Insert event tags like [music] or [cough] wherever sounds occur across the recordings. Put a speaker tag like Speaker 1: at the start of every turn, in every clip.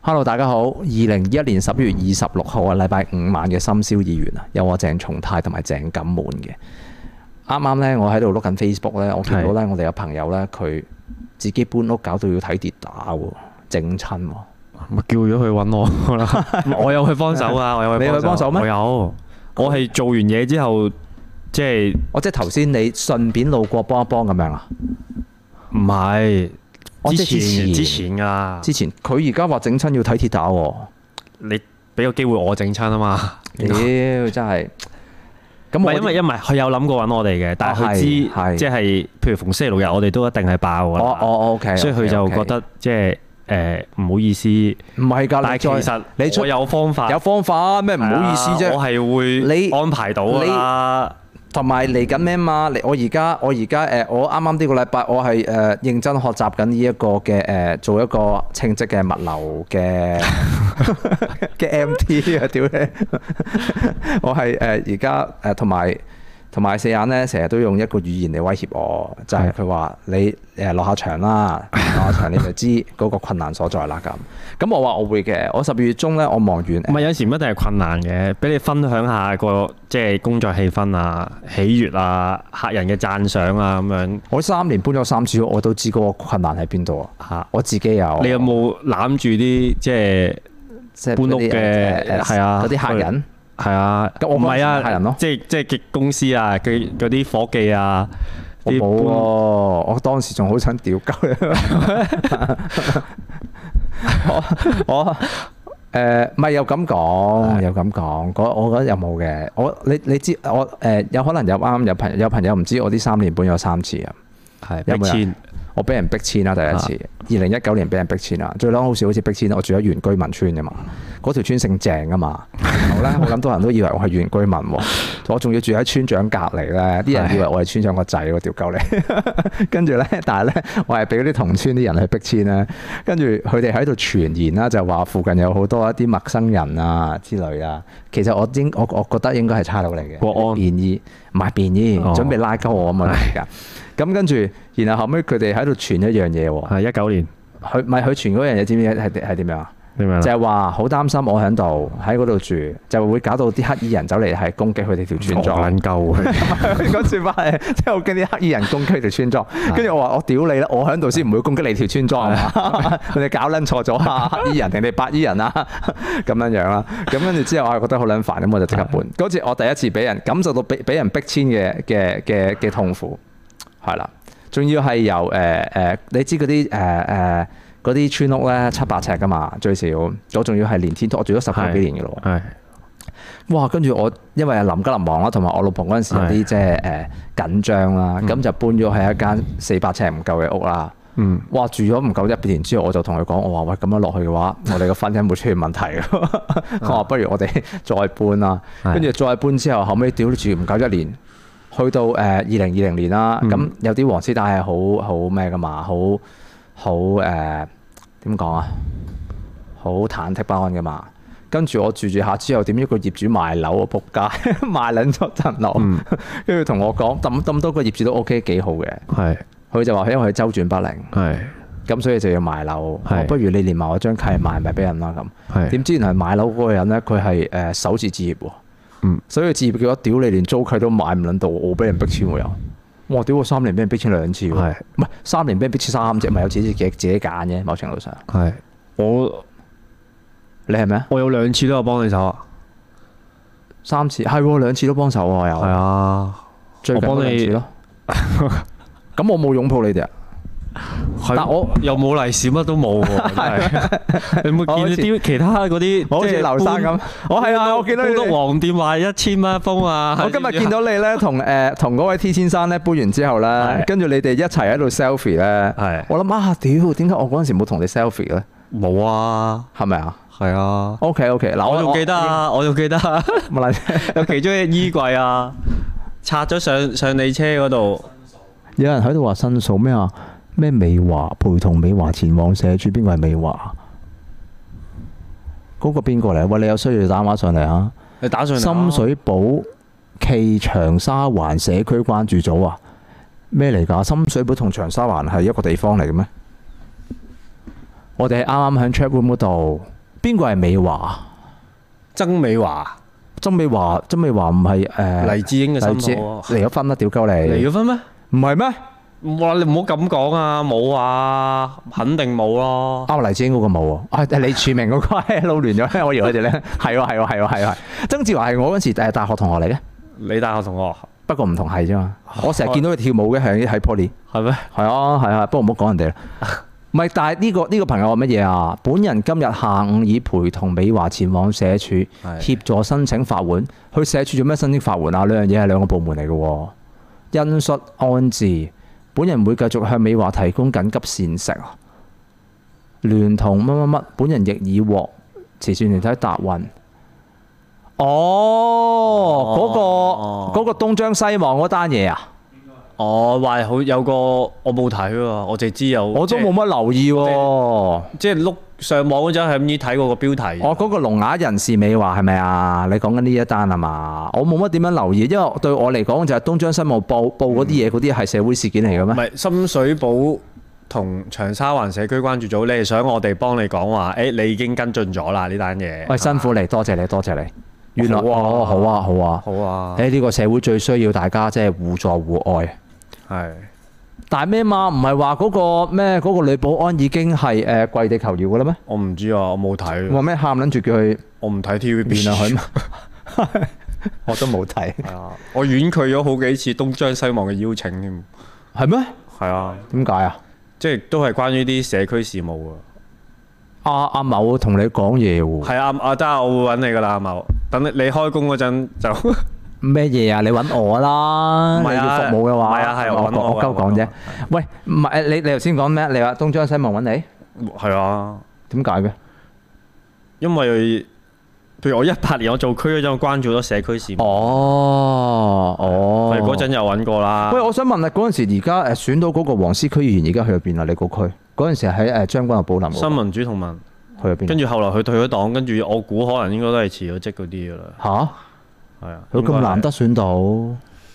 Speaker 1: Hello，大家好，二零二一年十一月二十六號啊，禮拜五晚嘅深宵議員啊，有我鄭松泰同埋鄭錦滿嘅。啱啱呢，我喺度碌緊 Facebook 呢，我見到呢，我哋有朋友呢，佢自己搬屋搞到要睇跌打喎，整親喎。
Speaker 2: 咪叫咗佢揾我啦， [laughs] 我有去幫手
Speaker 1: [laughs]
Speaker 2: 啊，我有去
Speaker 1: 你有去幫手咩
Speaker 2: 我有，我係做完嘢之後，即係
Speaker 1: 我哦即係頭先你順便路過幫一幫咁樣啊？
Speaker 2: 唔係
Speaker 1: 哦
Speaker 2: 之
Speaker 1: 即係
Speaker 2: 前
Speaker 1: 之前
Speaker 2: 之前噶啦，
Speaker 1: 之前佢而家話整親要睇跌打
Speaker 2: [laughs]
Speaker 1: 喎，
Speaker 2: 你俾個機會我整親啊嘛， [laughs]
Speaker 1: 屌真係。
Speaker 2: 唔
Speaker 1: 咁我
Speaker 2: 係因為因為佢有諗過揾我哋嘅，但係
Speaker 1: 哦係
Speaker 2: 佢知
Speaker 1: 係
Speaker 2: 即係譬如逢星期六日我哋都一定係爆㗎
Speaker 1: 我
Speaker 2: 啦
Speaker 1: 我哦 OK，
Speaker 2: 所以佢就覺得即係誒唔好意思，
Speaker 1: 唔係㗎，
Speaker 2: 但係
Speaker 1: 你
Speaker 2: 其
Speaker 1: 再
Speaker 2: 實
Speaker 1: 你出
Speaker 2: 我有方法，
Speaker 1: 有方法咩？唔好意思
Speaker 2: 係啊
Speaker 1: 啫
Speaker 2: 我。係
Speaker 1: 你
Speaker 2: 會安排到㗎啦，
Speaker 1: 同埋嚟緊咩嘛？嚟我而家我而家誒，我啱啱呢個禮拜我係誒、呃、認真學習緊呢一個嘅誒、呃做一個稱職嘅物流
Speaker 2: [laughs]
Speaker 1: 嘅 [laughs] 嘅 MT 啊！屌你，我係誒而家誒同埋同埋四眼咧，成日都用一個語言嚟威脅我，就係佢話你誒落下場啦，落下場你就知嗰個困難所在啦咁。咁我話我會嘅，我十二月中咧，我忙完
Speaker 2: 唔係有時唔一定係困難嘅，俾你分享下個即係工作氣氛啊、喜悅啊、客人嘅讚賞啊咁樣
Speaker 1: 我三年搬咗三次屋，我都知嗰個困難喺邊度啊！
Speaker 2: 嚇。
Speaker 1: 我自己有，
Speaker 2: 你有冇攬住啲即係
Speaker 1: 即係
Speaker 2: 搬屋
Speaker 1: 嗰啲
Speaker 2: 嘅
Speaker 1: 誒誒
Speaker 2: 係啊
Speaker 1: 嗰啲客人
Speaker 2: 係啊？
Speaker 1: 咁我
Speaker 2: 唔係
Speaker 1: 幫襯客人咯
Speaker 2: 啊，即係即係嘅公司啊，佢嗰啲伙計啊，
Speaker 1: 我
Speaker 2: 啲
Speaker 1: 冇喎，啊
Speaker 2: 搬
Speaker 1: 我當時仲好想屌鳩你。 [laughs] 我我誒唔係又咁講，又咁講，嗰我覺得又冇嘅。我你你知我誒、有可能有啱有朋友有朋友唔知我呢三年搬咗三次啊，
Speaker 2: 係
Speaker 1: 有
Speaker 2: 逼
Speaker 1: 冇人
Speaker 2: 遷
Speaker 1: 我俾人逼遷啦第一
Speaker 2: 啊
Speaker 1: 次，二零一九年俾人逼遷啦，最撚好笑好似逼遷，我住喺原居民村噶啊嘛，嗰條村姓鄭噶嘛，然後咧
Speaker 2: [laughs]
Speaker 1: 好撚多人都以為我係原居民喎，我仲要住喺村長隔離咧，啲人以為我係村長個仔喎，屌鳩你， [laughs] 跟住咧，但係咧我係俾嗰啲同村啲人去逼遷咧，跟住佢哋喺度傳言啦，就話附近有好多一啲陌生人啊之類啊，其實我應我我覺得應該係差佬嚟嘅，
Speaker 2: 國安
Speaker 1: 便衣唔係便衣，
Speaker 2: 哦
Speaker 1: 準備拉鳩我啊嘛而家。咁跟住，然後後尾佢哋喺度傳一樣嘢喎，
Speaker 2: 係一九年
Speaker 1: 佢唔係佢傳嗰樣嘢，知唔知係係點樣啊？
Speaker 2: 點樣
Speaker 1: 就
Speaker 2: 啊？
Speaker 1: 係話好擔心我喺度喺嗰度住，就會搞到啲黑衣人走嚟係攻擊佢哋條村莊。啊
Speaker 2: 撚鳩啊佢， [laughs]
Speaker 1: 嗰説法係即係我驚啲黑衣人攻擊條村莊，跟住我話我屌你啦，我喺度先唔會攻擊你條村莊 [laughs] 啊！佢哋搞撚錯咗啊，黑衣人定你白衣人啊 [laughs] 咁樣樣啦。咁跟住之後，我係覺得好撚煩，咁我就即刻搬。嗰次我第一次俾人感受到俾俾人逼遷嘅嘅嘅嘅痛苦，係啦，仲要係由誒誒、呃你知嗰啲誒誒。呃嗰啲村屋咧七百尺噶嘛，最少，我仲要係連天拖，我住咗 [laughs] 十幾年嘅咯喎。
Speaker 2: 係
Speaker 1: 哇！跟住我因為臨急臨忙啦，同埋我老婆嗰陣時有啲
Speaker 2: 係
Speaker 1: 即係誒緊張啦，咁就搬咗喺一間四百尺唔夠嘅屋啦。
Speaker 2: 嗯
Speaker 1: 哇！住咗唔夠一年之後，我就同佢講：我話喂，咁樣落去嘅話，我哋嘅婚姻會出現問題㗎。 [laughs] 我話不如我哋再搬啦。
Speaker 2: 係
Speaker 1: 跟住再搬之後，後尾屌住唔夠一年，去到誒二零二零年啦。咁、有啲黃絲帶係好好咩㗎嘛，好好誒點講啊？好忐忑不安㗎嘛。跟住我住住下之後，點知個業主賣樓啊！仆街， [laughs] 賣撚咗層樓，跟住同我講咁咁多個業主都 OK 幾好嘅。
Speaker 2: 係
Speaker 1: 佢就話因為佢周轉不靈。
Speaker 2: 係
Speaker 1: 咁所以就要賣樓。哦
Speaker 2: 係
Speaker 1: 我不如你連埋我張契賣埋俾人啦咁。
Speaker 2: 係
Speaker 1: 點知原來買樓嗰個人咧，佢係誒首次置業喎。
Speaker 2: 嗯
Speaker 1: 所以佢置業嘅話，屌你連租契都買唔撚到，我俾人逼遷喎又。我屌我三年俾人逼遷兩次喎，
Speaker 2: 係
Speaker 1: 唔係三年俾人逼遷三隻，咪有自己自己揀嘅。某程度上，
Speaker 2: 係我
Speaker 1: 你係咪啊？
Speaker 2: 我有兩次都有幫你手啊，
Speaker 1: 三次係喎，兩次都幫手喎
Speaker 2: 係
Speaker 1: 又。
Speaker 2: 啊，
Speaker 1: 最近
Speaker 2: 我
Speaker 1: 嗰
Speaker 2: 幫你
Speaker 1: 兩次咯。咁我冇擁抱你哋啊！
Speaker 2: 係
Speaker 1: 但我
Speaker 2: 又冇利是，乜都冇
Speaker 1: [laughs]
Speaker 2: 喎。真係你冇
Speaker 1: 我好似
Speaker 2: 見到啲其他嗰啲，
Speaker 1: 我好似劉生咁，我係啊，我見到你
Speaker 2: 搬
Speaker 1: 哋
Speaker 2: 屋黃店話一千蚊一封啊！
Speaker 1: 我今日見到你咧，同誒同嗰位 T 先生咧搬完之後咧，
Speaker 2: 係
Speaker 1: 跟住你哋一齊喺度 selfie 咧，
Speaker 2: 係
Speaker 1: 我諗啊，屌，點解我嗰陣時冇同你 selfie 咧？
Speaker 2: 冇啊，
Speaker 1: 係咪啊
Speaker 2: 係啊，
Speaker 1: ？OK OK，嗱，
Speaker 2: 我仲記得，啊，我仲記
Speaker 1: [laughs]
Speaker 2: 得啊，
Speaker 1: 咪嚟，
Speaker 2: 有其中一隻衣櫃啊，拆咗上上你車嗰度，
Speaker 1: 有人喺度話申訴咩啊？咩美華陪同美華前往社署，邊個係美華？嗰個邊個嚟？喂，你有需要打電話上嚟啊！
Speaker 2: 你打上嚟啊
Speaker 1: 深水埗暨長沙灣社區關注組啊，咩嚟㗎？深水埗同長沙灣係一個地方嚟嘅咩？我哋係啱啱喺 chat room 嗰度邊個係美華？
Speaker 2: 曾美華、
Speaker 1: 曾美華，曾美華唔係誒
Speaker 2: 黎智英嘅
Speaker 1: 黎智
Speaker 2: 新抱啊
Speaker 1: 離咗婚啦，屌鳩
Speaker 2: 離
Speaker 1: 你，
Speaker 2: 咗婚咩？
Speaker 1: 唔係咩？
Speaker 2: 哇！你唔好咁講啊，冇啊，肯定冇咯。
Speaker 1: 啊，黎智英嗰個冇喎，啊李柱明嗰 [laughs] 個撈亂咗，我以為佢哋咧係喎係喎係喎係喎，曾志華係我嗰陣時誒大學同學嚟嘅，
Speaker 2: 你大學同學
Speaker 1: 不過唔同系啫嘛，我成日見到佢跳舞嘅喺喺 Poly。
Speaker 2: 係咩？
Speaker 1: 係啊，係啊，不過唔好講人哋啦。
Speaker 2: [laughs]
Speaker 1: 唔係，但係呢、個呢、個朋友話乜嘢啊？本人今日下午已陪同美華前往社署
Speaker 2: 係
Speaker 1: 協助申請法援。去社署做咩申請法援啊？兩樣嘢係兩個部門嚟嘅喎。恩恤安置，本人會繼續向美華提供緊急膳食啊，聯同乜乜乜，本人亦已獲慈善團體答允。哦，嗰、
Speaker 2: 哦
Speaker 1: 個嗰、個東張西望嗰單嘢啊，
Speaker 2: 哦，話好有個我冇睇喎，我淨係知有
Speaker 1: 我都冇乜留意喎、
Speaker 2: 即係碌上網嗰陣係咁依睇過個標題。
Speaker 1: 哦我嗰個聾啞人士美華係咪啊？你講緊呢一單係嘛？我冇乜點樣留意，因為對我嚟講就係東張西望報報嗰啲嘢，嗰啲係社會事件嚟嘅
Speaker 2: 唔
Speaker 1: 咩？
Speaker 2: 係深水埗同長沙灣社區關注組，你係想我哋幫你講話？誒、你已經跟進咗啦呢單嘢。
Speaker 1: 喂，辛苦你，多謝你，多謝你。原來
Speaker 2: 好啊
Speaker 1: 哦，好啊，好啊。
Speaker 2: 好啊，
Speaker 1: 誒，呢個社會最需要大家即係互助互愛。
Speaker 2: 係
Speaker 1: 但係咩嘛？唔係話嗰個咩嗰個女保安已經係誒跪地求饒嘅啦咩？
Speaker 2: 我唔知啊，我冇睇，
Speaker 1: 話咩喊撚住叫佢啊
Speaker 2: 我唔睇 TVB
Speaker 1: 原諒佢
Speaker 2: 啦，
Speaker 1: 嘛？ [laughs] 我都冇睇，
Speaker 2: 係啊，我婉拒咗好幾次東張西望嘅邀請添。
Speaker 1: 係咩？
Speaker 2: 係啊，
Speaker 1: 點解啊？
Speaker 2: 即係都係關於啲社區事務啊。
Speaker 1: 阿阿某同你講嘢喎，
Speaker 2: 係啊，啊得啊，我會揾你噶啦，阿茂。等你你開工嗰陣就。 [laughs]
Speaker 1: 咩嘢啊？你揾我啦，
Speaker 2: 唔
Speaker 1: 你
Speaker 2: 係啊
Speaker 1: 要服務嘅話，
Speaker 2: 唔係啊係啊
Speaker 1: 我
Speaker 2: 揾我
Speaker 1: 我鳩講啫
Speaker 2: 揾。
Speaker 1: 喂，唔係你你頭先講咩？你話東張西望揾你，
Speaker 2: 係啊，
Speaker 1: 點解嘅？
Speaker 2: 因為譬如我一八年我做區嗰陣，我關注咗社區事務，
Speaker 1: 哦哦
Speaker 2: 係，嗰陣又揾過啦
Speaker 1: 喂，。我想問啊，嗰陣時而家誒選到嗰個黃絲區議員，而家去咗邊啊？你個區嗰陣時係喺誒將軍澳寶林嗰
Speaker 2: 新
Speaker 1: 個，
Speaker 2: 民主同盟，
Speaker 1: 去咗邊啊？
Speaker 2: 跟住後來佢退咗黨，跟住我估可能應該都係辭咗職嗰啲噶啦，
Speaker 1: 吓，
Speaker 2: 係啊。
Speaker 1: 佢咁難得選到，
Speaker 2: 應該係？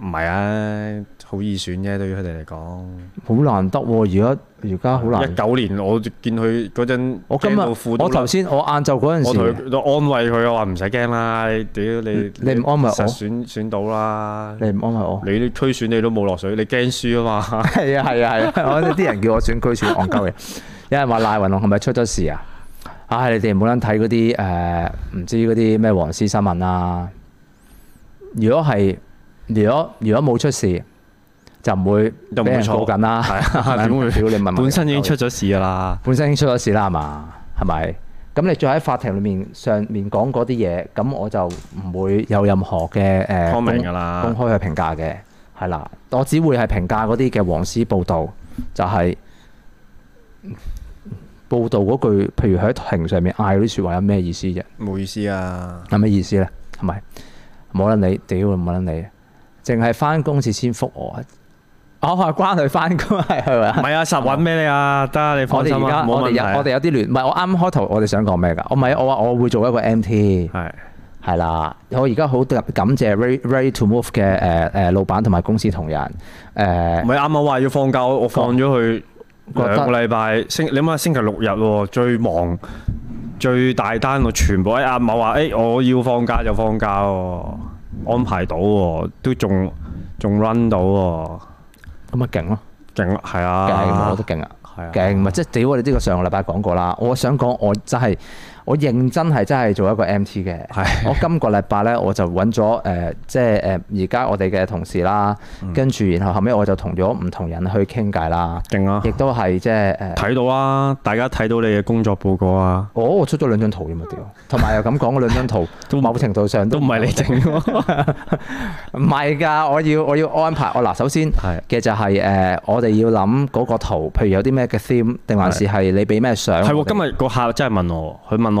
Speaker 2: 唔係啊，好易選啫，對於佢哋嚟講。
Speaker 1: 好難得喎！而家而家好
Speaker 2: 一
Speaker 1: 難。
Speaker 2: 九年我見佢嗰陣，
Speaker 1: 我今日
Speaker 2: 驚到褲都
Speaker 1: 我頭先我晏晝嗰陣
Speaker 2: 我同
Speaker 1: 時，
Speaker 2: 佢都安慰佢，我話唔使驚啦，你屌你
Speaker 1: 你唔安慰我
Speaker 2: 實選選到啦。
Speaker 1: 你唔安慰我。
Speaker 2: 你啲推選你都冇落水，你驚輸啊嘛。
Speaker 1: 係啊係啊係
Speaker 2: [laughs]
Speaker 1: 啊！我啲人叫我選區選戇鳩嘅，有人話賴雲龍係咪出咗事啊？唉、你哋唔好撚睇嗰啲誒，唔知嗰啲咩黃絲新聞啦。如果係，如果如果冇出事，就唔會
Speaker 2: 就唔會
Speaker 1: 俾人告
Speaker 2: 錯
Speaker 1: 緊啦。
Speaker 2: 係
Speaker 1: [laughs]
Speaker 2: 啊
Speaker 1: 係咪
Speaker 2: 點會
Speaker 1: 屌你問問
Speaker 2: 本身已經
Speaker 1: 人
Speaker 2: 出咗事㗎啦。
Speaker 1: 本身已經出咗事啦，係嘛？係咪？咁你再喺法庭裏面上面講嗰啲嘢，咁我就唔會有任何嘅誒、
Speaker 2: [laughs]
Speaker 1: 呃
Speaker 2: Comment
Speaker 1: 公
Speaker 2: 㗎啦
Speaker 1: 公開去評價嘅，係啦。我只會係評價嗰啲嘅黃絲報導，就係、報導嗰句，譬如喺庭上面嗌嗰啲説話有咩意思啫？
Speaker 2: 冇意思啊！
Speaker 1: 有咩意思咧？係咪？冇撚你，屌冇撚你，淨係翻工至先覆我。我係關佢翻工係係咪啊 [laughs]
Speaker 2: 唔？係啊，實揾俾你啊，得啊你
Speaker 1: 我
Speaker 2: 放心
Speaker 1: 哋而
Speaker 2: 啊，
Speaker 1: 家
Speaker 2: 冇
Speaker 1: 我哋
Speaker 2: 問題
Speaker 1: 有
Speaker 2: 啊。
Speaker 1: 我哋有啲亂，唔係我啱開頭我哋想講咩㗎？我唔係我話我會做一個 MT
Speaker 2: 係
Speaker 1: 係啦，我而家好感感謝 Ready Ready to Move 嘅誒誒老闆同埋公司同仁
Speaker 2: 唔
Speaker 1: 誒
Speaker 2: 係啱啱話要放假，我我放咗佢
Speaker 1: 覺得
Speaker 2: 兩個禮拜，星你諗下星期六日喎，最忙最大單喎，全部誒哎阿某話誒我要放假就放假喎，安排到喎，都仲仲 run 到喎，
Speaker 1: 咁咪勁咯，
Speaker 2: 勁啊係
Speaker 1: 勁
Speaker 2: 啊
Speaker 1: 我都，勁啊！
Speaker 2: 係啊，
Speaker 1: 勁咪即係屌你知個上個禮拜講過啦，我想講我真係我認真係真係做一個 MT 嘅。
Speaker 2: 係
Speaker 1: 我今個禮拜咧我就揾咗誒即係誒而家我哋嘅同事啦，跟住然後後尾我就同咗唔同人去傾偈啦，
Speaker 2: 勁嗯啊
Speaker 1: 亦！都係即係誒。
Speaker 2: 睇到啊，大家睇到你嘅工作報告啊，
Speaker 1: 哦，我出咗兩張圖啫嘛，屌！同埋又咁講，嗰兩張圖
Speaker 2: 嗯 [laughs] 都唔
Speaker 1: 某程度上
Speaker 2: 都唔係你整喎，
Speaker 1: 唔係㗎，我要我要安排。哦我嗱，首先
Speaker 2: 係
Speaker 1: 嘅就係、呃我哋要諗嗰個圖，譬如有啲咩嘅 theme，定還是係你俾咩相？
Speaker 2: 係
Speaker 1: 我
Speaker 2: 喎，
Speaker 1: 哋
Speaker 2: 今日個客真係問我，佢問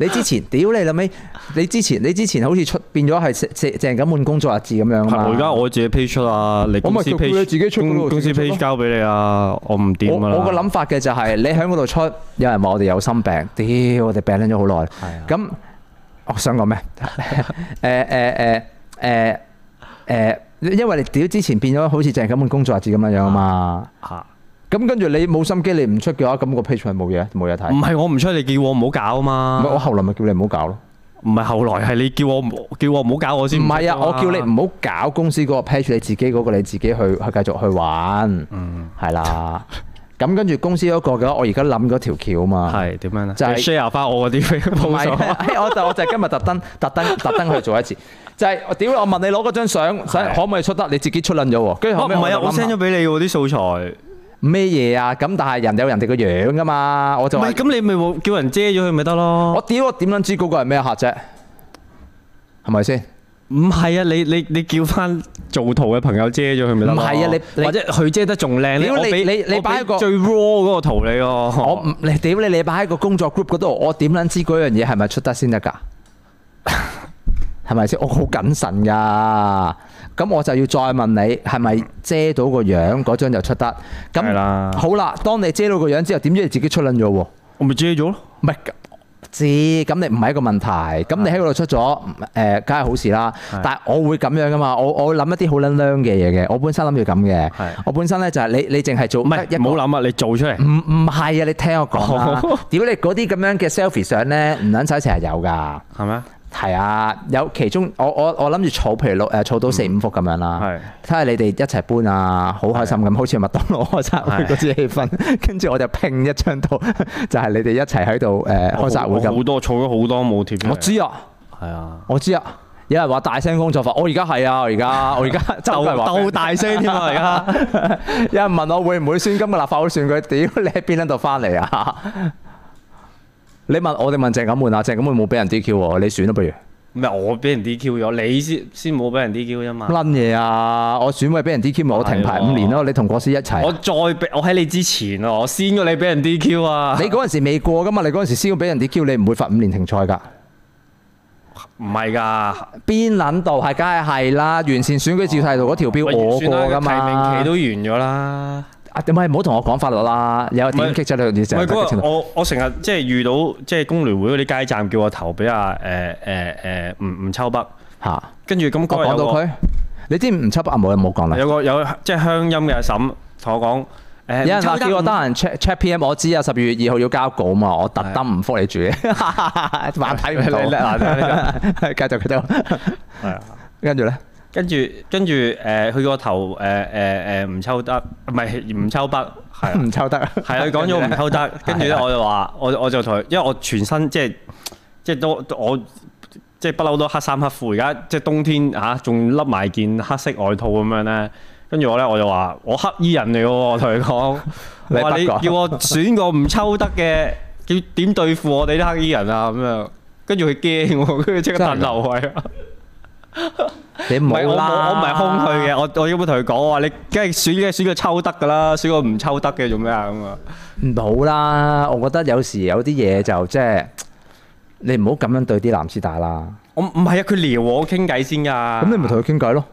Speaker 1: 你之前屌你老尾，你之前你之前好似出變咗係鄭鄭鄭錦滿工作日誌咁樣啊
Speaker 2: 係
Speaker 1: 嘛
Speaker 2: 我而家我自己 page 出啊，你
Speaker 1: 我咪
Speaker 2: 公司
Speaker 1: 叫佢
Speaker 2: page
Speaker 1: 自己出
Speaker 2: 公
Speaker 1: 嗰度
Speaker 2: 公司
Speaker 1: 自己出咯
Speaker 2: page 交俾你啊，我唔
Speaker 1: 我
Speaker 2: 掂噶啦。
Speaker 1: 我個諗法嘅就係、你喺嗰度出，有人話我哋有心病，屌我哋病撚咗好耐。
Speaker 2: 係啊
Speaker 1: 咁我想講咩？ [laughs] 誒誒誒誒誒，因為你屌之前變咗好似鄭錦滿工作日誌咁樣樣啊嘛。
Speaker 2: 嚇，
Speaker 1: 咁跟住你冇心機，你唔出嘅話，咁、個 page 咪冇嘢冇嘢睇。
Speaker 2: 唔
Speaker 1: 唔
Speaker 2: 係我唔出，你叫我唔好搞啊嘛。
Speaker 1: 係我後來咪叫你唔好搞咯。
Speaker 2: 唔係後來係你叫我唔叫我唔好搞我先
Speaker 1: 唔係啊，
Speaker 2: 出
Speaker 1: 我
Speaker 2: 㗎嘛
Speaker 1: 叫你唔好搞公司嗰個 page，你自己嗰個你自己去去繼續去玩，係啦。咁跟住公司嗰個嘅話，我而家諗嗰條橋嘛。
Speaker 2: 係點樣咧？
Speaker 1: 就
Speaker 2: 啊就
Speaker 1: 係
Speaker 2: share 翻我嗰 [laughs] 啲
Speaker 1: 唔係
Speaker 2: post 啊。
Speaker 1: [laughs] 我就我就係今日特登特
Speaker 2: [laughs]
Speaker 1: 登特登去做一次，就係我屌我問你攞嗰張相，想
Speaker 2: 係
Speaker 1: 可唔可以出得？你自己出撚咗喎，跟住
Speaker 2: 哦
Speaker 1: 後
Speaker 2: 唔
Speaker 1: 尾
Speaker 2: 係啊，
Speaker 1: 就
Speaker 2: 我
Speaker 1: 諗下
Speaker 2: send 咗俾你喎啲素材。
Speaker 1: 咩嘢啊？咁但係人有人哋個樣噶嘛，我
Speaker 2: 唔
Speaker 1: 就話
Speaker 2: 係咁，你咪冇叫人遮咗佢咪得
Speaker 1: 我
Speaker 2: 咯？
Speaker 1: 屌我點撚知嗰個係咩客啫？係咪先？
Speaker 2: 唔係啊，你你你叫翻做圖嘅朋友遮咗佢咪得咯？
Speaker 1: 唔係啊你你
Speaker 2: 或者佢遮得仲靚咧，
Speaker 1: 屌
Speaker 2: 我
Speaker 1: 你
Speaker 2: 俾
Speaker 1: 你你
Speaker 2: 我俾
Speaker 1: 擺一個
Speaker 2: 最 raw 嗰個圖你咯。
Speaker 1: 我唔你屌你你擺喺個工作 group 嗰度，我點撚知嗰樣嘢係咪出得先得
Speaker 2: [laughs]
Speaker 1: 㗎？係咪先？我好謹慎㗎，咁我就要再問你係咪遮到個樣嗰張就出得？
Speaker 2: 係啦
Speaker 1: 咁好啦，當你遮到個樣之後，點知你自己出撚咗喎？
Speaker 2: [laughs] 我咪遮咗咯。
Speaker 1: 唔係咁知，咁你唔係一個問題，咁你喺嗰度出咗，誒，梗係好事啦
Speaker 2: 係。
Speaker 1: 但係我會咁樣噶嘛，我我會諗一啲好撚僆嘅嘢嘅，我本身諗住咁嘅
Speaker 2: 係，
Speaker 1: 我本身咧就係你你淨係做
Speaker 2: 唔係
Speaker 1: 得一個
Speaker 2: 冇諗啊，你做出嚟
Speaker 1: 唔唔係啊！你聽我講啦
Speaker 2: 哦，
Speaker 1: 屌你嗰啲咁樣嘅 selfie 相咧，唔撚使成日有㗎。
Speaker 2: 係咪啊？
Speaker 1: 係啊，有其中我我我諗住儲，譬如六誒儲到四五幅咁樣啦
Speaker 2: 嗯係，
Speaker 1: 睇下你哋一齊搬啊，好開心咁，好似麥當勞 [laughs] 開集會嗰支氣氛，跟住我就拼一張圖， [laughs] 就係你哋一齊喺度誒開集會
Speaker 2: 我好
Speaker 1: 咁。
Speaker 2: 多，儲咗好多冇貼出嚟。
Speaker 1: 我知啊，
Speaker 2: 係啊，
Speaker 1: 我知啊，有人話大聲工作法，我而家係啊，我而 [laughs] 家我而家周
Speaker 2: 鬥
Speaker 1: 圍話俾
Speaker 2: 鬥大聲添啊！而家
Speaker 1: [laughs] 有人問我會唔會宣今嘅立法會選舉？屌你喺邊撚度翻嚟 [laughs] 啊？你問我哋問鄭錦滿啊，鄭錦滿冇俾人 DQ 喎，你選啦不如。
Speaker 2: 唔係我俾人 DQ 咗，你先先冇俾人 DQ 啫嘛。
Speaker 1: 撚嘢啊！我選委俾人 DQ 咪我停牌
Speaker 2: 係喎
Speaker 1: 五年咯，你同國師一啊齊
Speaker 2: 我。再俾我喺你之前啊，我先過你俾人 DQ 啊！
Speaker 1: 你嗰陣時未過噶嘛？你嗰陣時先要俾人 DQ，你唔會罰五年停賽㗎。
Speaker 2: 唔係㗎，
Speaker 1: 邊撚度係梗係係啦，完善選舉制度嗰條標
Speaker 2: 喂
Speaker 1: 我過
Speaker 2: 算啦
Speaker 1: 㗎嘛
Speaker 2: 提名期。都完咗啦。
Speaker 1: 啊，唔係唔好同我講法律啦，有點擊咗你
Speaker 2: 唔
Speaker 1: 就
Speaker 2: 係嗰
Speaker 1: 係
Speaker 2: 個我我成日即係遇到即係工聯會嗰啲街站叫我投俾阿誒誒誒吳吳秋北，
Speaker 1: 嚇。
Speaker 2: 跟住咁
Speaker 1: 我
Speaker 2: 嗰日
Speaker 1: 講
Speaker 2: 有
Speaker 1: 到
Speaker 2: 個
Speaker 1: 佢，你知唔唔輯啊？冇冇講啦。
Speaker 2: 有個有即係鄉音嘅阿嬸同我講誒，
Speaker 1: 有人話
Speaker 2: 吳秋
Speaker 1: 叫我得閒 check check PM，我知啊，十二月二號要交稿嘛，我特登唔覆你
Speaker 2: [laughs]
Speaker 1: 住，話睇唔到。
Speaker 2: 你叻啊
Speaker 1: 繼續繼續，
Speaker 2: 係啊。
Speaker 1: 跟住咧，
Speaker 2: 跟住跟住誒，佢個頭誒誒誒吳秋德，唔係吳秋北，係啊
Speaker 1: 唔抽得。
Speaker 2: [laughs] 係啊，佢講咗吳秋德，跟住咧我就話，我我就同佢，因為我全身即係即係都我即係不嬲都黑衫黑褲，而家即係冬天嚇仲笠埋件黑色外套咁樣咧，跟住我咧我就話我黑衣人嚟喎，我同佢 [laughs] 講，
Speaker 1: 你
Speaker 2: 我話
Speaker 1: 北
Speaker 2: 你
Speaker 1: 角
Speaker 2: 叫我選個吳秋德嘅，叫點對付我哋啲黑衣人啊咁樣，跟住佢驚喎， [laughs] 跟住即刻
Speaker 1: 真係
Speaker 2: 褪後位啊！
Speaker 1: 你
Speaker 2: 唔
Speaker 1: 冇
Speaker 2: 係我冇
Speaker 1: 啦，
Speaker 2: 我唔係空佢嘅，我我根本同佢講話，你梗係選嘅選個抽得㗎啦，選個唔抽得嘅做咩啊咁啊？
Speaker 1: 嘅。冇啦，我覺得有時有啲嘢就即係你唔好咁樣對啲藍絲帶啦。
Speaker 2: 我唔係啊，佢撩我傾偈先㗎。
Speaker 1: 咁你咪同佢傾偈咯。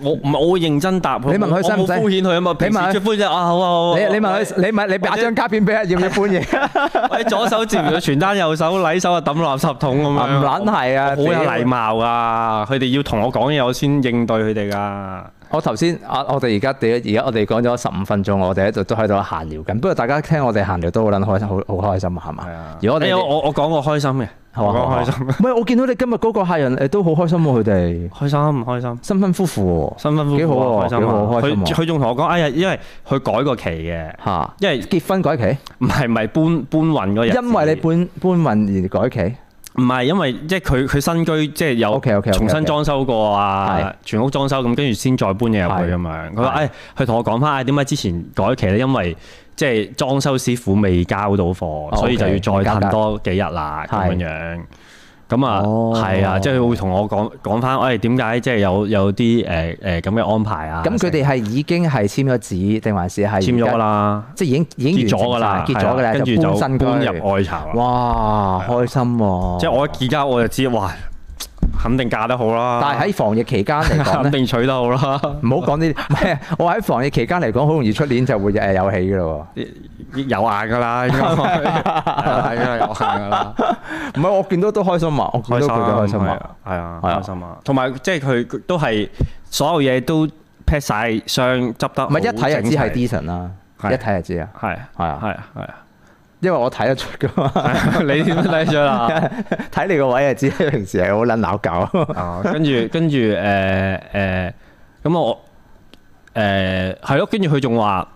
Speaker 2: 我唔係我會認真答佢。
Speaker 1: 你問佢
Speaker 2: 我
Speaker 1: 使唔
Speaker 2: 我
Speaker 1: 使
Speaker 2: 冇敷衍佢啊嘛？
Speaker 1: 你
Speaker 2: 平
Speaker 1: 問佢
Speaker 2: 時最敷衍就啊好啊好啊。
Speaker 1: 你你問佢，你問你擺張卡片俾佢，要唔要搬嘢？
Speaker 2: 我我左手接完咗傳單，右手禮手啊抌落垃圾桶咁樣。
Speaker 1: 唔撚係啊，
Speaker 2: 好有
Speaker 1: 屌
Speaker 2: 禮貌啊！佢哋要同我講嘢，我先應對佢哋㗎。
Speaker 1: 我頭先啊，我哋而家屌，而家我哋講咗十五分鐘，我哋喺度都喺度閒聊緊。不過大家聽我哋閒聊都好撚開心，好好開心啊，係嘛
Speaker 2: 係啊？
Speaker 1: 如果我哋
Speaker 2: 哎呀我我講過開心嘅，
Speaker 1: 係嘛
Speaker 2: 我講開心，
Speaker 1: 唔係我見到你今日嗰個客人誒都好開心喎，佢哋
Speaker 2: 開心開心。
Speaker 1: 新婚夫婦喎
Speaker 2: 辛辛苦
Speaker 1: 幾好
Speaker 2: 苦
Speaker 1: 喎
Speaker 2: 啊，開心
Speaker 1: 幾
Speaker 2: 啊！
Speaker 1: 好開心
Speaker 2: 佢
Speaker 1: 喎
Speaker 2: 佢仲同我講，哎呀，因為佢改個期嘅，
Speaker 1: 嚇，
Speaker 2: 因為
Speaker 1: 結婚改期，
Speaker 2: 唔係唔係搬搬運嗰日子，
Speaker 1: 因為你搬搬運而改期，
Speaker 2: 唔係因為即係佢佢新居即係有
Speaker 1: OK，OK，OK，OK
Speaker 2: 重新裝修過
Speaker 1: 係
Speaker 2: 啊，全屋裝修咁，跟住先再搬嘢入去咁樣。佢話：
Speaker 1: 係
Speaker 2: 哎，佢同我講翻，哎點解之前改期咧？因為即係裝修師傅未交到貨，所以就
Speaker 1: 哦 OK，
Speaker 2: 要再
Speaker 1: 明白
Speaker 2: 等多幾日啦咁
Speaker 1: 係
Speaker 2: 樣樣。咁啊，
Speaker 1: 哦
Speaker 2: 係啊，即係佢會同我講講翻，誒點解即係有有啲誒誒咁嘅安排啊？
Speaker 1: 咁佢哋係已經係簽咗紙，定還是係
Speaker 2: 簽咗
Speaker 1: 啦？
Speaker 2: 㗎啦，
Speaker 1: 即係已經已經
Speaker 2: 結咗㗎啦，
Speaker 1: 完成晒結咗㗎
Speaker 2: 係
Speaker 1: 啦，
Speaker 2: 啊跟住就
Speaker 1: 搬新
Speaker 2: 搬
Speaker 1: 居
Speaker 2: 入外巢啦。
Speaker 1: 哇，開心喎！
Speaker 2: 即係我而家我就知，哇，肯定嫁得好啦，
Speaker 1: 但係喺防疫期間
Speaker 2: [laughs]
Speaker 1: 嚟講
Speaker 2: 肯
Speaker 1: 咧，
Speaker 2: 定娶得好
Speaker 1: 唔
Speaker 2: 啦。
Speaker 1: 好講
Speaker 2: [laughs]
Speaker 1: 呢啲。唔係，我喺防疫期間嚟講，好容易出年就會誒有戲㗎咯
Speaker 2: 有眼㗎啦，應該係應該有眼㗎啦。
Speaker 1: [laughs] 喎。唔係，我見到都開心啊！我 [laughs] 見到佢都開心
Speaker 2: 係
Speaker 1: 啊！
Speaker 2: 啊，係啊，
Speaker 1: 係啊
Speaker 2: 開心啊。同埋即係佢佢都係所有嘢都 pack 晒箱，執得
Speaker 1: 唔係一睇就知係
Speaker 2: 啲
Speaker 1: Deason 啦，
Speaker 2: 係
Speaker 1: 一睇就知啊，
Speaker 2: 係啊
Speaker 1: 係啊
Speaker 2: 係啊係啊
Speaker 1: 因為我睇得出㗎嘛。
Speaker 2: 係 [laughs] 啊，你點睇啊
Speaker 1: [laughs]
Speaker 2: 咗啦？
Speaker 1: 睇你個位就知，平時係好撚鬧
Speaker 2: [laughs]
Speaker 1: 搞。
Speaker 2: 啊，跟住跟住誒誒，咁我誒係咯，跟住佢仲話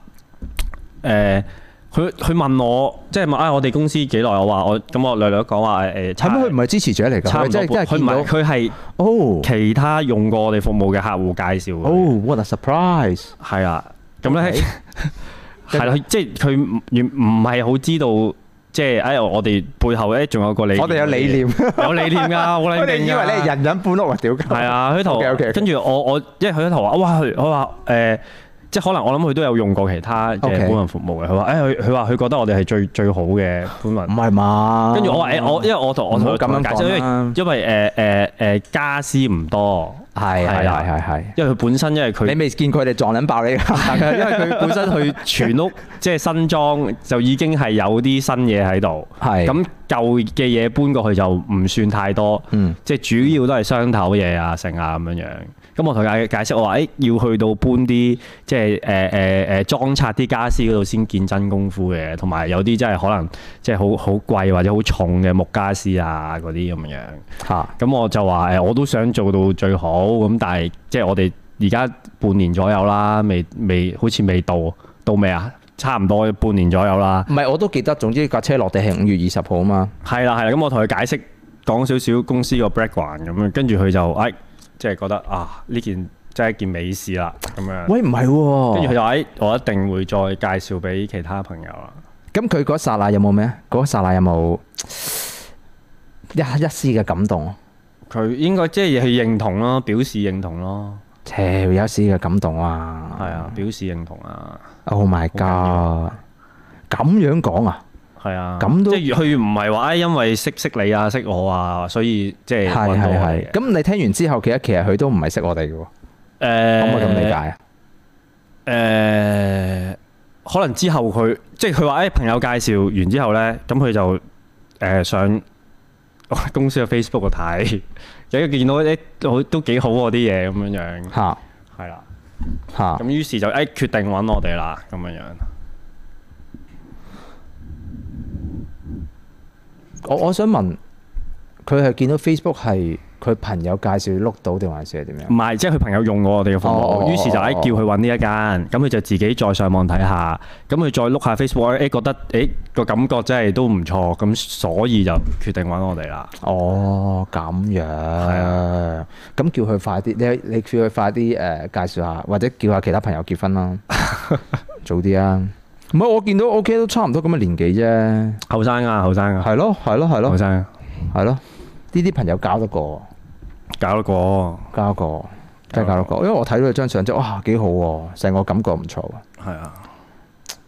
Speaker 2: 誒。佢佢問我，即係問啊，我哋公司幾耐？我話我咁，我略略講話誒誒，
Speaker 1: 係
Speaker 2: 差
Speaker 1: 咪佢唔係支持者嚟㗎？佢
Speaker 2: 差唔多
Speaker 1: 真係真
Speaker 2: 半，
Speaker 1: 係
Speaker 2: 佢唔
Speaker 1: 見
Speaker 2: 係
Speaker 1: 到
Speaker 2: 佢係
Speaker 1: 哦
Speaker 2: 其他用過我哋服務嘅客戶介紹嘅。
Speaker 1: 哦，what a surprise！
Speaker 2: 係啦，咁咧
Speaker 1: OK
Speaker 2: [laughs] 係啦，即係佢唔原唔係好知道，即係哎我哋背後咧仲有個理，
Speaker 1: 我哋有理，念，
Speaker 2: [laughs] 有
Speaker 1: [laughs]
Speaker 2: 理念㗎，我
Speaker 1: 我哋以為你係。人人搬屋啊！屌
Speaker 2: 係，啊，佢同
Speaker 1: OK，OK，OK
Speaker 2: 跟住我我，因為佢喺頭話，哇！佢我話誒，即係可能我諗佢都有用過其他嘅
Speaker 1: OK
Speaker 2: 搬運服務嘅。佢話誒，哎佢佢話佢覺得我哋係最最好嘅搬運
Speaker 1: 唔。係嘛？
Speaker 2: 跟住我話誒，我因為我同我同
Speaker 1: 嗯唔好
Speaker 2: 佢
Speaker 1: 咁樣
Speaker 2: 解釋，因
Speaker 1: 講啦
Speaker 2: 為因為誒誒誒家私唔多，
Speaker 1: 係係
Speaker 2: 係啊
Speaker 1: 係係係。
Speaker 2: 因為佢本身因為佢
Speaker 1: 你未見佢哋撞撚爆你㗎？
Speaker 2: 但係啊因為佢本身佢全屋即係新裝就已經係有啲新嘢喺度，
Speaker 1: 係
Speaker 2: 咁舊嘅嘢搬過去就唔算太多，
Speaker 1: 嗯
Speaker 2: 即係主要都係雙頭嘢啊、成啊咁樣樣。咁我同佢解解釋，我話誒、哎要去到搬啲即係誒誒誒裝拆啲家私嗰度先見真功夫嘅，同埋有啲真係可能即係好好貴或者好重嘅木家私啊嗰啲咁樣樣。
Speaker 1: 嚇
Speaker 2: 咁我就話誒，我都想做到最好，咁但係即係我哋而家半年左右啦，未未好似未到，到未啊？差唔多半年左右啦，
Speaker 1: 唔係我都記得，總之架車落地係五月二十號啊嘛。
Speaker 2: 係啦係啦，咁我同佢解釋講少少公司個 background 咁樣，跟住佢就誒、哎即係覺得啊呢件真係一件美事啦咁樣，
Speaker 1: 喂，唔係
Speaker 2: 跟住佢
Speaker 1: 喎，
Speaker 2: 就誒、哎我一定會再介紹俾其他朋友啦。
Speaker 1: 咁佢嗰剎那有冇咩？嗰剎那有冇一一絲嘅感動？
Speaker 2: 佢應該即係去認同咯，表示認同咯，
Speaker 1: 切，有一絲嘅感動啊！
Speaker 2: 係啊，表示認同啊。
Speaker 1: ，Oh my
Speaker 2: 緊要
Speaker 1: god！咁樣講啊？
Speaker 2: 係啊，
Speaker 1: 咁都
Speaker 2: 即係佢唔係話誒，哎因為識識你啊，識我啊，所以即係
Speaker 1: 係
Speaker 2: 揾到
Speaker 1: 係
Speaker 2: 我
Speaker 1: 啊係。
Speaker 2: 嘅。
Speaker 1: 咁你聽完之後，其實其實佢都唔係識我哋嘅喎，可唔可以咁理解啊？
Speaker 2: 解？誒，可能之後佢即係佢話誒哎朋友介紹完之後咧，咁佢就誒上我公司嘅 Facebook 度睇， [laughs] 有見到誒都都幾好喎啲嘢咁樣樣，
Speaker 1: 嚇
Speaker 2: 係啦。
Speaker 1: 嚇
Speaker 2: 咁於是就誒決定揾我哋啦，咁樣樣。
Speaker 1: 我我想問佢係見到 Facebook 係佢朋友介紹碌到定還是係點
Speaker 2: 唔
Speaker 1: 樣？
Speaker 2: 係，即係佢朋友用過我哋嘅服務，
Speaker 1: 哦
Speaker 2: 於是就誒叫佢揾呢一間，咁佢就自己再上網睇下，咁佢再碌下 Facebook，誒覺得誒個感覺真係都唔錯，咁所以就決定揾我哋啦。
Speaker 1: 哦，咁樣，咁叫佢快啲，你你叫佢快啲誒、介紹下，或者叫下其他朋友結婚啦，早啲啊！唔係我見到 OK 都差唔多咁嘅年紀啫，
Speaker 2: 後生啊，後生啊，
Speaker 1: 係咯係咯係
Speaker 2: 後
Speaker 1: 咯
Speaker 2: 生啊，
Speaker 1: 係咯，呢啲朋友搞得過，
Speaker 2: 搞得過，
Speaker 1: 搞得過，真係搞得過，因為我睇到佢張相啫，哇幾好喎、成個感覺唔錯喎，
Speaker 2: 係啊，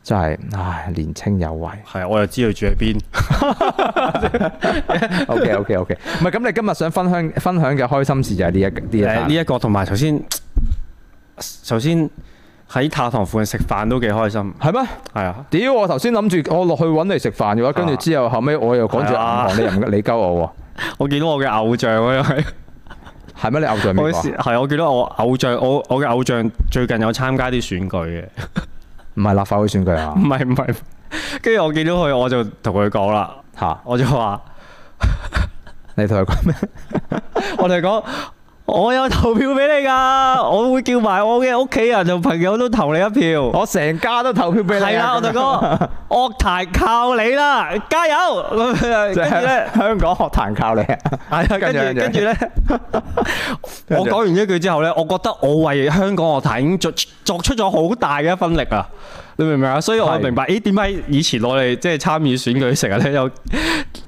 Speaker 1: 真係唉年青有為。
Speaker 2: 係啊，我又知佢住喺邊，
Speaker 1: O K O K O K，唔係咁，你今日想分享分享嘅開心事就係呢一呢一
Speaker 2: 誒呢
Speaker 1: 單
Speaker 2: 一個同埋頭先，首先喺塔堂附近食飯都幾開心，
Speaker 1: 係咩？
Speaker 2: 係啊，
Speaker 1: 屌！我頭先諗住我落去揾你食飯嘅話，跟住之後後尾我又趕住銀行，你又唔你鳩我
Speaker 2: 我見到我嘅偶像啊，因為
Speaker 1: 喎，係咩？你偶像
Speaker 2: 我
Speaker 1: 邊個啊？
Speaker 2: 係我見到我偶像，我我嘅偶像最近有參加啲選舉嘅。
Speaker 1: 唔係立法會選舉啊
Speaker 2: 唔？係唔係，跟住我見到佢，我就同佢講啦，
Speaker 1: 嚇！
Speaker 2: 我就話，
Speaker 1: 你同佢講咩？
Speaker 2: 我哋講，我有投票俾你㗎，我會叫埋我嘅屋企人同朋友都投你一票。
Speaker 1: [laughs] 我成家都投票俾你啊。
Speaker 2: 係啦，我就講樂壇靠你啦，加油！咁
Speaker 1: [laughs]
Speaker 2: 樣
Speaker 1: 即
Speaker 2: 跟住咧
Speaker 1: 係，香港樂壇靠你啊！
Speaker 2: 係啊，跟
Speaker 1: 跟住
Speaker 2: 住跟住咧， [laughs]
Speaker 1: 跟
Speaker 2: 我
Speaker 1: 住
Speaker 2: 講完一句之後咧，我覺得我為香港樂壇已經作作出咗好大嘅一分力啊！你明唔明啊？所以我
Speaker 1: 係
Speaker 2: 明白，咦點解以前我哋即係參與選舉成日咧有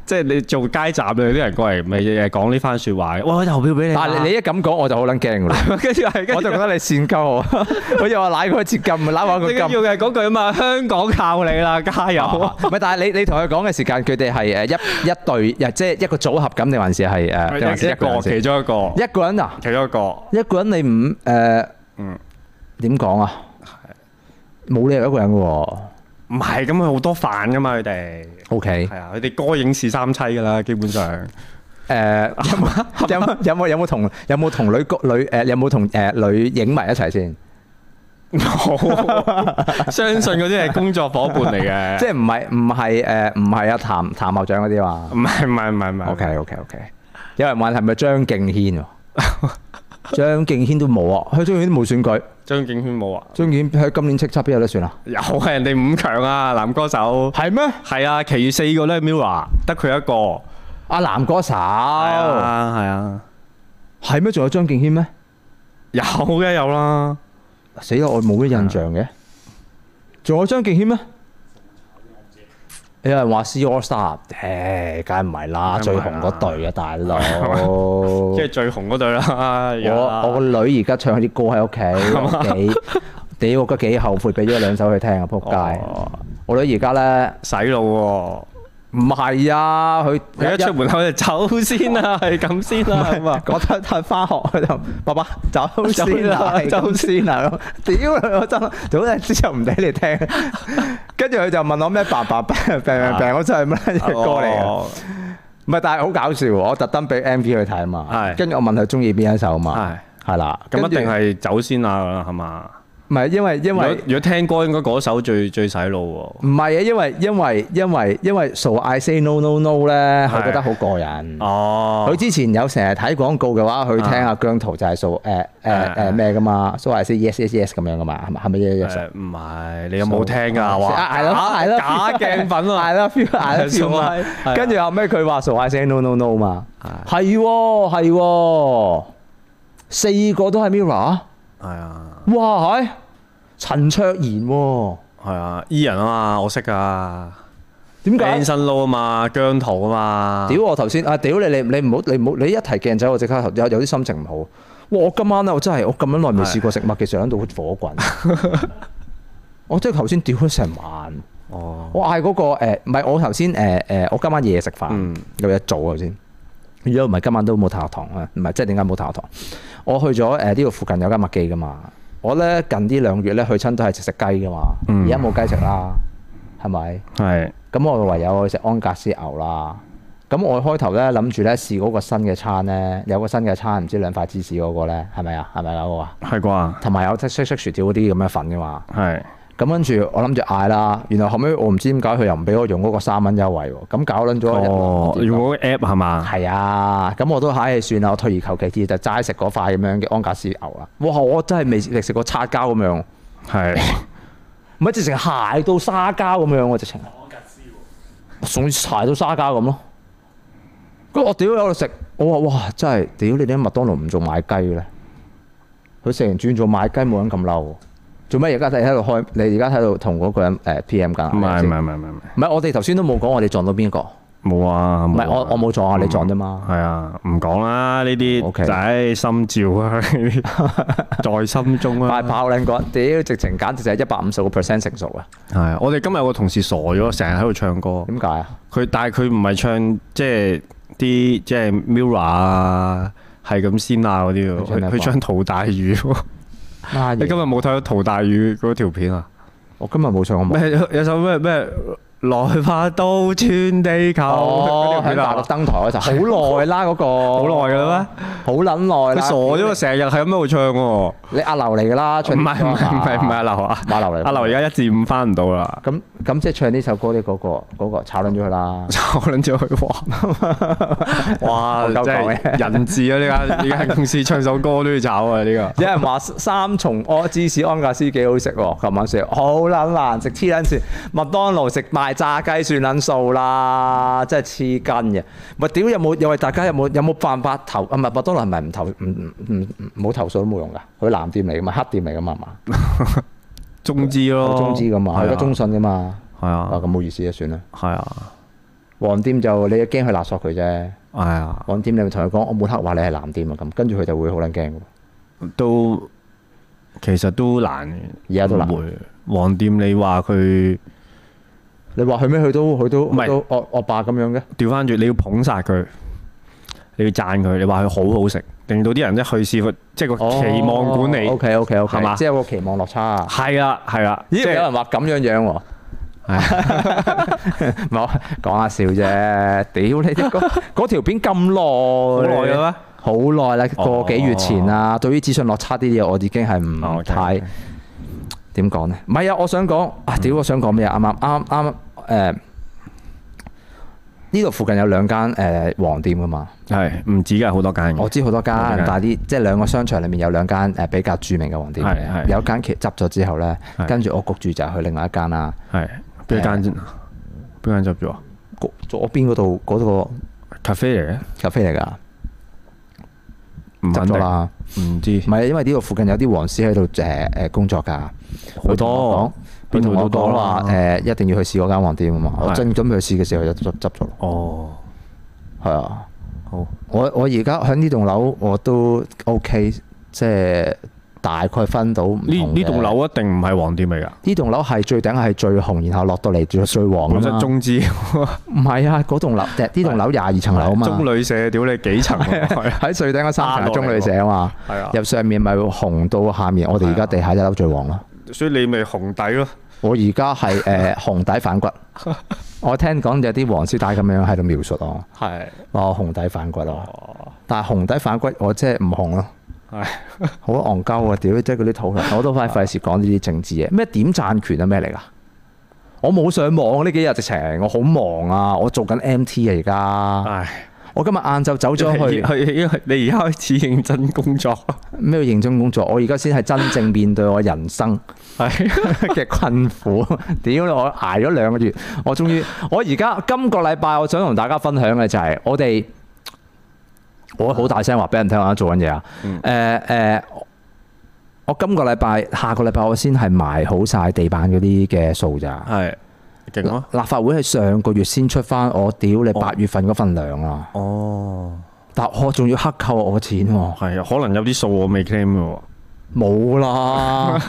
Speaker 2: 即係你做街站啊你有啲人過嚟，咪日日講呢番説話嘅。哇！我投票俾你啊，
Speaker 1: 但係你一咁講，我就好撚驚㗎啦。
Speaker 2: [laughs] 跟住係跟
Speaker 1: 我
Speaker 2: 住
Speaker 1: 就覺得你善 [laughs] 鳩我，好似話奶佢一截金，奶話
Speaker 2: 最緊
Speaker 1: 佢金。
Speaker 2: 要嘅係嗰句啊嘛，香港靠你啦，加油啊！
Speaker 1: 唔係，但係你你同佢講嘅時間，佢哋係誒一一隊，即係一個組合咁，定還是係誒？定還是
Speaker 2: 啊一
Speaker 1: 一個
Speaker 2: 個
Speaker 1: 人
Speaker 2: 其
Speaker 1: 先
Speaker 2: 中一個，
Speaker 1: 一個人啊？
Speaker 2: 其中一個。
Speaker 1: 一個人你唔誒
Speaker 2: 嗯
Speaker 1: 點講啊？冇理由一個人嘅喎。
Speaker 2: 唔係咁，佢好多飯噶嘛，佢哋
Speaker 1: O K
Speaker 2: 係啊，佢哋歌影視三妻噶啦，基本上
Speaker 1: 誒有冇有冇有冇有冇同有冇同女歌女誒有冇同誒女影迷一齊先？
Speaker 2: 好 [laughs] 相信嗰啲係工作伙伴嚟嘅，
Speaker 1: 即
Speaker 2: 即
Speaker 1: 係唔係唔係誒唔係阿譚譚校長嗰啲嘛
Speaker 2: 唔係唔係唔係唔係
Speaker 1: ？O K O K O K。有人問係咪張敬軒喎？張敬軒都冇啊，佢張敬軒都冇選舉，
Speaker 2: 張敬軒冇啊，
Speaker 1: 張敬軒喺今年叱咤邊有得選啊？
Speaker 2: 有啊，人哋五強啊，男歌手
Speaker 1: 係咩？
Speaker 2: 係啊，其餘四個咧 Mirror 啊得佢一個，
Speaker 1: 哦阿男歌手
Speaker 2: 係啊係啊，
Speaker 1: 係咩？仲有張敬軒咩？
Speaker 2: 有嘅有啦，
Speaker 1: 死啦！我冇乜印象嘅。仲有張敬軒咩？有人話 C All Star，誒，梗係唔係啦，最
Speaker 2: 梗係唔係
Speaker 1: 紅
Speaker 2: 啦
Speaker 1: 嗰隊啊，大佬。
Speaker 2: [laughs] 即係最紅嗰隊啦，有
Speaker 1: 哦我
Speaker 2: 啦
Speaker 1: 我個女而家唱啲歌喺
Speaker 2: [laughs]
Speaker 1: 屋企，幾屌我覺得幾後悔，俾咗兩首佢聽啊，仆街！
Speaker 2: 哦
Speaker 1: 我女而家咧，
Speaker 2: 洗腦喎。
Speaker 1: 唔係啊，佢
Speaker 2: 佢一出門口就走先啦，係咁先啦，咁啊，
Speaker 1: 我得得翻學佢就爸爸走先啦，
Speaker 2: 走啦
Speaker 1: 走先啦咁，屌你我真係，早陣之後唔俾你
Speaker 2: [laughs]
Speaker 1: 聽，跟住佢就問我咩白白病病病病，我真係乜嘢歌嚟嘅？
Speaker 2: 哦
Speaker 1: 唔係，但係好搞笑喎，我特登俾 M V 佢睇啊嘛，
Speaker 2: 係
Speaker 1: 跟住我問佢中意邊一首嘛，
Speaker 2: 係。
Speaker 1: 係啦，
Speaker 2: 咁
Speaker 1: 哦跟
Speaker 2: 一
Speaker 1: 住
Speaker 2: 定係走先啦，係嘛？
Speaker 1: 唔係因為因
Speaker 2: 如果
Speaker 1: 為
Speaker 2: 如果聽歌應該嗰首最最洗腦喎。
Speaker 1: 唔係啊，因為因為因為因為 So I Say No No No 咧，佢
Speaker 2: 係
Speaker 1: 覺得好過癮。
Speaker 2: 哦，啊
Speaker 1: 佢之前有成日睇廣告嘅話，佢聽阿姜濤就係數誒誒誒咩噶嘛，蘇華斯 yes yes yes 咁樣噶嘛，係咪係咪 yes yes？
Speaker 2: 誒唔係，你有冇聽㗎？
Speaker 1: 啊
Speaker 2: 哇，
Speaker 1: 係咯係咯，
Speaker 2: 假假鏡粉
Speaker 1: [laughs]
Speaker 2: 啊！
Speaker 1: 係咯 feel 係
Speaker 2: [laughs]
Speaker 1: 咯 feel
Speaker 2: 數啊係
Speaker 1: 啊
Speaker 2: 啊
Speaker 1: 跟住後尾佢話數下聲 no no no 嘛
Speaker 2: 係，
Speaker 1: 係喎係喎，四個都係 Mirror，
Speaker 2: 係啊，
Speaker 1: 哇係陳卓賢喎，
Speaker 2: 係啊，E 人啊嘛，我識㗎。
Speaker 1: 點解？
Speaker 2: Anson Lo 啊嘛，姜濤啊嘛。
Speaker 1: 屌我頭先啊！屌你你你唔好你唔好你一提鏡仔，我即刻頭有有啲心情唔好。哇！我今晚啊咧，我真係我咁樣耐未試過食麥記，上喺度火滾。
Speaker 2: [laughs]
Speaker 1: 我真係頭先屌咗成晚。
Speaker 2: 哦，
Speaker 1: 我嗌嗰、個誒唔係我頭先誒誒，我今晚夜食飯、
Speaker 2: 嗯
Speaker 1: 有嘢做啊頭先。如果唔係今晚都冇太學堂啊，唔係即係點解冇太學堂？我去咗呃誒呢度附近有間麥記噶嘛。我咧近呢兩月咧去親都係食食雞噶嘛，
Speaker 2: 嗯
Speaker 1: 而家冇雞食啦，係咪？
Speaker 2: 係
Speaker 1: 咁我唯有去食安格斯牛啦。咁我開頭咧諗住咧試嗰個新嘅餐咧，有個新嘅餐唔知兩塊芝士嗰個咧，係咪啊？係咪嗰個啊？
Speaker 2: 係啩？
Speaker 1: 同埋有即係薯條嗰啲咁嘅粉噶嘛。
Speaker 2: 係
Speaker 1: 咁跟住我諗住嗌啦，然後後尾我唔知點解佢又唔俾我用嗰個三蚊優惠喎，咁搞撚咗一輪
Speaker 2: 哦，
Speaker 1: 我點
Speaker 2: 用
Speaker 1: 搞
Speaker 2: 嗰個 app 係嘛？
Speaker 1: 係啊，咁我都唉算啦，我退而求其次就齋食嗰塊咁樣嘅安格斯牛啦。哇！我真係未食食過叉膠咁樣，
Speaker 2: 係
Speaker 1: 唔係直情蟹到沙膠咁樣喎，直情。送蟹到沙膠咁咯。咁我屌有度食，我話哇真係屌你點解麥當勞唔做買雞嘅咧？佢食完轉做買雞冇人咁嬲喎，做咩而家睇喺度開？你而家喺度同嗰個人誒 P.M. 緊啊？
Speaker 2: 唔係唔
Speaker 1: 先
Speaker 2: 係唔係唔係唔
Speaker 1: 唔係，我哋頭先都冇講我哋撞到邊個，唔
Speaker 2: 係冇啊！唔
Speaker 1: 係我我冇撞
Speaker 2: Ừ.
Speaker 1: 啊，你撞啫嘛。
Speaker 2: 係啊，唔講啦，呢啲
Speaker 1: OK
Speaker 2: 就係心照啊，呢啲在心中
Speaker 1: 快
Speaker 2: 啊。
Speaker 1: 跑撚個，屌直情簡直就係一百五十個 percent 成熟啊！
Speaker 2: 係啊，我哋今日有個同事傻咗，成日喺度唱歌。
Speaker 1: 點解啊？
Speaker 2: 佢但係佢唔係唱即係啲即係 Mirror 啊，係咁先啊嗰啲喎。
Speaker 1: 佢唱咩
Speaker 2: 佢
Speaker 1: 歌
Speaker 2: 佢唱陶大宇喎。 [laughs]
Speaker 1: 乜
Speaker 2: 你今
Speaker 1: 嘢
Speaker 2: 日冇睇到陶大宇嗰條片啊？
Speaker 1: 我今日冇上過網。
Speaker 2: 咩有有首咩咩來吧，到全地球
Speaker 1: 哦
Speaker 2: 嗰，條
Speaker 1: 喺
Speaker 2: 片
Speaker 1: 大陸
Speaker 2: 啊？
Speaker 1: 登台嗰陣好耐啦，嗰個
Speaker 2: 好耐㗎啦
Speaker 1: 好啊撚耐
Speaker 2: 咩？佢
Speaker 1: 啦。
Speaker 2: 傻咗，成日喺咁喺度唱喎。
Speaker 1: 你阿劉嚟㗎啦，
Speaker 2: 唔係
Speaker 1: 唱
Speaker 2: 唔
Speaker 1: 啲
Speaker 2: 係
Speaker 1: 歌
Speaker 2: 唔係唔係唔係
Speaker 1: 嘛
Speaker 2: 阿劉啊！
Speaker 1: 馬劉嚟。
Speaker 2: 阿劉而家一至五翻唔到
Speaker 1: [laughs]
Speaker 2: 啦，
Speaker 1: 咁咁即係唱呢首歌啲嗰個嗰個炒撚咗佢啦。
Speaker 2: 我撚咗佢
Speaker 1: 我
Speaker 2: 哇！哇！
Speaker 1: 夠
Speaker 2: 真
Speaker 1: 講
Speaker 2: 係人質啊！呢間呢間公司唱首歌都要炒啊！呢個
Speaker 1: 有人話三重哦芝士安格斯幾好食喎，琴晚食好撚難食黐撚線，麥當勞食賣炸雞算撚數啦，真係黐筋嘅。咪屌有冇？又係大家有冇有冇辦法投啊？唔係麥當勞係咪唔投唔唔唔唔冇投訴都冇用㗎？佢藍店嚟㗎嘛，黑店嚟㗎嘛，係嘛？
Speaker 2: 中資咯，
Speaker 1: 哦有中資㗎嘛，
Speaker 2: 係
Speaker 1: 佢
Speaker 2: 啊
Speaker 1: 有中信㗎嘛。
Speaker 2: 係
Speaker 1: 啊
Speaker 2: 啊，
Speaker 1: 咁冇意思啊，算啦。
Speaker 2: 係啊，
Speaker 1: 黃店就你驚佢勒索佢啫。
Speaker 2: 係啊，
Speaker 1: 黃店你咪同佢講，我抹黑話你係藍店啊咁，跟住佢就會好撚驚㗎喎。
Speaker 2: 都其實都難嘅，
Speaker 1: 而家都難
Speaker 2: 唔會。黃店你話佢
Speaker 1: 你話佢咩？佢都佢都
Speaker 2: 唔係
Speaker 1: 佢都惡惡霸咁樣嘅。
Speaker 2: 調翻轉，你要捧殺佢，你要讚佢，你話佢好好食，令到啲人一去試過，即係個
Speaker 1: 哦
Speaker 2: 期望管理。
Speaker 1: O K O K O K，
Speaker 2: 係嘛
Speaker 1: 即係有個期望落差啊。
Speaker 2: 係啦，係啦，
Speaker 1: 咦，
Speaker 2: 即
Speaker 1: 有
Speaker 2: 係
Speaker 1: 人話咁樣樣喎。 [laughs] 唔係我講下笑啫，屌你一個嗰條片咁耐，
Speaker 2: 好耐嘅咩？
Speaker 1: 好耐啦，個
Speaker 2: 哦
Speaker 1: 幾月前啦。對於資訊落差啲嘢，我已經係
Speaker 2: 哦
Speaker 1: 唔
Speaker 2: ，OK，
Speaker 1: 太
Speaker 2: OK 嗯
Speaker 1: 點講呢？唔係啊，我想講啊，屌，我想講咩啊？啱啱啱啱誒，呢度附近有兩間誒黃店噶嘛。
Speaker 2: 係唔止㗎，好多間嘅。
Speaker 1: 我知好多間，
Speaker 2: 嗯好多間
Speaker 1: 但係啲即係兩個商場裏面有兩間誒比較著名嘅黃店
Speaker 2: 係係
Speaker 1: 嘅，有間其實執咗之後咧，
Speaker 2: 係
Speaker 1: 跟住我焗住就去另外一間啦。
Speaker 2: 係邊間先？邊間執咗啊？
Speaker 1: 焗左邊嗰度嗰個
Speaker 2: 咖啡嚟嘅，
Speaker 1: 咖啡嚟㗎，
Speaker 2: 唔
Speaker 1: 執
Speaker 2: 肯
Speaker 1: 咗
Speaker 2: 定，
Speaker 1: 啦。
Speaker 2: 唔知
Speaker 1: 唔係因為呢度附近有啲黃師喺度誒誒工作㗎，
Speaker 2: 好多
Speaker 1: 佢同我
Speaker 2: 邊度都多
Speaker 1: 講
Speaker 2: 啦嗯
Speaker 1: 話誒一定要去試嗰間黃店啊嘛。我
Speaker 2: 係
Speaker 1: 真準備去試嘅時候就執執咗咯，
Speaker 2: 哦，
Speaker 1: 係啊。
Speaker 2: 好
Speaker 1: 我我而家喺呢棟樓我都 OK，即係大概分到唔同
Speaker 2: 呢呢
Speaker 1: 嘅
Speaker 2: 棟樓一定唔係黃店嚟㗎，
Speaker 1: 呢棟樓係最頂係最紅，然後落到嚟最最旺
Speaker 2: 本
Speaker 1: 啊
Speaker 2: 身
Speaker 1: 嘛。
Speaker 2: 中資
Speaker 1: 唔係啊，嗰棟
Speaker 2: [laughs]
Speaker 1: 樓，呢棟樓廿二層樓啊嘛
Speaker 2: 中，旅社，屌你幾 [laughs] 層啊？係啊
Speaker 1: 喺最頂嗰三層係中旅社啊嘛，
Speaker 2: 係啊，
Speaker 1: 入上面咪紅到下面，我哋而家地下一樓最旺咯。
Speaker 2: 所以你咪紅底咯，
Speaker 1: 我而家係誒
Speaker 2: [laughs]
Speaker 1: 紅底反骨，我聽講有啲黃絲帶咁樣喺度描述我，
Speaker 2: 係
Speaker 1: 話我紅底反骨咯，
Speaker 2: 哦，
Speaker 1: 但係紅底反骨我即係唔紅咯，
Speaker 2: 係
Speaker 1: 好戇鳩啊！屌，即係嗰啲討論，我都快費事講呢啲政治嘢。咩點贊權啊？咩嚟㗎？我冇上網啊呢幾日直情，我好忙啊！我做緊 MT 啊而家。
Speaker 2: 唉，
Speaker 1: 我今日晏晝走咗
Speaker 2: 因為
Speaker 1: 去
Speaker 2: 因為你而家開始認真工作，
Speaker 1: 咩認真工作，我而家先係真正面對我人生
Speaker 2: 係
Speaker 1: 嘅困苦。屌你，我捱咗兩個月，我終於，我而家今個禮拜我想同大家分享嘅就係我哋，我好大聲話俾人聽我而家做緊嘢啊！誒誒、
Speaker 2: 嗯
Speaker 1: 我我今個禮拜、下個禮拜我先係埋好晒地板嗰啲嘅數咋。
Speaker 2: 係勁咯，
Speaker 1: 立法會係上個月先出翻我屌你八月份嗰份糧啊！
Speaker 2: 哦，
Speaker 1: 但我仲要克扣我錢喎、
Speaker 2: 係啊，可能有啲數我未 claim 嘅喎，
Speaker 1: 冇
Speaker 2: [laughs]
Speaker 1: 啦，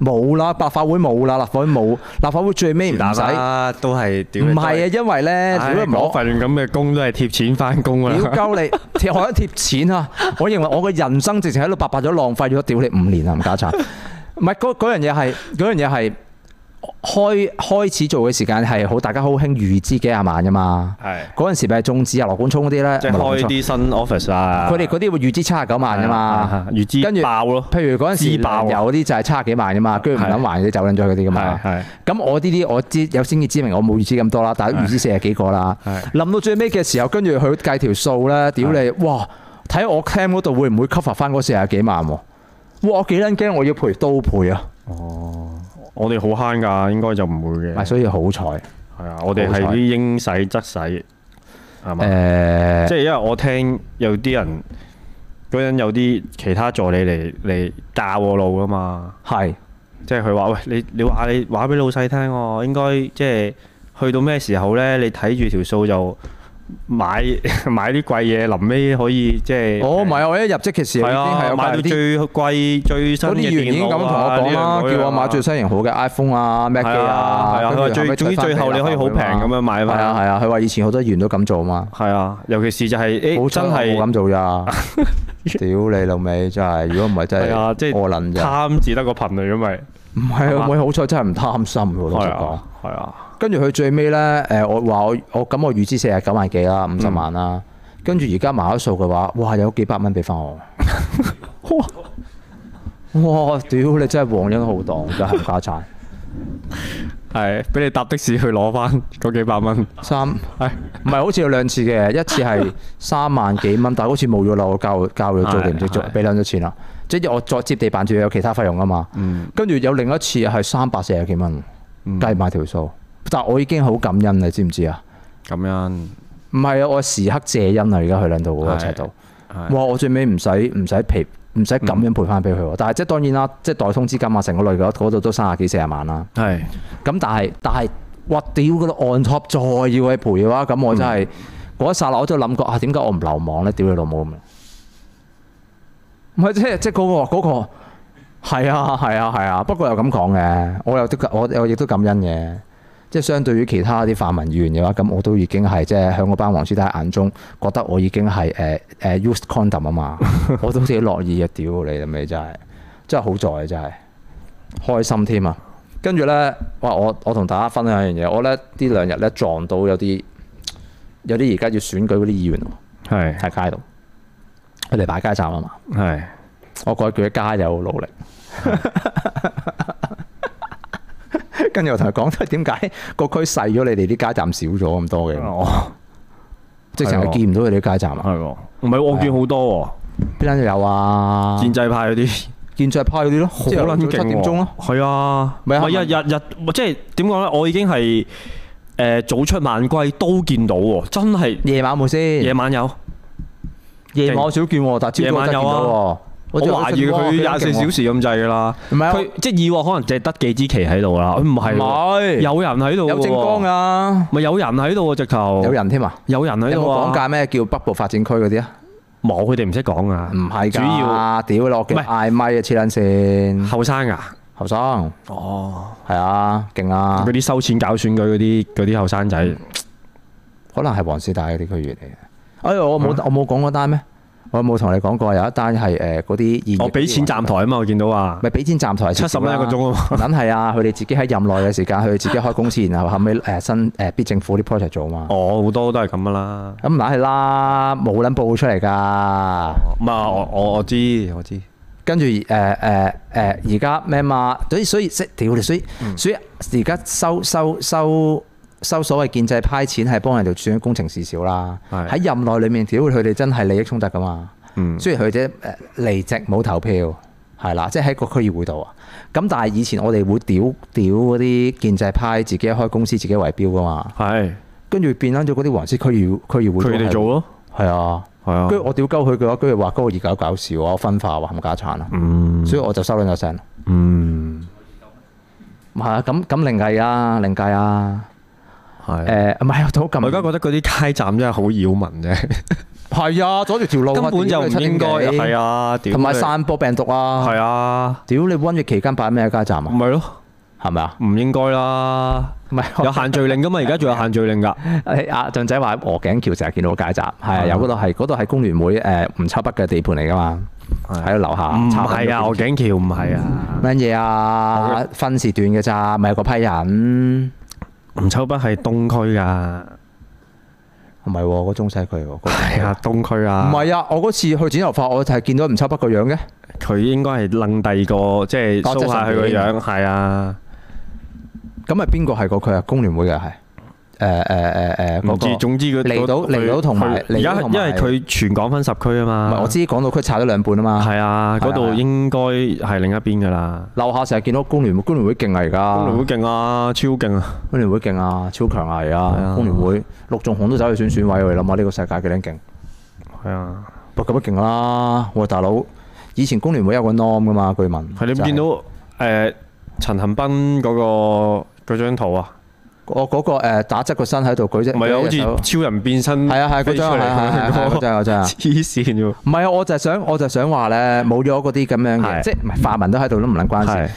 Speaker 1: 冇啦，立法會冇啦，立法會冇，立法會最尾唔使，唔
Speaker 2: 啦，都係屌
Speaker 1: 係啊，因為咧，
Speaker 2: 唉
Speaker 1: 如果
Speaker 2: 攞
Speaker 1: 唔
Speaker 2: 份咁嘅工都係貼錢翻工
Speaker 1: 屌
Speaker 2: 啦，
Speaker 1: 鳩你，貼我一貼錢啊！我認為我嘅人生直情喺度白白咗浪費咗屌你五年啊，唔家
Speaker 2: [laughs]
Speaker 1: 產。唔係嗰嗰樣嘢係嗰樣嘢係開開始做嘅時間係好，大家好興預支幾廿萬噶嘛。
Speaker 2: 係
Speaker 1: 嗰陣時咪係中指啊、羅冠聰嗰啲咧，
Speaker 2: 即係
Speaker 1: 唔係羅冠
Speaker 2: 開
Speaker 1: 聰
Speaker 2: 啲啊新 office 啊，
Speaker 1: 佢哋嗰啲會預支七十九萬噶嘛。
Speaker 2: 係，預
Speaker 1: 跟住
Speaker 2: 知爆咯，
Speaker 1: 譬如嗰陣時
Speaker 2: 支爆啊
Speaker 1: 有啲就係差幾萬噶嘛，跟住唔諗還你走撚咗嗰啲噶嘛
Speaker 2: 係。係
Speaker 1: 咁我呢啲我知有先見之明，我冇預知咁多啦，但係預知四十幾個啦。
Speaker 2: 係
Speaker 1: 臨到最尾嘅時候，跟住佢計條數咧，屌你，哇！睇我 claim 嗰度會唔會 cover 翻嗰四十幾萬喎？哇！我幾撚驚，我要賠都賠啊！
Speaker 2: 我哋好慳㗎，應該就唔會嘅。
Speaker 1: 咪所以好彩
Speaker 2: 係啊，我哋係啲應使則使，係嘛？
Speaker 1: 誒
Speaker 2: 即係因為我聽有啲人嗰陣有啲其他助理嚟嚟教我路噶嘛，
Speaker 1: 係
Speaker 2: 即係佢話：喂，你你話你話俾老細聽喎，應該即係去到咩時候咧？你睇住條數就買 [laughs] 買啲貴嘢，臨尾可以即係
Speaker 1: 我唔係我一入職哦嘅時候已
Speaker 2: 係
Speaker 1: 經係
Speaker 2: 啊，
Speaker 1: 有
Speaker 2: 買到
Speaker 1: 買啲。
Speaker 2: 最貴最新
Speaker 1: 嗰
Speaker 2: 嘅
Speaker 1: 啲議員已經
Speaker 2: 電
Speaker 1: 咁
Speaker 2: 腦
Speaker 1: 同我
Speaker 2: 啊
Speaker 1: 講啦，叫我買最。新型號嘅 iPhone 啊、Mac 機
Speaker 2: 係啊，係啊，佢話
Speaker 1: 跟住後
Speaker 2: 最
Speaker 1: 尾
Speaker 2: 總之
Speaker 1: 再
Speaker 2: 最後
Speaker 1: 翻俾
Speaker 2: 你可以好平咁樣買
Speaker 1: 係
Speaker 2: 翻。
Speaker 1: 啊係啊，佢話以前好多議員都咁做嘛。
Speaker 2: 係啊，尤其是就係、誒、
Speaker 1: 好
Speaker 2: 真
Speaker 1: 真係冇
Speaker 2: 係
Speaker 1: 咁做
Speaker 2: [laughs]
Speaker 1: 咋，屌你老味真係，如果唔係真
Speaker 2: 係啊
Speaker 1: 係
Speaker 2: 即係
Speaker 1: 我撚咋，
Speaker 2: 貪字得個啊頻率咁咪
Speaker 1: 唔係啊，我好彩真係唔貪心喎，老
Speaker 2: 係
Speaker 1: 實講
Speaker 2: 啊。，係啊，
Speaker 1: 跟住佢最尾咧，誒我話我我咁我預支四十九萬幾啦，五十萬
Speaker 2: 嗯
Speaker 1: 啦，跟住而家埋咗數嘅話，哇有幾百蚊俾翻
Speaker 2: [laughs]
Speaker 1: 我，哇哇屌你真係皇恩浩蕩，真係冚家產。
Speaker 2: 係俾你搭的士去攞翻嗰幾百蚊，
Speaker 1: 三
Speaker 2: 係
Speaker 1: 唔係好似有兩次嘅，一次
Speaker 2: [laughs]
Speaker 1: 係三萬幾蚊，但係好似冇咗啦，我交交咗租定唔知
Speaker 2: 係
Speaker 1: 做
Speaker 2: 係
Speaker 1: 俾兩咗錢啦。即係我再接地板仲要有其他費用啊嘛。
Speaker 2: 嗯
Speaker 1: 跟住有另一次係三百四十幾蚊，
Speaker 2: 嗯
Speaker 1: 計埋條數。但我已經好感恩，你知唔知啊？
Speaker 2: 咁樣
Speaker 1: 唔係啊，我時刻謝恩啊！而家去兩度嗰個
Speaker 2: 係
Speaker 1: 尺度，
Speaker 2: 係
Speaker 1: 哇！我最尾唔使唔使賠，唔使咁樣賠翻俾佢喎。但係即係當然啦，即係代通資金啊，成個類嗰嗰度都三十幾四十萬啦。
Speaker 2: 係
Speaker 1: 咁但係但係哇屌佢啦，on top 再要你賠嘅話，咁我真係嗰一剎那我真係諗過啊，點解我唔流亡咧？屌你老母咁樣！唔係即係即係嗰個嗰個係啊係啊係啊，不過又咁講嘅，我又都感我我亦都感恩嘅。即係相對於其他啲泛民議員嘅話，咁我都已經係即係喺嗰班黃絲帶眼中覺得我已經係誒誒 used condom 啊 [laughs] 嘛，我都幾樂意嘅，屌你咪真係真係好在真係開心添啊！跟住咧，哇！我我同大家分享一樣嘢，我咧呢兩日咧撞到有啲有啲而家要選舉嗰啲議員喎
Speaker 2: 係
Speaker 1: 喺街度，佢哋擺街站啊嘛，
Speaker 2: 係
Speaker 1: 我覺得佢加油努力。 [laughs] 跟住我同佢講，點解個區細咗，你哋啲街站少咗咁多嘅？
Speaker 2: 哦，
Speaker 1: 直情係見唔到佢哋啲街站啊！
Speaker 2: 係喎，唔係我見好多
Speaker 1: 邊間有啊
Speaker 2: 喎，？建制派嗰啲。
Speaker 1: 建制派嗰啲咯，
Speaker 2: 好
Speaker 1: 即係
Speaker 2: 撚
Speaker 1: 早
Speaker 2: 勁
Speaker 1: 七點鐘咯。
Speaker 2: 喎，係啊，
Speaker 1: 咪啊
Speaker 2: 咪日日日即係點講咧？我已經係誒、呃早出晚歸都見到喎，真係
Speaker 1: 夜晚有冇先？
Speaker 2: 夜晚有，
Speaker 1: 夜晚我少見喎，但係朝早真係見到
Speaker 2: 夜晚有啊
Speaker 1: 喎。
Speaker 2: 我懷疑
Speaker 1: 啊
Speaker 2: 佢廿四小
Speaker 1: 時
Speaker 2: 時咁滯㗎啦。
Speaker 1: 唔係啊
Speaker 2: 佢即係以往可能淨係得幾支旗喺度啦，唔係
Speaker 1: 唔
Speaker 2: 喎，
Speaker 1: 係
Speaker 2: 有人喺度
Speaker 1: 有
Speaker 2: 喎
Speaker 1: 正光，噶，
Speaker 2: 咪有人喺度喎直頭，
Speaker 1: 有人添啊！
Speaker 2: 有人喺
Speaker 1: 有
Speaker 2: 度
Speaker 1: 冇講
Speaker 2: 啊，
Speaker 1: 解咩叫北部發展區嗰啲啊？
Speaker 2: 冇佢哋唔識講啊，
Speaker 1: 唔係㗎，
Speaker 2: 主要
Speaker 1: 屌落嘅
Speaker 2: 唔係
Speaker 1: 嗌咪啊，黐撚線，
Speaker 2: 後生啊，
Speaker 1: 後生
Speaker 2: 哦，
Speaker 1: 係啊，勁啊
Speaker 2: 嗰，啲收錢搞選舉嗰啲嗰啲後生仔，
Speaker 1: 可能係黃絲帶嗰啲區域嚟嘅。哎，我冇我冇講嗰單咩？我有冇同你講過有一單係誒嗰啲現役
Speaker 2: 我俾錢站台啊嘛，我見到啊，
Speaker 1: 咪俾錢站台
Speaker 2: 七十蚊一個鐘啊嘛。
Speaker 1: 梗係啊！佢哋自己喺任內嘅時間，佢哋自己開公司，然後後尾誒新誒必政府啲 project 做嘛。
Speaker 2: 哦，好多都係咁噶啦。
Speaker 1: 咁梗係啦，冇撚報出嚟㗎。
Speaker 2: 唔係啊我我我知我知，
Speaker 1: 跟住誒誒誒，而家咩嘛？所以所以即係屌你，所以
Speaker 2: 嗯
Speaker 1: 所以而家收收收收所謂建制派錢係幫人哋選工程事少啦。
Speaker 2: 係
Speaker 1: 喺任內裏面，屌佢哋真係利益衝突噶嘛。
Speaker 2: 嗯
Speaker 1: 雖然佢哋誒離席冇投票，係啦，即係喺個區議會度啊。咁但係以前我哋會屌屌嗰啲建制派自己開公司自己圍標噶嘛，
Speaker 2: 係
Speaker 1: 跟住變翻咗嗰啲黃絲區議區議會
Speaker 2: 佢哋做咯，
Speaker 1: 係啊。
Speaker 2: 係啊
Speaker 1: 跟，住我屌鳩佢嘅話，跟住話嗰個二搞搞笑啊，我分化話冚家產啊。
Speaker 2: 嗯
Speaker 1: 所以我就收撚咗聲。
Speaker 2: 嗯
Speaker 1: 唔係啊，咁咁另計啊，另計啊。
Speaker 2: 係。嗯
Speaker 1: 誒，唔係啊，都
Speaker 2: 我而家
Speaker 1: 咁。
Speaker 2: 覺得嗰啲街站真係好擾民啫，
Speaker 1: 係啊，阻住條路啊
Speaker 2: [laughs] 根本就唔應該。係
Speaker 1: 啊，
Speaker 2: 啊，屌
Speaker 1: 同埋
Speaker 2: 你
Speaker 1: 散播病毒啊。
Speaker 2: 係啊，
Speaker 1: 屌你瘟疫期間擺咩加站
Speaker 2: 唔
Speaker 1: 啊？
Speaker 2: 係咯，
Speaker 1: 係咪啊？
Speaker 2: 唔應該 [laughs] 啦，
Speaker 1: 唔係 [laughs]
Speaker 2: 有限聚令噶嘛，而家仲有限聚令㗎，
Speaker 1: 誒阿象仔話鵝頸橋成日見到街站，係啊，有嗰度係嗰度係工聯會誒吳秋北嘅地盤嚟噶嘛，喺樓下
Speaker 2: 唔
Speaker 1: 插緊
Speaker 2: 係啊，
Speaker 1: 嗰
Speaker 2: 我
Speaker 1: 啲
Speaker 2: 景橋唔係啊，
Speaker 1: 乜嘢啊？分時段嘅咋，咪有嗰批人，
Speaker 2: 吳秋北係東區㗎，
Speaker 1: 唔係喎，嗰中西區喎，嗰個
Speaker 2: 係啊，東區
Speaker 1: 唔
Speaker 2: 啊，
Speaker 1: 係啊，我嗰次去剪頭髮，我就係見到吳秋北個樣嘅，
Speaker 2: 佢應該係楞第二個，即係
Speaker 1: 哦即係
Speaker 2: show 下佢個
Speaker 1: 順便
Speaker 2: 樣，係啊。
Speaker 1: 咁咪邊個係個佢啊？工聯會嘅係誒誒誒誒嗰
Speaker 2: 唔
Speaker 1: 個，
Speaker 2: 知，
Speaker 1: 唔
Speaker 2: 總之佢
Speaker 1: 離島
Speaker 2: 佢
Speaker 1: 離島同埋
Speaker 2: 佢而家
Speaker 1: 離島同
Speaker 2: 因
Speaker 1: 埋
Speaker 2: 為佢全港分十區啊嘛，
Speaker 1: 係我知港島區拆咗兩半啊嘛，
Speaker 2: 係啊，
Speaker 1: 係啊
Speaker 2: 嗰度應該係另一邊噶啦。
Speaker 1: 樓下成日見到工聯會，工聯會勁啊而
Speaker 2: 工聯會
Speaker 1: 家，
Speaker 2: 勁啊，超勁啊！
Speaker 1: 工聯會勁啊，超強啊而
Speaker 2: 係
Speaker 1: 家，
Speaker 2: 啊
Speaker 1: 工聯會陸仲雄都走去選選委，你諗下呢個世界幾撚勁。
Speaker 2: 係啊，
Speaker 1: 喂，咁都勁啦！喂，大佬，以前工聯會有個 norm 噶嘛，據聞。
Speaker 2: 係你
Speaker 1: 就係
Speaker 2: 見到誒陳恒斌嗰個嗰張圖啊，
Speaker 1: 我嗰個誒打側個身喺度舉啫，
Speaker 2: 唔係
Speaker 1: 舉隻
Speaker 2: 啊
Speaker 1: 手
Speaker 2: 好似超人變身
Speaker 1: 係啊係嗰
Speaker 2: 飛出
Speaker 1: 張係係
Speaker 2: 嚟
Speaker 1: 係係
Speaker 2: 咁
Speaker 1: 嗰
Speaker 2: 樣
Speaker 1: 張嗰張啊
Speaker 2: 黐線喎，
Speaker 1: 唔係啊，我就係想我就想話咧，冇咗嗰啲咁樣嘅，
Speaker 2: 係
Speaker 1: 即係唔係泛民都喺度都唔撚關事。
Speaker 2: 係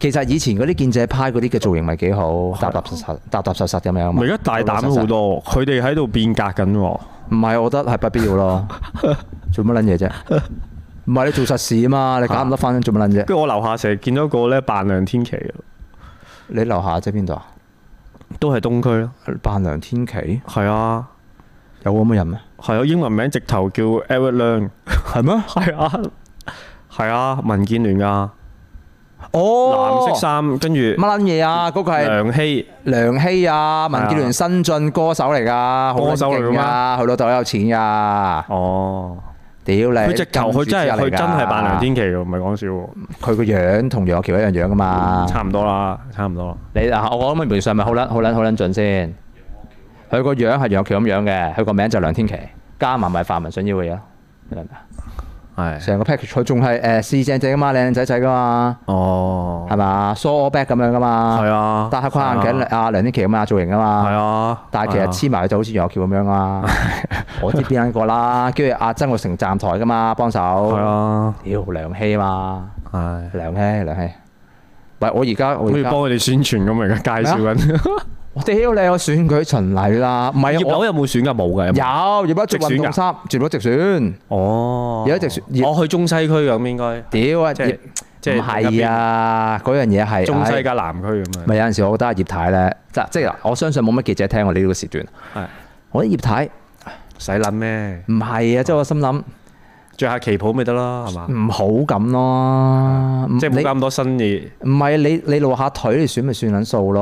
Speaker 1: 其實以前嗰啲建制派嗰啲嘅造型咪幾好，踏踏實實、踏踏實實咁樣啊嘛。
Speaker 2: 咪而家大膽好多，佢哋喺度變革緊喎。
Speaker 1: 唔係，我覺得係不必要咯。做乜撚嘢啫？唔係你做實事啊嘛，你搞唔得翻做乜撚啫？
Speaker 2: 跟住我樓下成日見到一個咧扮梁天琪嘅，
Speaker 1: 你樓下即係邊度啊？
Speaker 2: 都係東區咯。
Speaker 1: 扮梁天琪
Speaker 2: 係啊。
Speaker 1: 有咁嘅人咩？
Speaker 2: 係啊，英文名直頭叫 Edward Leung，
Speaker 1: 係咩？
Speaker 2: [laughs] 係啊，係啊，民建聯噶，
Speaker 1: 哦，
Speaker 2: 藍色衫，跟住
Speaker 1: 乜撚嘢啊？嗰、個係
Speaker 2: 梁希，
Speaker 1: 梁希啊，民建聯新晉歌手嚟㗎，好
Speaker 2: 啊歌手嚟㗎
Speaker 1: 勁
Speaker 2: 咩
Speaker 1: 㗎，佢老豆好有錢㗎。
Speaker 2: 哦，
Speaker 1: 屌你！
Speaker 2: 佢直頭佢真係
Speaker 1: 金
Speaker 2: 佢
Speaker 1: 主之一嚟㗎
Speaker 2: 真係扮梁，天琪喎，唔係講笑喎，
Speaker 1: 佢個樣同楊岳橋一樣樣㗎嘛。
Speaker 2: 哦差唔多啦，差唔多啦，
Speaker 1: 你啊，我講咁描述係咪好撚好撚好撚準先？佢個樣係楊岳橋咁樣嘅，佢個名就梁天琪，加埋咪泛民想要嘅嘢咯，你明唔明啊？
Speaker 2: 係，
Speaker 1: 成個 package 佢仲係誒四正正啊噶嘛，靚靚仔仔噶嘛，
Speaker 2: 哦，
Speaker 1: 係嘛梳 back 咁樣噶嘛，
Speaker 2: 係啊，
Speaker 1: 戴下框眼鏡，阿梁天琪咁啊造型啊
Speaker 2: 係
Speaker 1: 嘛，
Speaker 2: 啊，
Speaker 1: 但係其實黐埋佢就好似楊岳橋咁樣啊， [laughs] 我知邊間個啦，跟住阿曾國成站台噶嘛幫
Speaker 2: 係
Speaker 1: 手，
Speaker 2: 啊，
Speaker 1: 屌梁希嘛，
Speaker 2: 係，啊
Speaker 1: 梁希梁希，喂我而家我
Speaker 2: 好
Speaker 1: 而
Speaker 2: 似
Speaker 1: 家
Speaker 2: 幫佢哋宣傳咁而家介紹 [laughs] 緊。
Speaker 1: 我屌你我選舉巡禮啦，唔係
Speaker 2: 葉
Speaker 1: 啊我
Speaker 2: 柳有冇選㗎？冇嘅。有冇
Speaker 1: 有葉一着
Speaker 2: 直選
Speaker 1: 運動
Speaker 2: 㗎
Speaker 1: 衫，絕咗直選，
Speaker 2: 哦，
Speaker 1: 有一隻雪葉
Speaker 2: 我去中西區咁應該，
Speaker 1: 屌啊
Speaker 2: 即係
Speaker 1: 葉
Speaker 2: 即
Speaker 1: 唔
Speaker 2: 係
Speaker 1: 係啊嗰樣嘢係
Speaker 2: 中
Speaker 1: 唉
Speaker 2: 西加南區咁樣。
Speaker 1: 咪有陣時，我覺得阿葉太咧，即即係我相信冇乜記者聽我呢個時段。
Speaker 2: 係
Speaker 1: 我覺得葉太
Speaker 2: 使諗咩？
Speaker 1: 唔係啊，即係我心諗
Speaker 2: 着下旗袍咪得咯，係嘛？
Speaker 1: 唔好咁咯，唔
Speaker 2: 即係冇加咁多新嘢，
Speaker 1: 你唔係你你露下腿，你選咪算撚數咯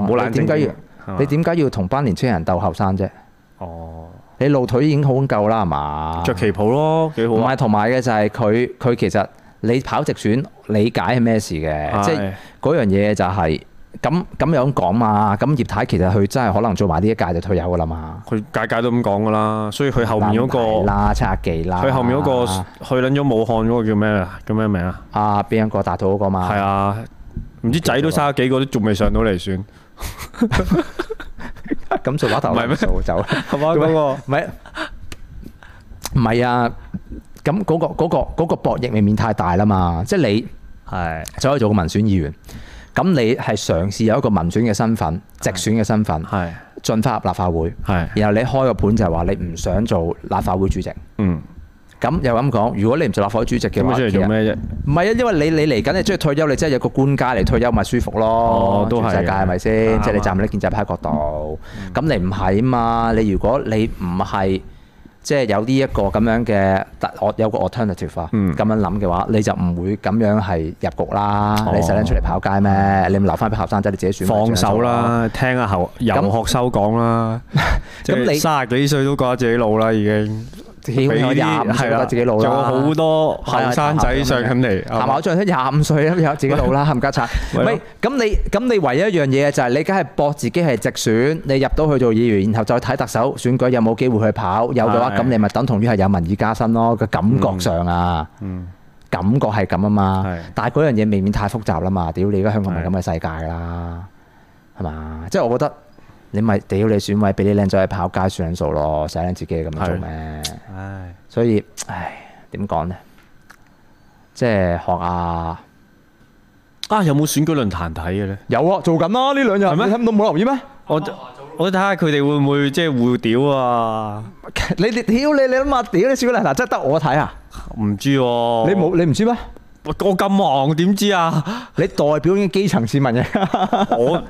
Speaker 2: 唔。好哦冷
Speaker 1: 你點
Speaker 2: 靜
Speaker 1: 解要
Speaker 2: 啲。係嘛
Speaker 1: 你點解要同班年青人鬥後生啫？
Speaker 2: 哦，
Speaker 1: 你露腿已經好夠啦，係嘛？
Speaker 2: 着旗袍咯，幾好
Speaker 1: 唔
Speaker 2: 啊！
Speaker 1: 係同埋嘅就係佢佢其實你跑直選理解係咩事嘅，
Speaker 2: 係
Speaker 1: 即係嗰樣嘢就係咁咁樣講嘛。咁葉太其實佢真係可能做埋呢一屆就退休噶啦嘛。
Speaker 2: 佢屆屆都咁講噶啦，所以佢後面嗰個，
Speaker 1: 啦，差記啦，
Speaker 2: 佢後面嗰個去撚咗武漢嗰個叫咩啊？叫咩名啊？
Speaker 1: 啊邊一個大肚嗰個嘛，
Speaker 2: 係啊，唔知仔都生咗幾個都仲未上到嚟選，
Speaker 1: 咁做話頭
Speaker 2: 唔係咩
Speaker 1: 數走，
Speaker 2: 係嘛
Speaker 1: 嗰
Speaker 2: 個？
Speaker 1: 唔 [laughs] 係唔係啊？咁嗰個嗰個嗰個博弈未免太大啦嘛，即係你
Speaker 2: 係
Speaker 1: 就可以做個民選議員，咁你係嘗試有一個民選嘅身份、直選嘅身份
Speaker 2: 係
Speaker 1: 進翻入立法會，
Speaker 2: 係，
Speaker 1: 然後你開個盤就係話你唔想做立法會主席，
Speaker 2: 嗯，
Speaker 1: 咁又咁講，如果你唔做立法會主席
Speaker 2: 咁
Speaker 1: 嘅
Speaker 2: 佢
Speaker 1: 話，
Speaker 2: 出嚟做咩啫？
Speaker 1: 唔係啊，因為你你嚟緊，你即係退休，你即係有個官家嚟退休咪舒服咯。
Speaker 2: 哦都係嘅
Speaker 1: 全世界係咪
Speaker 2: 啱
Speaker 1: 先？
Speaker 2: 啊
Speaker 1: 即係你站喺啲建制派角度，咁、你唔係啊嘛？你如果你唔係即係有呢一個咁樣嘅特，我有個 alternative 啊，咁、
Speaker 2: 嗯
Speaker 1: 樣諗嘅話，你就唔會咁樣係入局啦。
Speaker 2: 哦
Speaker 1: 你使撚出嚟跑街咩？你咪留翻俾後生仔你自己選。
Speaker 2: 放手。啦，聽下後遊學收
Speaker 1: [laughs]
Speaker 2: 講啦。即
Speaker 1: 咁
Speaker 2: 係
Speaker 1: 你
Speaker 2: 三十幾歲都覺得自己老啦，已經。
Speaker 1: 屌你我廿五歲覺得自己老啦。啊
Speaker 2: 仲有好多後生仔上緊嚟，
Speaker 1: 行埋我張廿五歲啦，有自己路
Speaker 2: [laughs]
Speaker 1: 啦，冚家產。
Speaker 2: 咪
Speaker 1: 喂，咁你咁你唯一一樣嘢就係你梗係搏自己係直選，你入到去做議員，然後再睇特首選舉有冇機會去跑，有嘅話
Speaker 2: 係
Speaker 1: 咁你咪等同於係有民意加薪咯，個感覺上啊。
Speaker 2: 嗯
Speaker 1: 感覺係咁啊嘛
Speaker 2: 係，
Speaker 1: 但係嗰樣嘢未免太複雜啦嘛，屌你而家香港咪咁嘅世界啦，係嘛？即係我覺得你咪屌你選委俾啲靚仔去跑街算數咯，使靚自己咁樣做咩？
Speaker 2: 唉，
Speaker 1: 所以，唉，點講呢？即係學啊，
Speaker 2: 啊有冇選舉論壇睇嘅咧？
Speaker 1: 有啊，做緊啦呢兩日，
Speaker 2: 係咩
Speaker 1: 你睇唔到冇留意咩？
Speaker 2: 我我睇下佢哋會唔會即係互屌啊？
Speaker 1: [laughs] 你你屌你你諗下，屌你小嗱嗱，真係得我睇啊！
Speaker 2: 唔知喎，
Speaker 1: 你冇你唔知咩？
Speaker 2: 我我咁忙點知啊？
Speaker 1: [laughs] 你代表緊基層市民嘅， [laughs]
Speaker 2: 我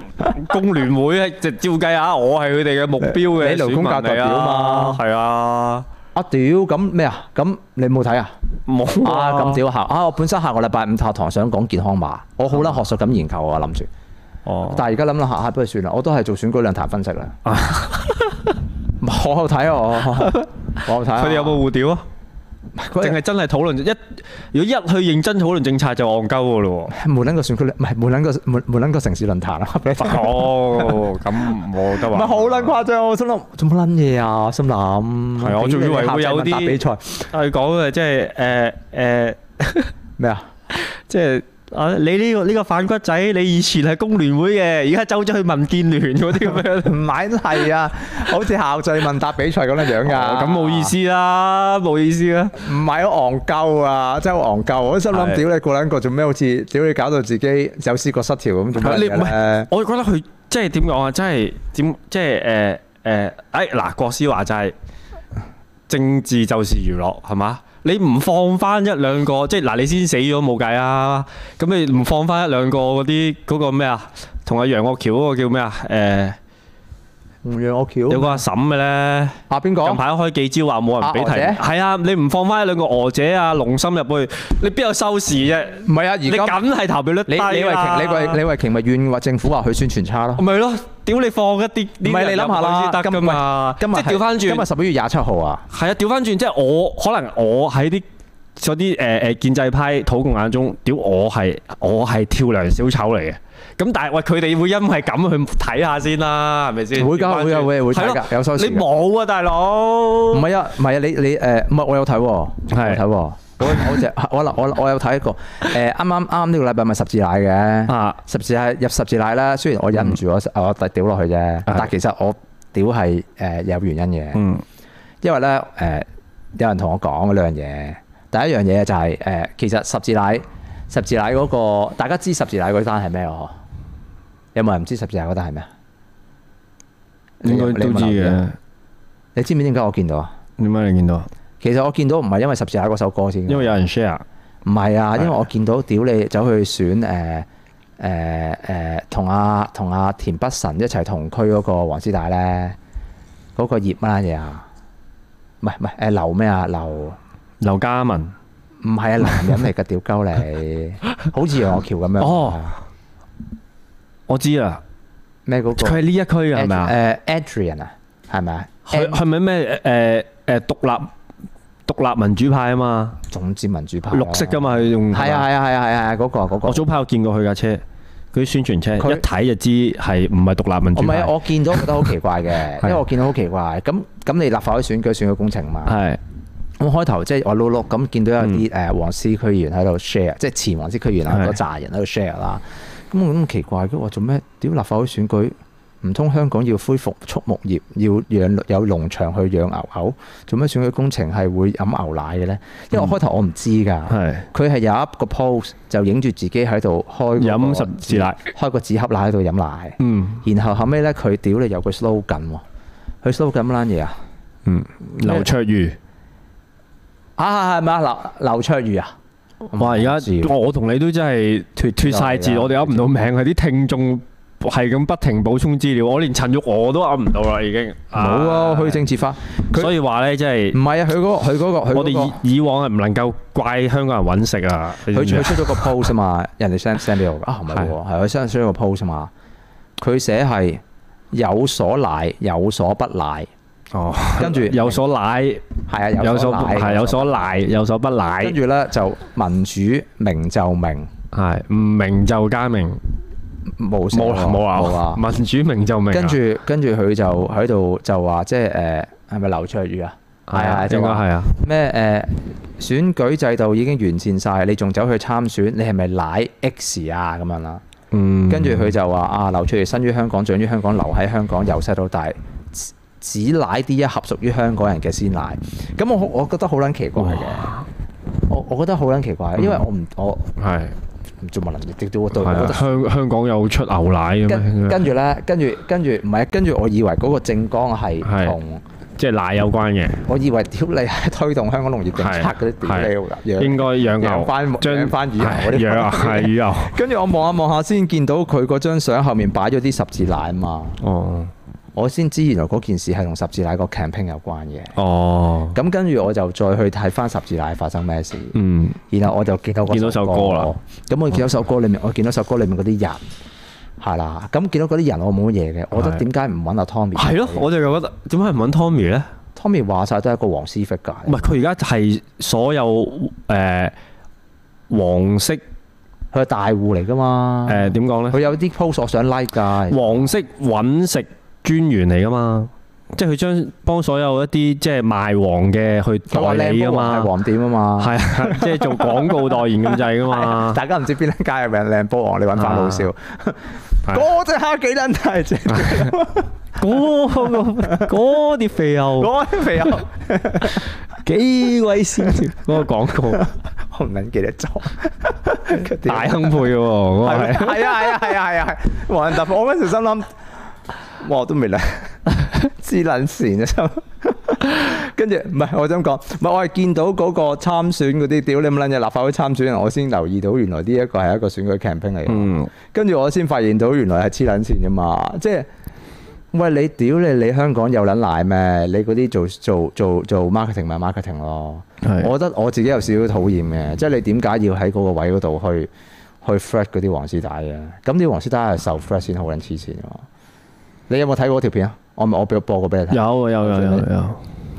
Speaker 2: 工聯會即係照計下，我係佢哋嘅目標嘅
Speaker 1: 你勞
Speaker 2: 選
Speaker 1: 工
Speaker 2: 民
Speaker 1: 界代
Speaker 2: 嚟
Speaker 1: 表
Speaker 2: 啊
Speaker 1: 嘛，
Speaker 2: 係啊，
Speaker 1: 啊屌咁咩啊？咁你冇睇啊？
Speaker 2: 冇
Speaker 1: 啊
Speaker 2: 啊
Speaker 1: 咁屌下啊！我本身下個禮拜五下堂想講健康碼，我好撚學術咁研究啊，諗住，
Speaker 2: 哦，
Speaker 1: 但係而家諗諗下，唉不如算啦，我都係做選舉論壇分析 [laughs] 啦。我有睇啊， [laughs] 我我有睇啊。
Speaker 2: 佢哋有冇互屌啊？
Speaker 1: 佢哋
Speaker 2: 淨係真係討論一，如果一去認真討論政策就戇鳩噶
Speaker 1: [laughs]
Speaker 2: 咯
Speaker 1: 冇撚個選舉論，唔係冇撚個冇冇撚個城市論壇啊！俾你聽
Speaker 2: 喎。哦，咁冇得
Speaker 1: 唔
Speaker 2: 話。
Speaker 1: 係好撚誇張，啊我心諗做乜撚嘢啊？心諗係
Speaker 2: 係啊我仲以為會有啲
Speaker 1: 比賽
Speaker 2: 佢講嘅即係誒誒，
Speaker 1: 咩啊？
Speaker 2: 即係啊！你呢個呢個反骨仔，你以前係工聯會嘅，而家走咗去民建聯
Speaker 1: [laughs]
Speaker 2: 嗰啲咁樣。
Speaker 1: 唔係係
Speaker 2: [laughs]
Speaker 1: 啊，好似校際問答比賽咁樣樣㗎。
Speaker 2: 哦咁冇意，思啦，冇意思啦。
Speaker 1: 唔係好戇鳩啊！真係好戇鳩，我心諗
Speaker 2: 係
Speaker 1: 屌你個撚個做咩？好似屌你搞到自己有思覺失調咁做乜
Speaker 2: 你
Speaker 1: 嘢
Speaker 2: 唔係
Speaker 1: 咧？，
Speaker 2: 我覺得佢即係點講啊？真係點即係誒誒，哎嗱，國師話就係政治就是娛樂，係嘛？你唔放翻一兩個，即係嗱，你先死咗冇計啊！咁你唔放翻一兩個嗰
Speaker 1: 嗯
Speaker 2: 啲嗰個咩啊？同阿楊岳橋嗰個叫咩啊？誒、
Speaker 1: 唔讓我
Speaker 2: 有
Speaker 1: 嗯橋
Speaker 2: 個阿嬸嘅咧，
Speaker 1: 啊邊個
Speaker 2: 近？排開記招話冇人俾提名，
Speaker 1: 啊娥
Speaker 2: 係啊，你唔放翻一兩個娥姐啊、龍心入去，你邊有收視啫？
Speaker 1: 唔係啊！
Speaker 2: 你
Speaker 1: 而家
Speaker 2: 梗係投票率
Speaker 1: 李
Speaker 2: 低啊啦
Speaker 1: 李慧瓊、李慧李慧瓊咪怨話政府話佢宣傳差咯。
Speaker 2: 咪咯，屌你放一啲，
Speaker 1: 唔係你諗下啦
Speaker 2: 得噶嘛，
Speaker 1: 今日
Speaker 2: 即係調翻轉，
Speaker 1: 今日十一月廿七號啊！
Speaker 2: 係啊，調翻轉，即係我可能我喺啲嗰啲誒誒建制派土共眼中，屌我係我係跳梁小丑嚟嘅。咁但係喂，佢哋會因為咁去睇下先啦，係咪先？
Speaker 1: 會㗎會㗎會㗎會睇㗎
Speaker 2: 係咯
Speaker 1: 有收視㗎
Speaker 2: 你冇啊，大佬。
Speaker 1: 唔係啊，唔係啊，你你誒，唔係我有睇喎，我有睇喎，我我只 [laughs] 我嗱我我有睇一個呃誒，啱啱啱呢個禮拜咪十字奶嘅，
Speaker 2: 啊，嗯
Speaker 1: 十字奶入十字奶啦，雖然我忍唔住我我屌落去啫，但其實我屌係誒有原因嘅，
Speaker 2: 啊嗯
Speaker 1: 因為咧誒有人同我講兩樣嘢，第一樣嘢就係誒其實十字奶十字奶嗰個大家知十字奶嗰單係咩咯？有冇人唔知十字奶嗰單係咩？啊
Speaker 2: 應該都知嘅。
Speaker 1: 你知唔知點解我見到啊？
Speaker 2: 點解你見到啊？
Speaker 1: 其實我見到唔係因為十字架嗰首歌先嘅，
Speaker 2: 因為有人 share
Speaker 1: 唔係啊，因為我見到屌你走去選誒誒誒呃同阿同阿田北辰一齊同區嗰個黃師大咧，嗰、個葉乜撚嘢啊？唔係唔係誒劉咩啊？劉唔
Speaker 2: 劉嘉文。
Speaker 1: 係啊，男人嚟嘅屌鳩
Speaker 2: [laughs]
Speaker 1: 你，好似楊岳橋咁啊樣。
Speaker 2: 哦，我知啦，
Speaker 1: 咩嗰、
Speaker 2: 佢係
Speaker 1: 個？
Speaker 2: 呢一區嘅係咪啊？
Speaker 1: 誒 Adrian 啊，係咪啊？
Speaker 2: 佢係咪咩誒誒獨立獨立民主派啊嘛？
Speaker 1: 總之民主派
Speaker 2: 綠色噶？嘛，佢用
Speaker 1: 哦係啊係啊係啊係啊，嗰、個嗰、個
Speaker 2: 我。早排我見過佢架車，佢啲宣傳車
Speaker 1: 佢
Speaker 2: 一睇就知係唔係獨立民
Speaker 1: 我
Speaker 2: 主
Speaker 1: 唔係
Speaker 2: 派
Speaker 1: 啊，，我見到覺得好奇怪嘅，
Speaker 2: 係 [laughs]
Speaker 1: 因為我見到好奇怪。咁咁你立法會選舉選舉工程嘛？
Speaker 2: 係嗯
Speaker 1: 咁開頭即係我碌碌咁見到有啲誒黃絲區議員喺度 share，即係前黃絲區議員啊
Speaker 2: 係
Speaker 1: 嗰扎人喺度 share 啦。咁我咁奇怪，佢話做咩？屌立法會選舉，唔通香港要恢復畜牧業，要養有農場去養牛牛？做咩選舉工程係會飲牛奶嘅咧？因為我開頭我唔知㗎。
Speaker 2: 嗯係
Speaker 1: 佢係有一個 pose 就影住自己喺度開嗰個
Speaker 2: 飲十字奶，
Speaker 1: 開個紙盒奶喺度飲奶。
Speaker 2: 嗯
Speaker 1: 然後後尾咧，佢屌你有句 slogan 喎，佢 slogan 乜撚嘢啊？
Speaker 2: 嗯，劉卓如
Speaker 1: 啊係咪啊？劉劉卓瑜啊？
Speaker 2: 哇！而家
Speaker 1: 知喎
Speaker 2: 我我同你都真係脱脱晒字，
Speaker 1: 又係啊
Speaker 2: 我哋噏唔到名，係啲聽眾係咁不停補充資料，我連陳玉我都噏唔到啦，已經
Speaker 1: 冇啊，去政治化。佢
Speaker 2: 所以話咧，即
Speaker 1: 唔係
Speaker 2: 係
Speaker 1: 啊，佢嗰個佢嗰個佢
Speaker 2: 我哋
Speaker 1: 嗰個
Speaker 2: 以以往係唔能夠怪香港人揾食啊，你知
Speaker 1: 佢
Speaker 2: 唔知
Speaker 1: 佢
Speaker 2: 啊
Speaker 1: 出咗個 post 啊嘛，人哋 send send 俾我㗎啊，唔係喎，係佢 send 出咗個 post 啊嘛，佢寫係有所奶有所不奶，
Speaker 2: 哦，
Speaker 1: 跟住
Speaker 2: 有所奶，
Speaker 1: 係啊
Speaker 2: 有
Speaker 1: 有
Speaker 2: 所
Speaker 1: 所奶
Speaker 2: 係有所賴，有所不賴
Speaker 1: 跟，住咧就民主明就明，
Speaker 2: 係唔明就加明，
Speaker 1: 冇寫
Speaker 2: 冇啦
Speaker 1: 喎
Speaker 2: 冇
Speaker 1: 冇
Speaker 2: 啊
Speaker 1: 啊，。
Speaker 2: 民主明就明啊，
Speaker 1: 跟住跟住佢就喺度就話即係誒係咪劉卓宇啊？
Speaker 2: 係啊，應該
Speaker 1: 係
Speaker 2: 係啊，
Speaker 1: 咩誒選舉制度已經完善晒，你仲走去參選，你係咪奶 X 啊咁樣啦？
Speaker 2: 嗯，
Speaker 1: 跟住佢就話啊，劉卓宇生於香港，長於香港，留喺香港，由細到大。只只奶啲一盒屬於香港人嘅鮮奶，咁我好我覺得好撚奇怪嘅，我我覺得好撚奇怪，因為我唔我
Speaker 2: 係
Speaker 1: 唔做乜能力，直到我對
Speaker 2: 係
Speaker 1: 我覺
Speaker 2: 啊
Speaker 1: 得
Speaker 2: 香香港有出牛奶嘅
Speaker 1: 跟
Speaker 2: 咩？
Speaker 1: 跟住咧，跟住跟住唔係，跟住我以為嗰個政綱係
Speaker 2: 係
Speaker 1: 同，
Speaker 2: 即係奶有關嘅，
Speaker 1: 我以為屌你係 [laughs] 推動香港農業政策嗰啲
Speaker 2: 係
Speaker 1: 屌你
Speaker 2: 應該養牛，
Speaker 1: 養返
Speaker 2: 將
Speaker 1: 養返乳牛
Speaker 2: 係
Speaker 1: 嗰啲
Speaker 2: 養啊
Speaker 1: [laughs]
Speaker 2: 係乳牛，
Speaker 1: 跟住我望下望下先見到佢嗰張相後面擺咗啲十字奶啊嘛，
Speaker 2: 哦
Speaker 1: 我先知原來嗰件事係同十字奶個 campaign 有關嘅。
Speaker 2: 哦，
Speaker 1: 咁跟住我就再去睇翻十字奶發生咩事，
Speaker 2: 嗯
Speaker 1: 然後我就見到嗰
Speaker 2: 見到首歌啦。嗯
Speaker 1: 咁我見到首歌裡面，我見到首歌裡面嗰啲人係啦，咁見到嗰啲人我冇乜嘢嘅，我覺得
Speaker 2: 係
Speaker 1: 點解唔揾阿 Tommy？啊
Speaker 2: 係咯，我就覺得點解唔揾 Tommy 咧？
Speaker 1: Tommy 話晒都係一個黃絲 f 㗎，
Speaker 2: 唔係佢而家係所有誒黃色
Speaker 1: 佢係大戶嚟㗎嘛。
Speaker 2: 誒點講
Speaker 1: 佢
Speaker 2: 咧？
Speaker 1: 有啲 post 我想 like 㗎，
Speaker 2: 黃色揾食專員嚟噶嘛，即係佢將幫所有一啲即係賣黃嘅去
Speaker 1: 佢話
Speaker 2: 代理
Speaker 1: 靚
Speaker 2: 噶
Speaker 1: 波黃係
Speaker 2: 嘛，
Speaker 1: 黃點啊嘛。
Speaker 2: 係啊，即係做廣告代言咁滯噶嘛。
Speaker 1: [laughs] 大家唔知邊間係靚靚波王，你揾翻老少。
Speaker 2: 啊係
Speaker 1: 嗰只蝦幾撚大
Speaker 2: [laughs]
Speaker 1: 隻，
Speaker 2: 嗰個嗰啲肥牛
Speaker 1: 嗰啲肥友
Speaker 2: 幾鬼先嗰個廣
Speaker 1: [laughs]
Speaker 2: 告
Speaker 1: [laughs] 我唔撚記得咗。
Speaker 2: [laughs] 大亨配
Speaker 1: 係
Speaker 2: 喎，嗰個
Speaker 1: 咪
Speaker 2: 係
Speaker 1: 係啊係啊係啊係啊係。黃仁達，我嗰時心諗，哇都未嚟， [laughs] 黐撚線啊！心 [laughs] 跟住唔係我想講，唔係我係見到嗰個參選嗰啲屌你乜撚嘢立法會參選人，我先留意到原來呢一個係一個選舉 campaign 嚟嘅。
Speaker 2: 嗯
Speaker 1: 跟住我先發現到原來係黐撚線噶嘛，即係喂你屌你你香港有撚奶咩？你嗰啲做做做做 marketing 咪 marketing 咯。
Speaker 2: 係
Speaker 1: 我覺得我自己有少少討厭嘅，即係你點解要喺嗰個位嗰度去去 fret 嗰啲黃絲帶嘅？咁啲黃絲帶係受 fret 先好撚黐線喎。你有冇睇過嗰條片啊？我咪我俾我播過俾你睇。
Speaker 2: 有有有有有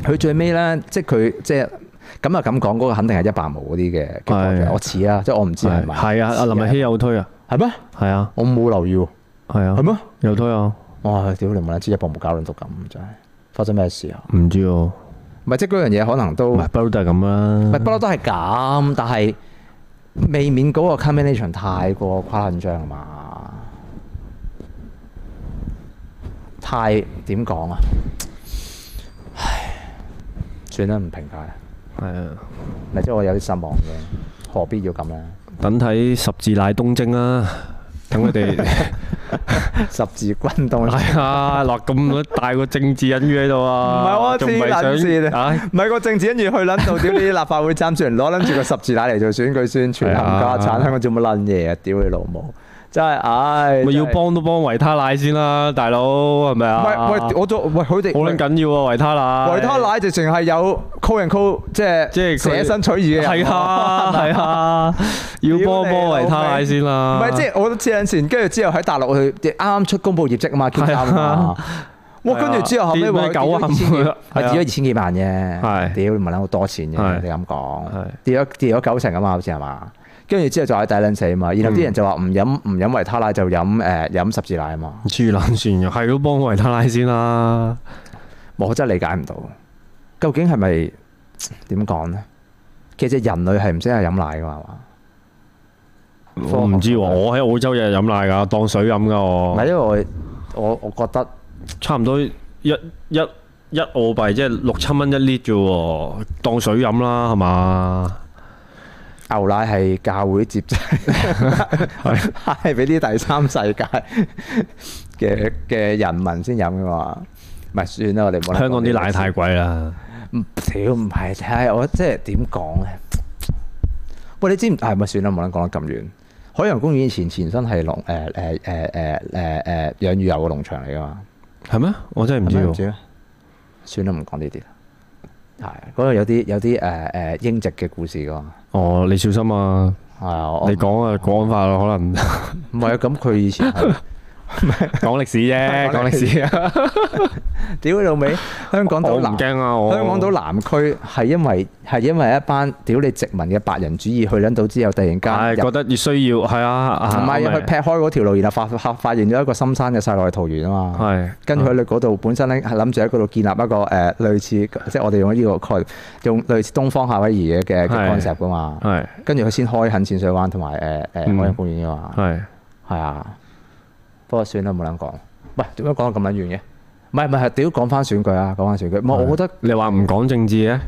Speaker 1: 佢最尾咧，即係佢即係咁啊咁講嗰個肯定係一百毛嗰啲嘅激光
Speaker 2: 係
Speaker 1: 嘅，我似啦，即係我唔知係咪。
Speaker 2: 係啊，
Speaker 1: 似
Speaker 2: 阿林日曦有推啊，
Speaker 1: 係咩？
Speaker 2: 係啊，
Speaker 1: 我冇留意喎，
Speaker 2: 係啊，
Speaker 1: 係咩？
Speaker 2: 有推啊，
Speaker 1: 哇！屌你冇啦，知一百毛搞撚到咁真係，發生咩事啊？
Speaker 2: 唔知喎，唔
Speaker 1: 唔係即係嗰樣嘢可能都
Speaker 2: 係不嬲都係咁
Speaker 1: 咪
Speaker 2: 啦，
Speaker 1: 不嬲都係咁，但係未免嗰個 combination 太過誇緊張啊嘛，太點講啊？唉，算啦，唔評價啦。
Speaker 2: 係啊，
Speaker 1: 咪即係我有啲失望嘅，何必要咁咧？
Speaker 2: 等睇十字奶東征啦，等
Speaker 1: [laughs]
Speaker 2: 佢哋。
Speaker 1: 十字軍動唔
Speaker 2: 係啊，落咁多大個政治隱喻喺度啊，
Speaker 1: 係喎
Speaker 2: 仲唔
Speaker 1: 黐撚
Speaker 2: 係
Speaker 1: 線
Speaker 2: 想啊？
Speaker 1: 係個政治，跟住去撚到屌你立法會參選，攞撚住個十字帶嚟做選舉宣傳，
Speaker 2: 係啊
Speaker 1: 冚家產香港做乜撚嘢啊？屌你老母！真係唉，
Speaker 2: 咪
Speaker 1: 真
Speaker 2: 要
Speaker 1: 係
Speaker 2: 幫都幫維他奶先啦，大佬係咪啊？
Speaker 1: 唔係喂，我做喂佢哋
Speaker 2: 好撚緊要啊，維他奶。
Speaker 1: 維他奶直情係有 call and call，即係
Speaker 2: 即係佢
Speaker 1: 捨身取義嘅人
Speaker 2: 係
Speaker 1: [laughs]
Speaker 2: 啊係啊，要幫幫維他奶先
Speaker 1: 唔
Speaker 2: 啦。
Speaker 1: 係，即係我都黐撚線，跟住之後喺大陸佢哋啱啱出公佈業績啊嘛，Q [laughs] 三啊嘛。哇！跟住之後後尾
Speaker 2: 跌
Speaker 1: 話
Speaker 2: 咩九啊
Speaker 1: 跌咗二千幾
Speaker 2: 咁
Speaker 1: 係
Speaker 2: 樣係啊
Speaker 1: 跌咗二千幾萬啫。
Speaker 2: 係
Speaker 1: 屌唔係撚好多錢
Speaker 2: 係
Speaker 1: 嘅，你咁講
Speaker 2: 係
Speaker 1: 跌咗跌咗九成啊嘛，好似係嘛？跟住之後就係大撚死啊嘛，然後
Speaker 2: 嗯
Speaker 1: 啲人就話唔飲唔飲維他奶就飲誒飲十字奶啊嘛，
Speaker 2: 黐撚線嘅，係都幫維他奶先啦。
Speaker 1: 我真係理解唔到，究竟係咪點講咧？其實人類係唔識係飲奶噶嘛係嘛？
Speaker 2: 我唔知喎，我喺澳洲日日飲奶㗎，當水飲㗎
Speaker 1: 唔係
Speaker 2: 我，
Speaker 1: 因為我我我覺得
Speaker 2: 差唔多一一一澳幣即係六七蚊一 lit 啫喎，當水飲啦係嘛？
Speaker 1: 牛奶係教會接濟，係俾啲第三世界嘅嘅人民先飲噶嘛。唔係算啦，我哋冇。
Speaker 2: 香港啲奶太貴啦。
Speaker 1: 唔屌唔係，睇我即係點講咧？喂，你知唔係咪算啦？冇撚講得咁遠。海洋公園以前前身係農誒誒誒誒誒誒養魚油嘅農場嚟噶嘛？
Speaker 2: 係咩？我真係唔
Speaker 1: 係咪唔
Speaker 2: 知喎。
Speaker 1: 知咩？算啦，唔講呢啲啦。係啊嗰度有啲有啲誒誒英籍嘅故事噶嘛。
Speaker 2: 哦，你小心啊！
Speaker 1: 係啊，我
Speaker 2: 你講啊，國安法咯，
Speaker 1: [laughs]
Speaker 2: 可能
Speaker 1: 唔係啊，咁佢以前係。
Speaker 2: 講歷史
Speaker 1: [laughs]
Speaker 2: [laughs] 啫，講歷史啊！
Speaker 1: 屌你老味，香港
Speaker 2: 我
Speaker 1: 島
Speaker 2: 唔
Speaker 1: 南
Speaker 2: 驚啊！我
Speaker 1: 香港島南區係因為係因為一班屌你殖民嘅白人主義去撚到之後，突然間
Speaker 2: 係
Speaker 1: 入
Speaker 2: 覺得越需要係啊，
Speaker 1: 唔係
Speaker 2: 係
Speaker 1: 佢劈開嗰條路，然後發發發現咗一個深山嘅細路嘅桃園啊嘛。
Speaker 2: 係
Speaker 1: 跟住佢哋嗰度本身咧係諗住喺嗰度建立一個誒、呃、類似即係我哋用呢個概用類似東方夏威夷嘅嘅嘅
Speaker 2: 係
Speaker 1: concept 噶嘛。
Speaker 2: 係
Speaker 1: 跟住佢先開墾淺水灣同埋誒
Speaker 2: 嗯
Speaker 1: 誒海洋公園噶嘛。
Speaker 2: 係
Speaker 1: 係啊，不過算啦，冇撚講。喂，點解講到咁撚遠嘅？唔係唔係，係屌講翻選舉啊，講翻選舉。唔係，我覺得
Speaker 2: 你話唔講政治嘅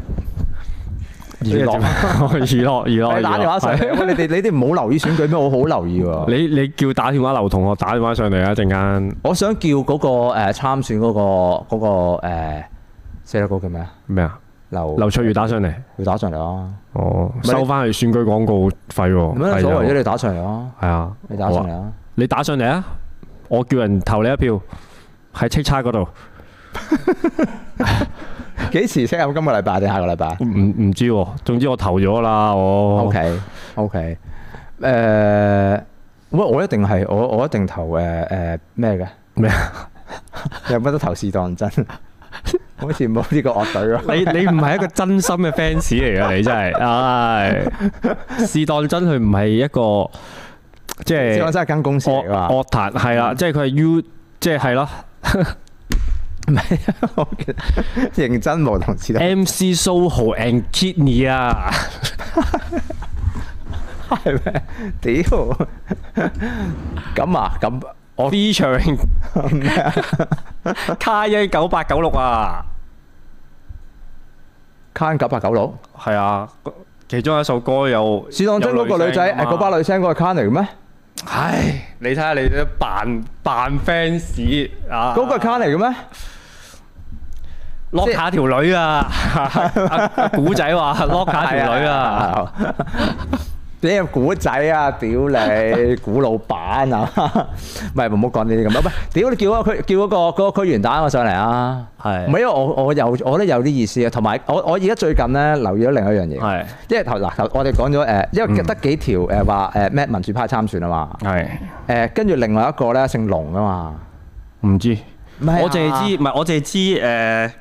Speaker 1: 娛樂
Speaker 2: 娛樂 [laughs] 娛樂
Speaker 1: 你哎打電話
Speaker 2: 娛樂
Speaker 1: 上
Speaker 2: 哦係
Speaker 1: 嚟，喂你哋你哋唔好留意選舉咩？我好留意喎。
Speaker 2: 你你叫打電話劉同學打電話上嚟啊！一陣間
Speaker 1: 我想叫嗰個誒參選嗰個嗰呃個誒四六個叫咩啊？
Speaker 2: 咩啊？
Speaker 1: 劉
Speaker 2: 劉卓宇打上嚟，
Speaker 1: 要打上嚟咯。
Speaker 2: 哦，
Speaker 1: 係
Speaker 2: 收翻去選舉廣告費喎。
Speaker 1: 咩
Speaker 2: 係
Speaker 1: 所
Speaker 2: 啊
Speaker 1: 謂啫？你打上嚟咯，
Speaker 2: 係啊，
Speaker 1: 你打
Speaker 2: 好啊
Speaker 1: 上嚟啊！
Speaker 2: 你打上嚟啊！我叫人投你一票，喺叱咤嗰度。
Speaker 1: 幾時先？今個禮拜定下個禮拜
Speaker 2: 唔唔知喎，總之我投咗啦，我
Speaker 1: ？OK OK 誒，喂，我一定係我我一定投誒誒咩嘅？
Speaker 2: 咩啊？
Speaker 1: 有乜得投是當真？好似冇呢個樂隊咯。
Speaker 2: 你你唔係一個真心嘅 fans 嚟㗎，你真係，唉，是當真佢唔係一個
Speaker 1: 即
Speaker 2: 即係
Speaker 1: 係真係間公司嚟
Speaker 2: 樂
Speaker 1: 㗎嘛。
Speaker 2: 樂壇係啦，即係佢係 U，即係係咯
Speaker 1: 我記得認真無同時代
Speaker 2: ，MC Soho and Kidney 啊，
Speaker 1: 係咩？屌！咁啊，咁
Speaker 2: 哦 featuring
Speaker 1: [laughs]
Speaker 2: 卡一九八九六啊，
Speaker 1: 卡恩九八九六，
Speaker 2: 係啊，其中一首歌有啊
Speaker 1: 史當真嗰個女仔，誒嗰班女聲嗰個卡嚟嘅咩？
Speaker 2: 唉，你睇下你都扮扮 fans 啊！
Speaker 1: 嗰個係卡嚟嘅咩？
Speaker 2: lock 下條
Speaker 1: [laughs]
Speaker 2: 女啊！阿阿古仔話 lock 下條女啊！！
Speaker 1: 你係古仔啊！屌你，古老闆啊！ [laughs] 唔係，唔好講呢啲咁啊！喂，屌你叫嗰個區叫嗰個嗰個區員打我上嚟啊！
Speaker 2: 係
Speaker 1: 唔係因為我我有我覺得有啲意思啊，同埋我我而家最近咧留意咗另一樣嘢，
Speaker 2: 係
Speaker 1: 因為頭嗱頭我哋講咗誒，因為得幾條誒話誒咩民主派參選啊嘛，
Speaker 2: 係
Speaker 1: 誒跟住另外一個咧姓龍啊嘛，
Speaker 2: 唔知，
Speaker 1: 唔係啊
Speaker 2: 我淨係知唔係我淨係知誒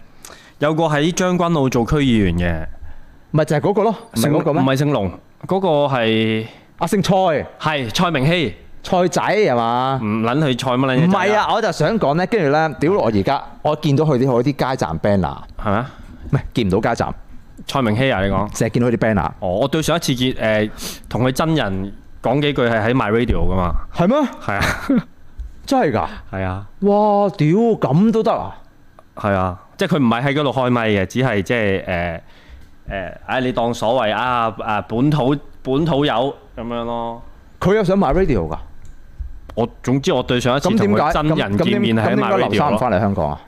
Speaker 2: 有個喺將軍澳做區議員嘅，
Speaker 1: 咪就係嗰個咯，唔係嗰個
Speaker 2: 唔
Speaker 1: 咩？
Speaker 2: 係姓龍，嗰、個係
Speaker 1: 啊，姓蔡，
Speaker 2: 係蔡明熙，
Speaker 1: 蔡仔係嘛？
Speaker 2: 唔撚佢蔡乜撚嘢？
Speaker 1: 唔係，啊，我就想講咧，跟住咧，屌我而家我見到佢啲佢啲街站 banner，
Speaker 2: 係咪啊？
Speaker 1: 唔係見唔到街站，
Speaker 2: 蔡明熙啊，你講。
Speaker 1: 成日見到佢啲 banner，
Speaker 2: 哦，我對上一次見誒，同、佢真人講幾句係喺 My Radio 噶嘛。
Speaker 1: 係咩？
Speaker 2: 係啊，
Speaker 1: 真係㗎？
Speaker 2: 係啊，
Speaker 1: 哇！屌咁都得啊！
Speaker 2: 係啊，即係佢唔係喺嗰度開咪嘅，只係即係誒誒，唉、你當所謂啊啊本土本土友咁樣咯。
Speaker 1: 佢又想買 radio 㗎，
Speaker 2: 我總之我對上一次
Speaker 1: 咁
Speaker 2: 同
Speaker 1: 點解？
Speaker 2: 佢真
Speaker 1: 咁
Speaker 2: 人
Speaker 1: 咁點
Speaker 2: 見面係
Speaker 1: 咁
Speaker 2: 喺
Speaker 1: 點解
Speaker 2: My
Speaker 1: 劉
Speaker 2: Radio
Speaker 1: 生唔
Speaker 2: 咯。
Speaker 1: 翻嚟香港啊？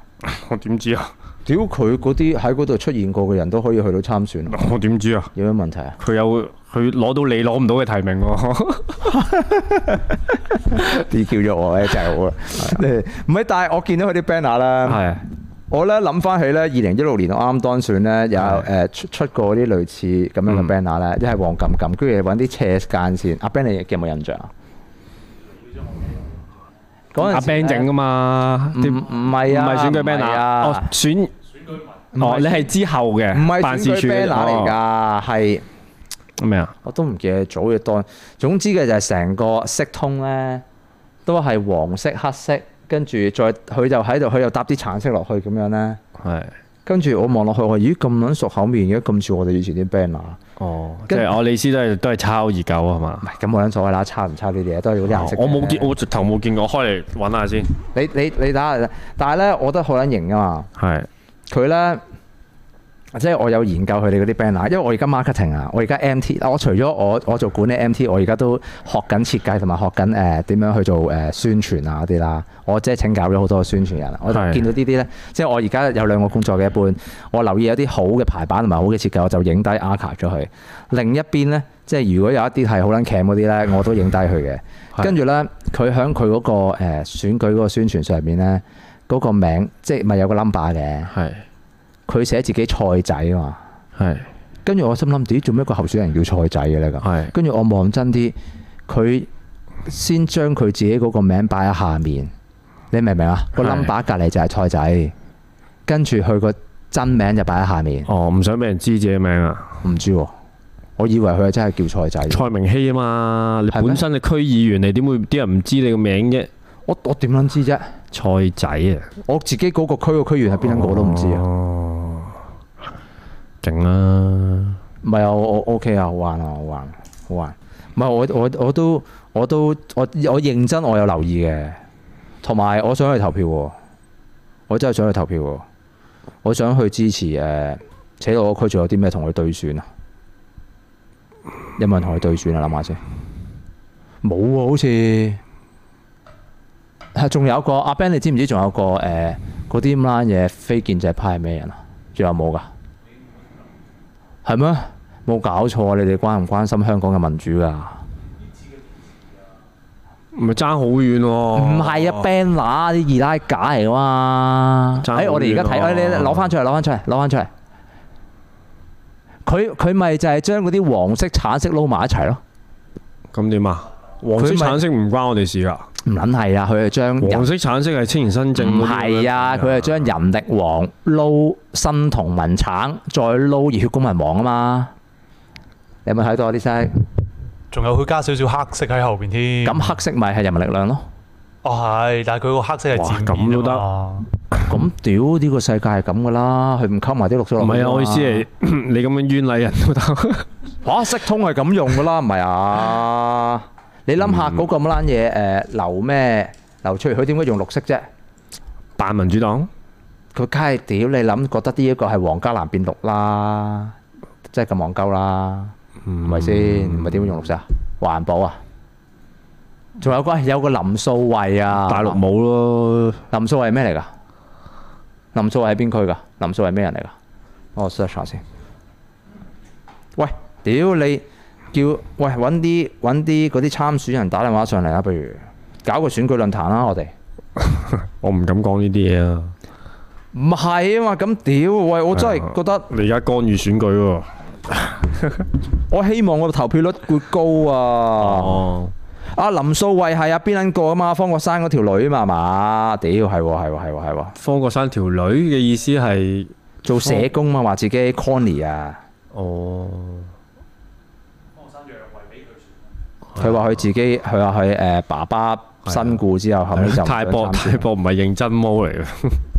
Speaker 2: 我點知啊？
Speaker 1: 屌佢嗰啲喺嗰度出現過嘅人都可以去到參選，
Speaker 2: 我點知啊？
Speaker 1: 有咩問題
Speaker 2: [laughs]
Speaker 1: 啊？
Speaker 2: 佢有佢攞到你攞唔到嘅提名喎。
Speaker 1: DQ 咗我咧，真係
Speaker 2: [laughs]
Speaker 1: 好啦。啊唔係，但係我見到佢啲 banner 啦，
Speaker 2: 係
Speaker 1: 我咧諗翻起咧，二零一六年我啱啱當選咧，有
Speaker 2: 係
Speaker 1: 誒
Speaker 2: 嗯
Speaker 1: 出出過啲類似咁樣嘅 banner 咧，一係黃冚冚，跟住揾啲斜間線。阿 Ben 你有冇印象啊？嗰陣
Speaker 2: 阿
Speaker 1: 時
Speaker 2: Ben 整噶嘛？
Speaker 1: 唔
Speaker 2: 啲
Speaker 1: 唔係啊，
Speaker 2: 唔係哦選舉
Speaker 1: 唔
Speaker 2: banner
Speaker 1: 啊
Speaker 2: 哦，選哦，你係之後嘅，
Speaker 1: 唔係
Speaker 2: 辦事
Speaker 1: 選舉
Speaker 2: 處嘅
Speaker 1: banner 嚟㗎，係
Speaker 2: 哦咩啊？
Speaker 1: 我都唔記得早嘅當。總之嘅就係成個色通咧，都係黃色、黑色，跟住再佢就喺度，佢又搭啲橙色落去咁樣咧。
Speaker 2: 係
Speaker 1: 跟住我望落去，我話咦咁撚熟口面嘅，咁似我哋以前啲 banner。
Speaker 2: 哦，即
Speaker 1: 跟
Speaker 2: 係我嘅意思都係都係抄二九啊嘛哦
Speaker 1: 唔。係咁冇撚所謂啦，差唔差呢啲嘢都係嗰啲顏色嘅。
Speaker 2: 我冇見，我直頭冇見過，開嚟揾下先。
Speaker 1: 你你你打下，但係咧，我覺得好撚型啊嘛。
Speaker 2: 係
Speaker 1: 佢咧，即係我有研究佢哋嗰啲 banner，因為我而家 marketing 啊，我而家 MT，啊我除咗我我做管理 MT，我而家都學緊設計同埋學緊誒點樣去做誒、呃宣傳啊嗰啲啦。我即係請教咗好多宣傳人，我就
Speaker 2: 係
Speaker 1: 見到呢啲咧，即係我而家有兩個工作嘅一半，我留意有啲好嘅排版同埋好嘅設計，我就影低 archive 咗佢。另一邊咧，即係如果有一啲係好撚 cam 嗰啲咧，我都影低佢嘅。
Speaker 2: 係
Speaker 1: 跟住咧，佢喺佢嗰個誒、呃、選舉嗰個宣傳上面咧，嗰、個名即係咪有個 number 嘅？
Speaker 2: 係
Speaker 1: 佢寫自己菜仔啊嘛，
Speaker 2: 係
Speaker 1: 跟住我心諗，咦，做咩個候選人叫菜仔嘅咧咁？
Speaker 2: 係
Speaker 1: 跟住我望真啲，佢先將佢自己嗰個名擺喺下面，你明唔明啊？個
Speaker 2: 係
Speaker 1: number 隔離就係菜仔，跟住佢個真名就擺喺下面，
Speaker 2: 哦，唔想俾人知自己名啊！
Speaker 1: 唔知喎，我以為佢係真係叫菜仔，
Speaker 2: 蔡明熙啊嘛，你
Speaker 1: 係咩
Speaker 2: 本身你區議員，你點會啲人唔知你個名啫？
Speaker 1: 我我點撚知啫？
Speaker 2: 蔡仔啊！
Speaker 1: 我自己嗰個區個區員係邊撚個都唔知啊！
Speaker 2: 哦，勁啦！
Speaker 1: 唔係啊，我我 OK 啊，好玩啊，好玩，好玩。唔係我我我都我都我我認真我有留意嘅，同埋我想去投票喎，我真係想去投票喎，我想去支持誒、呃，扯到個區仲有啲咩同佢對選啊？有冇人同佢對選啊？諗下先，冇喎，好似係啊仲有個阿 Ben，你知唔知仲有個誒嗰啲咁啦嘢非建制派係咩人啊？仲有冇㗎？係咩？冇搞錯啊！你哋關唔關心香港嘅民主㗎？
Speaker 2: 咪爭好遠喎！
Speaker 1: 唔
Speaker 2: 唔
Speaker 1: 係啊，banner 啲二奶假嚟㗎嘛。
Speaker 2: 爭好
Speaker 1: 哎，我哋而家睇，
Speaker 2: 遠啊
Speaker 1: 哎，你你攞翻出嚟，攞翻出嚟，攞翻出嚟。佢佢咪就係將嗰啲黃色、橙色撈埋一齊咯。
Speaker 2: 咁點啊？黃色
Speaker 1: 佢咪
Speaker 2: 橙色唔關我哋事㗎。
Speaker 1: 唔撚係啊，佢係將人
Speaker 2: 黃色橙色係青年新政
Speaker 1: 唔
Speaker 2: 嗰啲咁樣
Speaker 1: 係啊，佢係將人力黃撈新同民橙，再撈熱血公民黃啊嘛。你有冇睇到我啲色？
Speaker 3: 仲有佢加少少黑色喺後邊添。
Speaker 1: 咁黑色咪係人民力量咯。
Speaker 3: 哦係，但係佢個黑色係
Speaker 2: 哇
Speaker 3: 漸啊
Speaker 2: 咁都得
Speaker 1: 咁屌呢個世界係咁㗎啦，佢唔溝埋啲綠色落
Speaker 2: 唔
Speaker 1: 去
Speaker 2: 係啊，
Speaker 1: 㗎
Speaker 2: 我意思
Speaker 1: 嘛
Speaker 2: 係 [coughs] 你咁樣冤禮人都得。
Speaker 1: 嚇，色通係咁用噶啦，唔係
Speaker 2: [laughs]
Speaker 1: 啊？你諗下嗰個乜撚嘢誒流咩流出嚟，佢點解用綠色啫？
Speaker 2: 扮民主黨
Speaker 1: 佢梗係屌你諗，覺得呢一個係黃加藍變綠啦，即係咁戇鳩啦，
Speaker 2: 唔
Speaker 1: 係咪先？唔係點會用綠色啊？環保啊！仲有個有個林素慧啊，
Speaker 2: 大陸冇咯，
Speaker 1: 林素慧係咩嚟㗎？林素慧係邊區㗎？林素慧係咩人嚟㗎？我 search 下先。喂，屌你叫喂揾啲揾啲嗰啲參選人打電話上嚟啊，不如搞個選舉論壇啦，啊我哋。
Speaker 2: 我唔敢講呢啲嘢啊。
Speaker 1: 唔係啊嘛，咁屌喂，我真係覺得
Speaker 2: 你而家干預選舉喎。
Speaker 1: 我希望我嘅投票率會高啊！
Speaker 2: 哦，
Speaker 1: 阿林素慧係啊，邊撚個啊嘛？方國山嗰條女啊嘛係嘛？屌係喎係喎係喎係喎，
Speaker 2: 方國山條女嘅意思係
Speaker 1: 做社工嘛話自己 Connie 啊。
Speaker 2: 哦，
Speaker 1: 佢話佢自己，佢話佢誒爸爸身故之後，後尾就唔
Speaker 2: 泰
Speaker 1: 想
Speaker 2: 博
Speaker 1: 參
Speaker 2: 泰
Speaker 1: 選
Speaker 2: 博唔係認真毛嚟 [laughs] 嘅，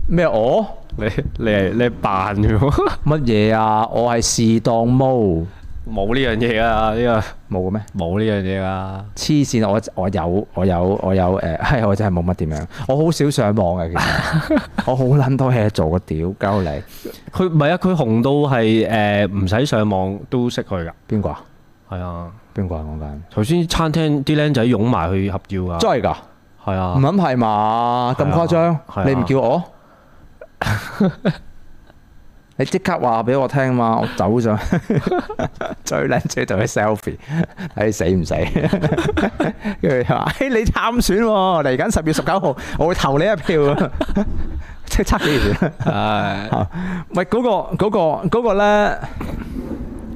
Speaker 1: 咩我
Speaker 2: 你你係你係扮嘅喎，
Speaker 1: 乜嘢啊？我係試當毛
Speaker 2: 冇呢樣嘢啊！呢個
Speaker 1: 冇嘅咩？
Speaker 2: 冇呢樣嘢啊！
Speaker 1: 黐線啊！我我有我有我有誒，係、我真係冇乜點樣，我好少上網嘅，其實我好撚多嘢做個屌鳩你
Speaker 2: 佢唔係啊，佢紅到係誒唔使上網都識佢㗎，
Speaker 1: 邊個啊？
Speaker 2: 係啊！
Speaker 1: 邊個啊？講緊
Speaker 2: 頭先餐廳啲僆仔擁埋去合照啊，
Speaker 1: 真係㗎？
Speaker 2: 係啊
Speaker 1: 唔，諗係嘛？咁誇張
Speaker 2: 係啊，
Speaker 1: 你唔叫 [laughs] 我？你即刻話俾我聽嘛，我走上 [laughs] 最靚最同佢 selfie，睇你死唔死？跟住佢 [laughs] 話：，嘿，你參選喎，嚟緊十月十九號，我會投你一票 [laughs] 啊！即係測幾時？
Speaker 2: 唉
Speaker 1: 喂，嗰、個嗰、個嗰、個咧，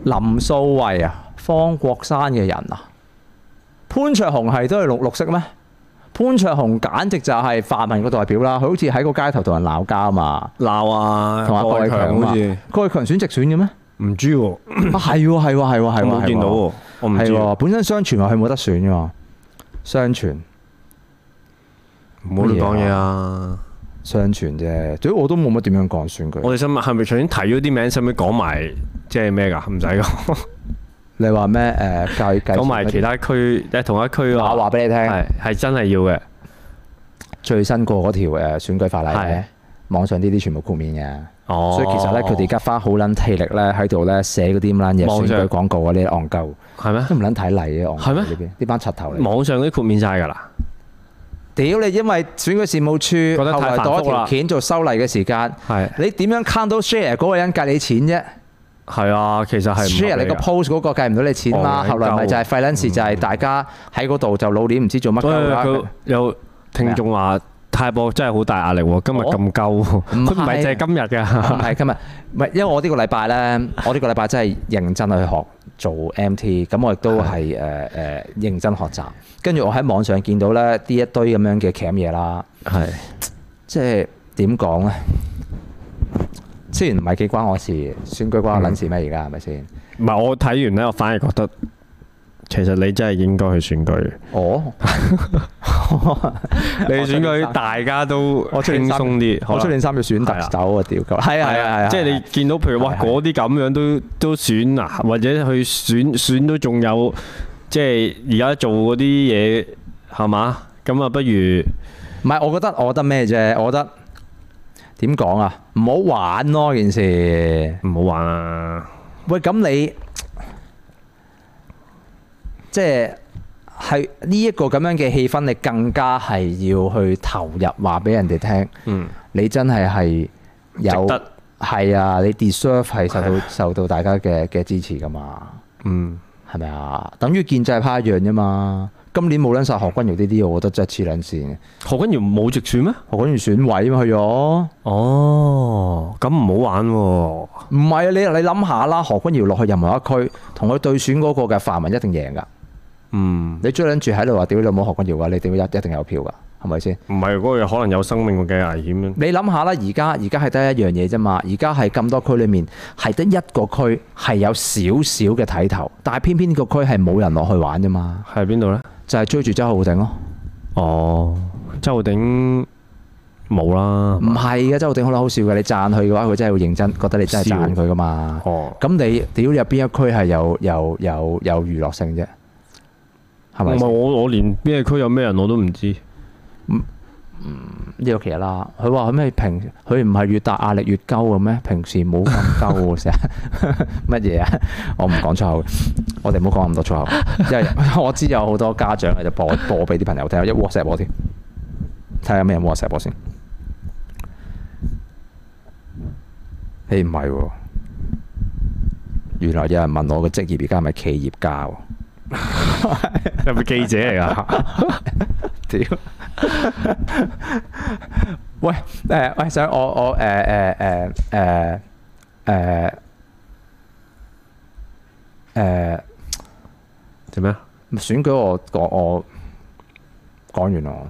Speaker 1: 林素慧啊，方國山嘅人啊，潘卓雄係都係綠綠色咩？潘卓雄簡直就係泛民個代表啦，佢好似喺個街頭同人鬧交啊嘛，
Speaker 2: 鬧啊，
Speaker 1: 同阿郭偉強啊
Speaker 2: 強
Speaker 1: 嘛
Speaker 2: 好似，
Speaker 1: 郭偉強選直選嘅咩？
Speaker 2: 唔知喎，我
Speaker 1: 啊係喎係喎係喎係喎，
Speaker 2: 冇見到喎，我唔
Speaker 1: 係
Speaker 2: 知喎
Speaker 1: 喎，，本身相傳話佢冇得選嘅喎，相傳
Speaker 2: 唔好亂講嘢啊！
Speaker 1: 相傳啫，總之我都冇乜點樣講選舉。
Speaker 2: 我哋想問係咪頭先提咗啲名，使唔使講埋即係咩㗎？唔使講，
Speaker 1: 你話咩？誒計計
Speaker 2: 講埋其他區，即係同一區
Speaker 1: 我
Speaker 2: 啊，
Speaker 1: 話俾你聽。
Speaker 2: 係係真係要嘅，
Speaker 1: 最新過嗰條誒選舉法例
Speaker 2: 係
Speaker 1: 咧，網上呢啲全部豁免嘅，
Speaker 2: 哦，
Speaker 1: 所以其實咧佢哋而家花好撚氣力咧喺度咧寫嗰啲咁撚嘢
Speaker 2: 網
Speaker 1: 選
Speaker 2: 上
Speaker 1: 舉廣告啊，呢啲戇鳩
Speaker 2: 係
Speaker 1: [laughs]
Speaker 2: 咩？
Speaker 1: 都唔撚睇例嘅戇鳩
Speaker 2: 係咩
Speaker 1: 呢邊呢班柒頭嚟，
Speaker 2: 網上嗰啲豁免晒㗎啦，
Speaker 1: 屌你！因為選舉事務處
Speaker 2: 覺得
Speaker 1: 後
Speaker 2: 太
Speaker 1: 來
Speaker 2: 繁
Speaker 1: 多一
Speaker 2: 複啦
Speaker 1: 條件做修例嘅時間，
Speaker 2: 係
Speaker 1: 你點樣 count 到 share 嗰個人計你錢啫
Speaker 2: 係啊，哦其實係唔
Speaker 1: ？share
Speaker 2: 合理
Speaker 1: 你個
Speaker 2: 㗎
Speaker 1: post 嗰個計唔到你錢嘛？
Speaker 2: 戇鳩
Speaker 1: 後來咪就係費撚事，就係大家喺嗰度就老臉唔知做乜鳩
Speaker 2: 喂
Speaker 1: 啦。
Speaker 2: [laughs] 佢有聽眾話泰博真係好大壓力喎，今日咁鳩，佢哦唔係
Speaker 1: 係
Speaker 2: 淨係今日
Speaker 1: [laughs]
Speaker 2: 㗎，
Speaker 1: 唔係今日，唔係因為我呢個禮拜咧，我呢個禮拜真係認真去學做 MT，咁我亦都係誒誒認真學習。跟住我喺網上見到咧呢一堆咁樣嘅鉗嘢啦，
Speaker 2: [laughs] 係
Speaker 1: 即係點講咧？雖然唔係幾關我事，選舉關我撚事咩？而家係咪先？
Speaker 2: 唔係我睇完咧，我反而覺得其實你真係應該去選舉，
Speaker 1: 我
Speaker 2: 你選舉大家都
Speaker 1: 我出年
Speaker 2: 輕
Speaker 1: 三
Speaker 2: 鬆啲，
Speaker 1: 我出年三月選特首啊！屌鳩，係啊
Speaker 2: 係
Speaker 1: 係啊係
Speaker 2: 啊，
Speaker 1: 啊，
Speaker 2: 即係你見到譬如哇
Speaker 1: 係係
Speaker 2: 嗰啲咁樣都都選啊，或者去選選都仲有，即係而家做嗰啲嘢係嘛？咁啊，不如
Speaker 1: 唔係，我覺得我覺得咩啫？我覺得點講啊？唔好玩咯件事。
Speaker 2: 唔好玩啊！
Speaker 1: 喂，咁你即係係呢一個咁樣嘅氣氛，你更加係要去投入，話俾人哋聽，
Speaker 2: 嗯，
Speaker 1: 你真係係有
Speaker 2: 值得啊
Speaker 1: 係啊，你 deserve 係受到受到大家嘅嘅支持噶嘛，
Speaker 2: 嗯。
Speaker 1: 係咪啊？等於建制派一樣啫嘛。今年冇撚晒何君瑤呢啲，我覺得真係黐撚線。
Speaker 2: 何君瑤冇直選咩？
Speaker 1: 何君瑤選委啊嘛去咗。
Speaker 2: 哦，咁唔好玩喎、
Speaker 1: 唔係啊！你你諗下啦，何君瑤落去任何一區，同佢對選嗰個嘅泛民一定贏噶。
Speaker 2: 嗯，
Speaker 1: 你追撚住喺度話屌你老母何君瑤啊！你屌一一定有票噶，係咪先？
Speaker 2: 唔係嗰個可能有生命嘅危險。
Speaker 1: 你諗下啦，而家而家係得一樣嘢啫嘛。而家係咁多區裏面係得一個區係有少少嘅睇頭，但係偏偏呢個區係冇人落去玩啫嘛，
Speaker 2: 喺邊度呢？
Speaker 1: 就係、追住周浩鼎咯。
Speaker 2: 哦，周鼎冇啦。
Speaker 1: 唔係嘅，周浩鼎好撚好笑嘅。你讚佢嘅話，佢真係會認真，覺得你真係讚佢噶嘛。
Speaker 2: 哦，
Speaker 1: 咁你屌有邊一區係有有有有娛樂性啫？係
Speaker 2: 唔
Speaker 1: 咪
Speaker 2: 係
Speaker 1: 先？
Speaker 2: 我我連邊個區有咩人我都唔知。
Speaker 1: 呢個其實啦，佢話佢咩平，佢唔係越大壓力越鳩嘅咩？平時冇咁鳩喎，成日 [laughs] 乜嘢啊？我唔講粗口嘅，我哋唔好講咁多粗口，因為 [laughs] 我知有好多家長嘅就播播俾啲朋友聽，一 WhatsApp 我添，睇下有咩人 WhatsApp 我先。誒唔係喎，原來有人問我嘅職業而家係咪企業家喎？
Speaker 2: [laughs] 係咪記者嚟㗎？
Speaker 1: 屌！喂，誒、喂，想我我誒誒誒誒誒誒
Speaker 2: 做咩？
Speaker 1: 選舉我講我講完咯，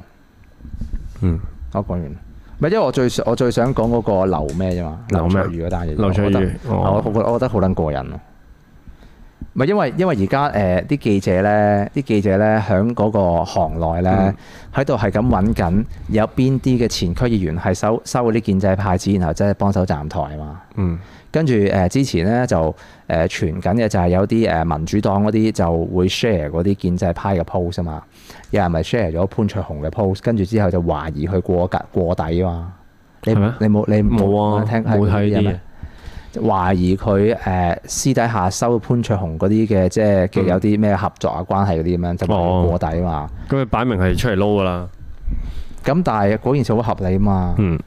Speaker 2: 嗯，
Speaker 1: 我哦講完，唔係因為我最想我最想講嗰個劉咩啫嘛，
Speaker 2: 劉
Speaker 1: 劉
Speaker 2: 咩
Speaker 1: 卓宇嗰單嘢，
Speaker 2: 劉卓
Speaker 1: 我覺得
Speaker 2: 宇，
Speaker 1: 我
Speaker 2: 哦
Speaker 1: 我覺得我覺得好撚過癮啊！唔係因為因為而家誒啲記者咧，啲記者咧喺嗰個行內
Speaker 2: 嗯
Speaker 1: 咧，喺度係咁揾緊有邊啲嘅前區議員係收收嗰啲建制派子，然後即係幫手站台啊嘛。
Speaker 2: 嗯，
Speaker 1: 跟住誒之前咧就誒、呃、傳緊嘅就係有啲誒民主黨嗰啲就會 share 嗰啲建制派嘅 post 啊嘛，有人咪 share 咗潘卓雄嘅 post，跟住之後就懷疑佢過格過底啊嘛。你
Speaker 2: 係咩
Speaker 1: 你冇你
Speaker 2: 冇啊，
Speaker 1: 聽
Speaker 2: 冇睇呢啲嘢。
Speaker 1: 懷疑佢誒、呃私底下收潘卓雄嗰啲嘅，即係嘅有啲咩合作啊、關係嗰啲咁樣，就話佢
Speaker 2: 哦
Speaker 1: 過底啊嘛。
Speaker 2: 咁佢擺明係出嚟撈噶啦。
Speaker 1: 咁、但係嗰件事好合理啊嘛，
Speaker 2: 嗯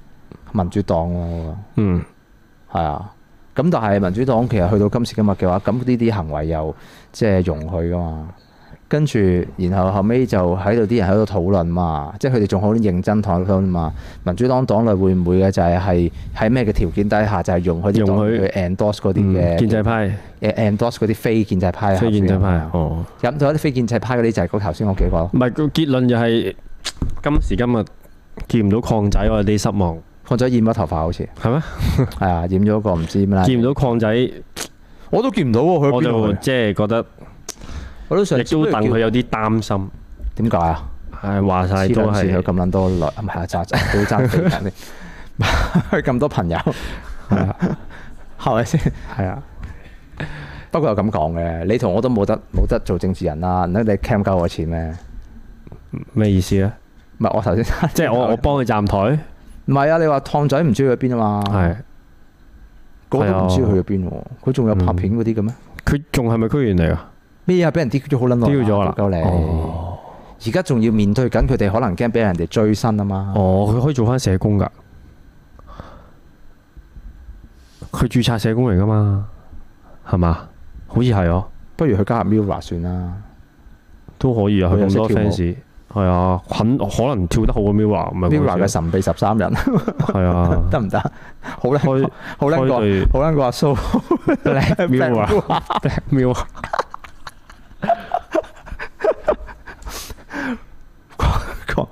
Speaker 1: 民主黨啊喎、
Speaker 2: 嗯，
Speaker 1: 係啊。咁但係民主黨其實去到今時今日嘅話，咁呢啲行為又即係容許噶嘛。跟住，然後後尾就喺度啲人喺度討論嘛，即係佢哋仲好認真討論嘛。民主黨黨內會唔會嘅就係係喺咩嘅條件底下，就係容許啲
Speaker 2: 容
Speaker 1: 黨
Speaker 2: 許
Speaker 1: 去 endorse 嗰啲
Speaker 2: 嗯
Speaker 1: 嘅
Speaker 2: 建制派、
Speaker 1: 誒 endorse 嗰啲非建制派嘅
Speaker 2: 非建制
Speaker 1: 候選人
Speaker 2: 派
Speaker 1: 啊，
Speaker 2: 哦，
Speaker 1: 咁仲有啲非建制派嗰啲就係嗰頭先嗰幾個咯
Speaker 2: 唔係個結論就係今時今日見唔到礦仔，我有啲失望，
Speaker 1: 放咗染咗頭髮好
Speaker 2: [laughs]
Speaker 1: 似
Speaker 2: 係咩？
Speaker 1: 係啊，染咗個唔知咩啦。
Speaker 2: 見唔到礦仔，
Speaker 1: 我都見唔到喎，
Speaker 2: 我就即係覺得
Speaker 1: 我都想
Speaker 2: 亦都戥佢有啲擔心。
Speaker 1: 點解啊？
Speaker 2: 係話晒
Speaker 1: 黐
Speaker 2: 都
Speaker 1: 撚線有
Speaker 2: 係
Speaker 1: 咁撚多女，唔係啊，渣渣
Speaker 2: [laughs]
Speaker 1: 好爭地 [laughs] 人佢咁多朋友，係咪先？
Speaker 2: 啊係啊，
Speaker 1: 不過又咁講嘅，你同我都冇得冇得做政治人啦，唔通你 cam 鳩我錢咩？
Speaker 2: 咩意思咧？啊
Speaker 1: 唔係我頭先
Speaker 2: [laughs] 即係我我幫佢站台，
Speaker 1: [laughs] 唔係啊！你話湯仔唔知去咗邊啊嘛，
Speaker 2: 係
Speaker 1: 嗰個都唔知
Speaker 2: 係啊嗯
Speaker 1: 去咗邊喎，佢仲有拍片嗰啲嘅咩？
Speaker 2: 佢仲係咪區員嚟㗎？
Speaker 1: 咩啊？俾人 DQ 咗好撚耐
Speaker 2: 丟咗啦
Speaker 1: 啊夠你！
Speaker 2: 哦
Speaker 1: 而家仲要面對緊佢哋，可能驚俾人哋追身啊嘛。
Speaker 2: 哦，佢可以做翻社工㗎，佢註冊社工嚟㗎嘛？係嘛？好似係哦，
Speaker 1: 不如去加入 Mirror 算啦。
Speaker 2: 都可以啊，
Speaker 1: 佢
Speaker 2: 佢
Speaker 1: 又
Speaker 2: 咁多
Speaker 1: 識跳舞
Speaker 2: fans。係啊，肯可能跳得好過 Mira，唔係
Speaker 1: Mirror 嘅
Speaker 2: 講笑
Speaker 1: 神秘十三人
Speaker 2: 係啊，
Speaker 1: 得唔得？ [laughs] 好啦，
Speaker 2: 開
Speaker 1: 好啦，個
Speaker 2: 開
Speaker 1: 好啦，個阿蘇 [laughs]
Speaker 2: 對 Mira Mira，
Speaker 1: 個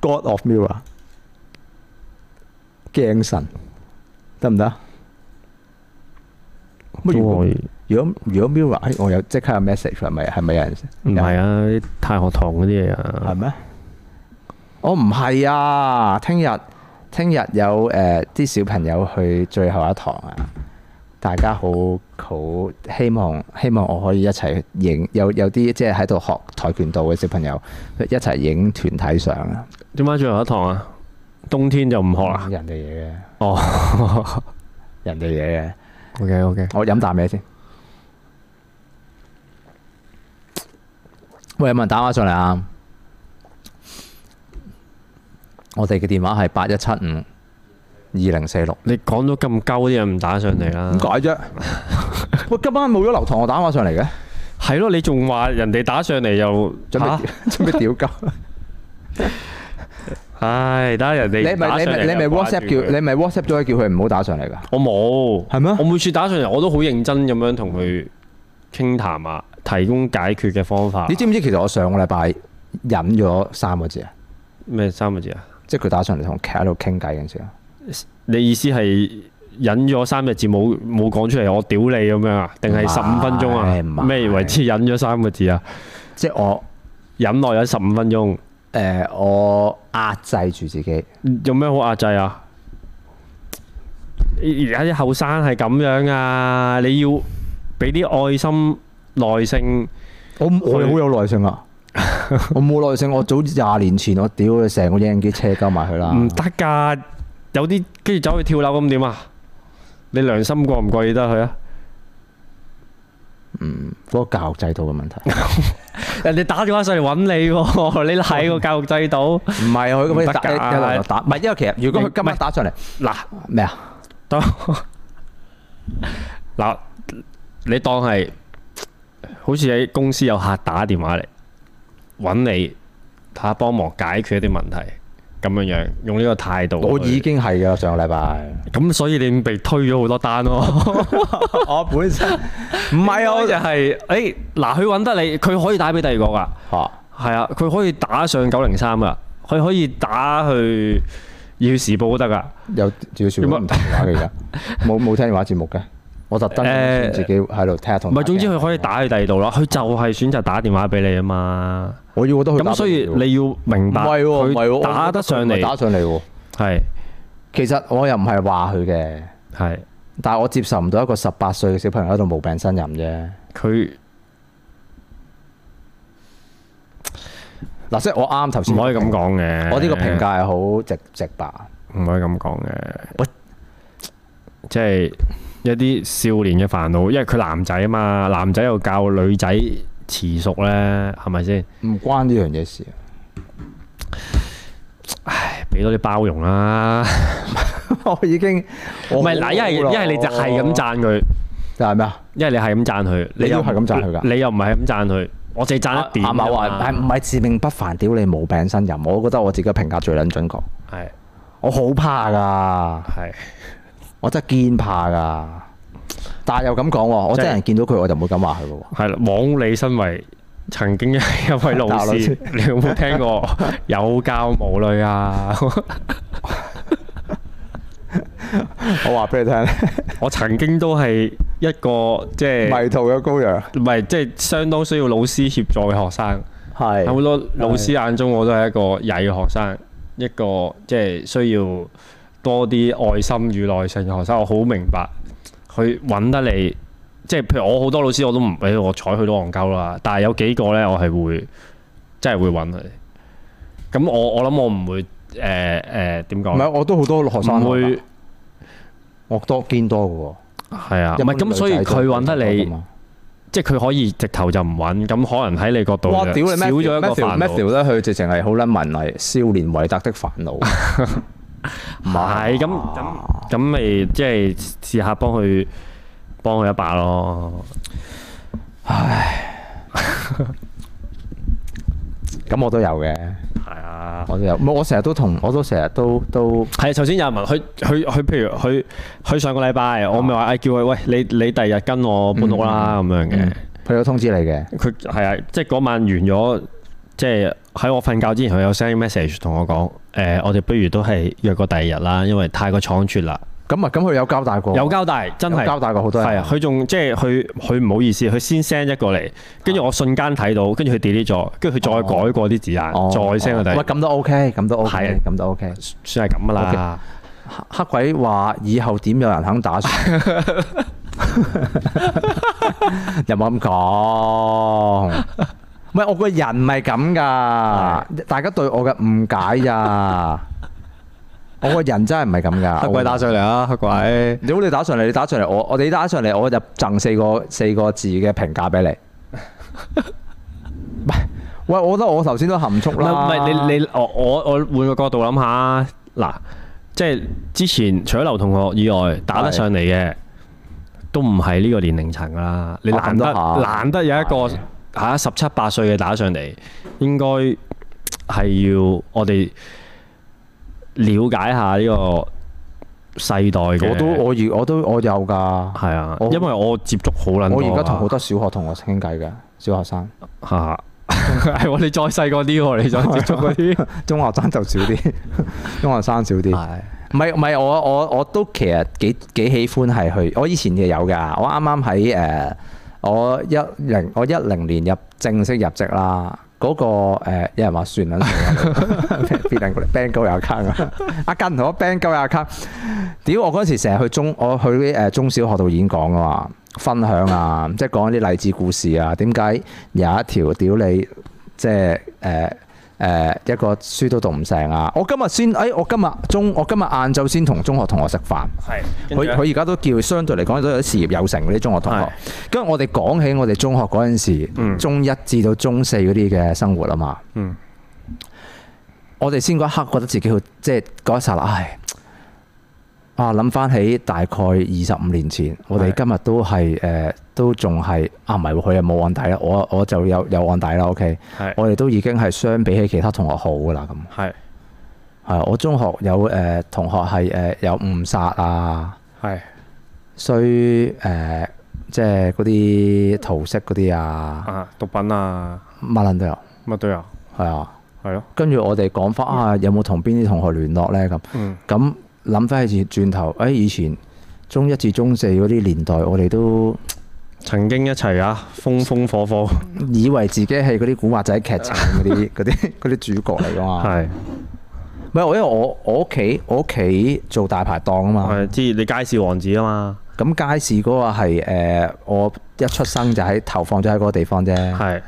Speaker 1: God of Mirror 鏡神得唔得？乜如
Speaker 2: 都
Speaker 1: 果
Speaker 2: 可以。
Speaker 1: 如果如果 Mirror，哎我有即刻有 message 係咪係咪有人？
Speaker 2: 唔係啊，啲太學堂嗰啲嘢啊
Speaker 1: 係，咩？我唔係啊！聽日聽日有誒啲、小朋友去最後一堂啊！大家好好希望希望我可以一齊影有有啲即係喺度學跆拳道嘅小朋友一齊影團體相啊！嗯
Speaker 2: 點解最後一堂啊？冬天就唔學啦。
Speaker 1: 人哋嘢嘅， [laughs]
Speaker 2: 哦
Speaker 1: 人哋嘢嘅，
Speaker 2: ，OK OK，
Speaker 1: 我飲啖嘢先。喂，有冇人打電話上嚟啊？我哋嘅電話係八一七五二零四六。
Speaker 2: 你講到咁鳩啲嘢唔打上嚟啦
Speaker 1: 點。解啫？喂，今晚冇咗流堂，我打電話上嚟嘅，
Speaker 2: 係咯，你仲話人哋打上嚟又
Speaker 1: 準
Speaker 2: 嚇
Speaker 1: 備 [laughs] 準備屌
Speaker 2: [laughs]
Speaker 1: 鳩。
Speaker 2: 唉，等下人
Speaker 1: 你
Speaker 2: 哋
Speaker 1: 咪
Speaker 2: 打
Speaker 1: 你
Speaker 2: 上嚟
Speaker 1: 咪你咪
Speaker 2: 又掛
Speaker 1: WhatsApp 叫
Speaker 2: 住佢
Speaker 1: 你咪 WhatsApp 咗佢叫佢唔好打上嚟㗎。
Speaker 2: 我冇，
Speaker 1: 係咩
Speaker 2: 我每次打上嚟我都好認真咁樣同佢傾談啊，提供解決嘅方法
Speaker 1: 你。知唔知其實我上個禮拜忍咗三個字啊？
Speaker 2: 咩三個字啊？
Speaker 1: 即係佢打上嚟同我喺度傾偈嗰陣時啊。
Speaker 2: 你意思係忍咗三個字冇冇講出嚟，我屌你咁樣啊？定係
Speaker 1: 唔係
Speaker 2: 十五分鐘
Speaker 1: 唔
Speaker 2: 啊？
Speaker 1: 係
Speaker 2: 咩為之忍咗三個字啊？
Speaker 1: 即係我
Speaker 2: 忍耐咗十五分鐘，
Speaker 1: 誒我壓制住自己。
Speaker 2: 有咩好壓制啊？而家啲後生係咁樣啊！你要俾啲愛心、耐性。
Speaker 1: 我我哋好有耐性 [laughs] 啊！我冇耐性，我早廿年前我屌佢成個影機車鳩埋佢啦。
Speaker 2: 唔得噶，有啲跟住走去跳樓咁點啊？你良心過唔過意得佢啊？
Speaker 1: 嗯，嗰個教育制度嘅問題，
Speaker 2: 人哋打電話上嚟揾你喎， [laughs] 你賴個教育制度。
Speaker 1: 唔係啊佢咁樣
Speaker 2: 唔得
Speaker 1: 打
Speaker 2: 㗎
Speaker 1: 一路又打，唔係因為其實如果佢今日打上嚟
Speaker 2: 嗱
Speaker 1: 咩啊？
Speaker 2: 當 [laughs] 嗱，你當係好似喺公司有客打電話嚟揾你，睇下幫忙解決一啲問題咁樣樣，用呢個態度去。
Speaker 1: 我已經係噶上個禮拜，
Speaker 2: 咁，所以你已經被推咗好多單咯。
Speaker 1: [laughs] 我本身
Speaker 2: 唔 [laughs] 係啊，我就係誒嗱，佢揾得你，佢可以打俾第二個㗎。
Speaker 1: 嚇
Speaker 2: 係啊，佢可以打上九零三噶，佢可以打去《要時報》都得噶。
Speaker 1: 啊有少少唔聽電話嘅而家，冇冇聽電話節目嘅，我特登
Speaker 2: 誒
Speaker 1: 自己喺度睇下同
Speaker 2: 唔係，啊總之
Speaker 1: 打機
Speaker 2: 佢可以打去第二度啦，佢就係選擇打電話俾你啊嘛。
Speaker 1: 我要我都去打
Speaker 2: 咁所以你要明
Speaker 1: 唔
Speaker 2: 白，
Speaker 1: 係喎，唔係喎，
Speaker 2: 佢打得上
Speaker 1: 我覺佢唔係打
Speaker 2: 嚟，
Speaker 1: 上嚟喎。
Speaker 2: 係
Speaker 1: 其實我又唔係話佢嘅，
Speaker 2: 係
Speaker 1: 但係我接受唔到一個十八歲嘅小朋友喺度無病呻吟啫。
Speaker 2: 佢
Speaker 1: 嗱，即係我啱頭先，
Speaker 2: 唔可以咁，講嘅。
Speaker 1: 我呢個評價係好直直白。
Speaker 2: 唔可以咁講嘅。即係一啲少年嘅煩惱，因為佢男仔啊嘛，男仔又教女仔遲熟咧，係咪先？
Speaker 1: 唔關呢樣嘢事， [laughs]
Speaker 2: 俾多啲包容啦。
Speaker 1: 我啊已經
Speaker 2: 唔係嗱，一係一係你就係咁，讚佢，
Speaker 1: 就係咩啊？
Speaker 2: 一係你係咁讚佢，
Speaker 1: 你
Speaker 2: 又
Speaker 1: 都係咁讚佢㗎啊
Speaker 2: 你又唔係咁讚佢，我淨係讚一點啫嘛。
Speaker 1: 阿某話：，係唔係自命不凡？屌你無病呻吟！我覺得我自己嘅評價最撚準確，
Speaker 2: 係
Speaker 1: 我好怕㗎，
Speaker 2: 係
Speaker 1: 我真係堅怕㗎。但係又咁講喎，我真係人見到佢我就唔會咁話佢嘅喎。
Speaker 2: 係啦，枉你身為曾經係一位老
Speaker 1: 老
Speaker 2: 師
Speaker 1: 師，
Speaker 2: 你有冇聽過有教無類啊？ [laughs]
Speaker 1: 我話
Speaker 2: [laughs]
Speaker 1: 俾你聽，
Speaker 2: 我曾經都係一個即係
Speaker 1: 迷途嘅羔羊
Speaker 2: 唔係即係相當需要老師協助嘅學生。
Speaker 1: 係
Speaker 2: 喺好多老師眼中，我都係一個曳嘅學生，一個即係需要多啲愛心與耐性嘅學生。我好明白，佢揾得你，即係譬如我好多老師我都唔俾我睬佢都戇鳩啦，但係有幾個呢，我係會真係會揾佢。咁我我諗我唔會誒誒點
Speaker 1: 唔係，
Speaker 2: 講？
Speaker 1: 我都好多學生
Speaker 2: 唔會
Speaker 1: 我多堅多嘅
Speaker 2: 係啊，
Speaker 1: 喎。
Speaker 2: 唔係咁，所以佢揾得
Speaker 1: 一般女仔都係咁
Speaker 2: 你，
Speaker 1: 嘛
Speaker 2: 即係佢可以直頭就唔揾，咁可能喺你角度
Speaker 1: 哇！
Speaker 2: 就
Speaker 1: 屌你
Speaker 2: 少咗一個
Speaker 1: Matthew
Speaker 2: 煩惱。
Speaker 1: Matthew 咧，佢直情係好撚文藝，少年維特的煩
Speaker 2: [laughs]
Speaker 1: 惱。唔
Speaker 2: 係咁咁咁咪即係試下幫佢幫佢一把咯。
Speaker 1: 咁我都有嘅，
Speaker 2: 係啊，
Speaker 1: 我都有。唔係我成日都同，我都成日都都
Speaker 2: 係首先有人問佢，佢佢譬如佢佢上個禮拜，我咪話誒叫佢喂你你第日跟我搬屋啦咁樣嘅。
Speaker 1: 佢有通知你嘅。
Speaker 2: 佢係啊，即係嗰晚完咗，即係喺我瞓覺之前，佢有 send message 同我講誒，我哋不如都係約個第二日啦，因為太過倉促啦。
Speaker 1: 咁啊，咁佢有交代過，
Speaker 2: 哦有交代，真係
Speaker 1: 有交代過好多人
Speaker 2: 係啊，佢仲即係佢佢唔好意思，佢先 send 一個嚟，跟住我瞬間睇到，跟住佢 delete 咗，跟住佢再改過啲字眼，
Speaker 1: 哦
Speaker 2: 再 send 個第二
Speaker 1: 喂，
Speaker 2: 日，
Speaker 1: 咁都 OK，咁都
Speaker 2: 係
Speaker 1: OK，
Speaker 2: 啊
Speaker 1: 咁都 OK。
Speaker 2: 算係咁噶啦。
Speaker 1: 黑黑鬼話：以後點有人肯打 [laughs] 算？有冇咁講？唔係我個人唔係咁噶，大家對我嘅誤解咋。我個人真係唔係咁噶。我
Speaker 2: 上嚟啊，黑鬼！
Speaker 1: 如果你打上嚟，你打上嚟，我我你打上嚟，我就贈四個四個字嘅評價俾你。喂，我覺得我頭先都含蓄
Speaker 2: 唔係
Speaker 1: 啦。
Speaker 2: 唔係你你我我我換個角度諗下，嗱，即係之前除咗劉同學以外，打得上嚟嘅都唔係呢個年齡層噶啦。你
Speaker 1: 哦
Speaker 2: 難得
Speaker 1: 咁都係
Speaker 2: 難得有一個嚇十七八歲嘅打上嚟，應該係要我哋了解下呢個世代嘅。
Speaker 1: 我都我而我都我有㗎。
Speaker 2: 係啊
Speaker 1: 我，
Speaker 2: 因為我接觸好撚多
Speaker 1: 我
Speaker 2: 啊。
Speaker 1: 而家同好多小學同學傾偈嘅，小學生、
Speaker 2: 嚇係喎，你再細個啲喎，你再 [laughs] 接觸嗰啲。啊
Speaker 1: 中學生就少啲， [laughs] 中學生少啲。唔 [laughs] 係唔係，我我我都其實幾幾喜歡係去。我以前就有㗎，我啱啱喺誒我一零我一零年入正式入職啦。嗰、個、呃、有人話算撚數啊，必定 bank 高有 account 啊！ [laughs] 阿根同我 bank 高有 account，屌我嗰陣時成日去中我去啲誒中小學度演講啊嘛，分享啊，即係講啲勵志故事啊。點解有一條屌你即係誒誒一個書都讀唔成啊？我今日先誒、哎我今日中我今日晏晝先同中學同學食飯。
Speaker 2: 係
Speaker 1: 佢佢而家都叫相對嚟講都有啲事業有成嗰啲中學同
Speaker 2: 係
Speaker 1: 學。跟住我哋講起我哋中學嗰陣時，
Speaker 2: 嗯
Speaker 1: 中一至到中四嗰啲嘅生活啊嘛。
Speaker 2: 嗯
Speaker 1: 我哋先嗰一刻覺得自己好，即係嗰一剎那，唉，啊諗翻起大概二十五年前，我哋
Speaker 2: 係
Speaker 1: 今日都係誒、呃都仲係啊，唔係喎佢又冇案底啦，我我就有有案底啦，OK，
Speaker 2: 係
Speaker 1: 我哋都已經係相比起其他同學好噶啦咁。
Speaker 2: 係
Speaker 1: 係我中學有誒、呃同學係誒、呃有誤殺啊，
Speaker 2: 係。
Speaker 1: 衰誒、呃即係嗰啲桃色嗰啲啊，
Speaker 2: 啊，毒品啊，
Speaker 1: 乜撚都有，
Speaker 2: 乜都有，
Speaker 1: 係啊。
Speaker 2: 係咯，
Speaker 1: 跟住我哋講翻啊，有冇同邊啲同學聯絡呢？咁？
Speaker 2: 嗯，
Speaker 1: 哎咁諗翻起轉轉頭，誒、以前中一至中四嗰啲年代，我哋都
Speaker 2: 曾經一齊啊，風風火火，
Speaker 1: 以為自己係嗰啲古惑仔劇情嗰
Speaker 2: [laughs]
Speaker 1: 啲嗰啲嗰啲主角嚟噶嘛。
Speaker 2: 係
Speaker 1: 唔係我因為我我屋企我屋企做大排檔啊嘛，
Speaker 2: 係知你街市王子啊嘛，
Speaker 1: 咁街市嗰個係誒我一出生就喺投放咗喺嗰個地方啫。
Speaker 2: 係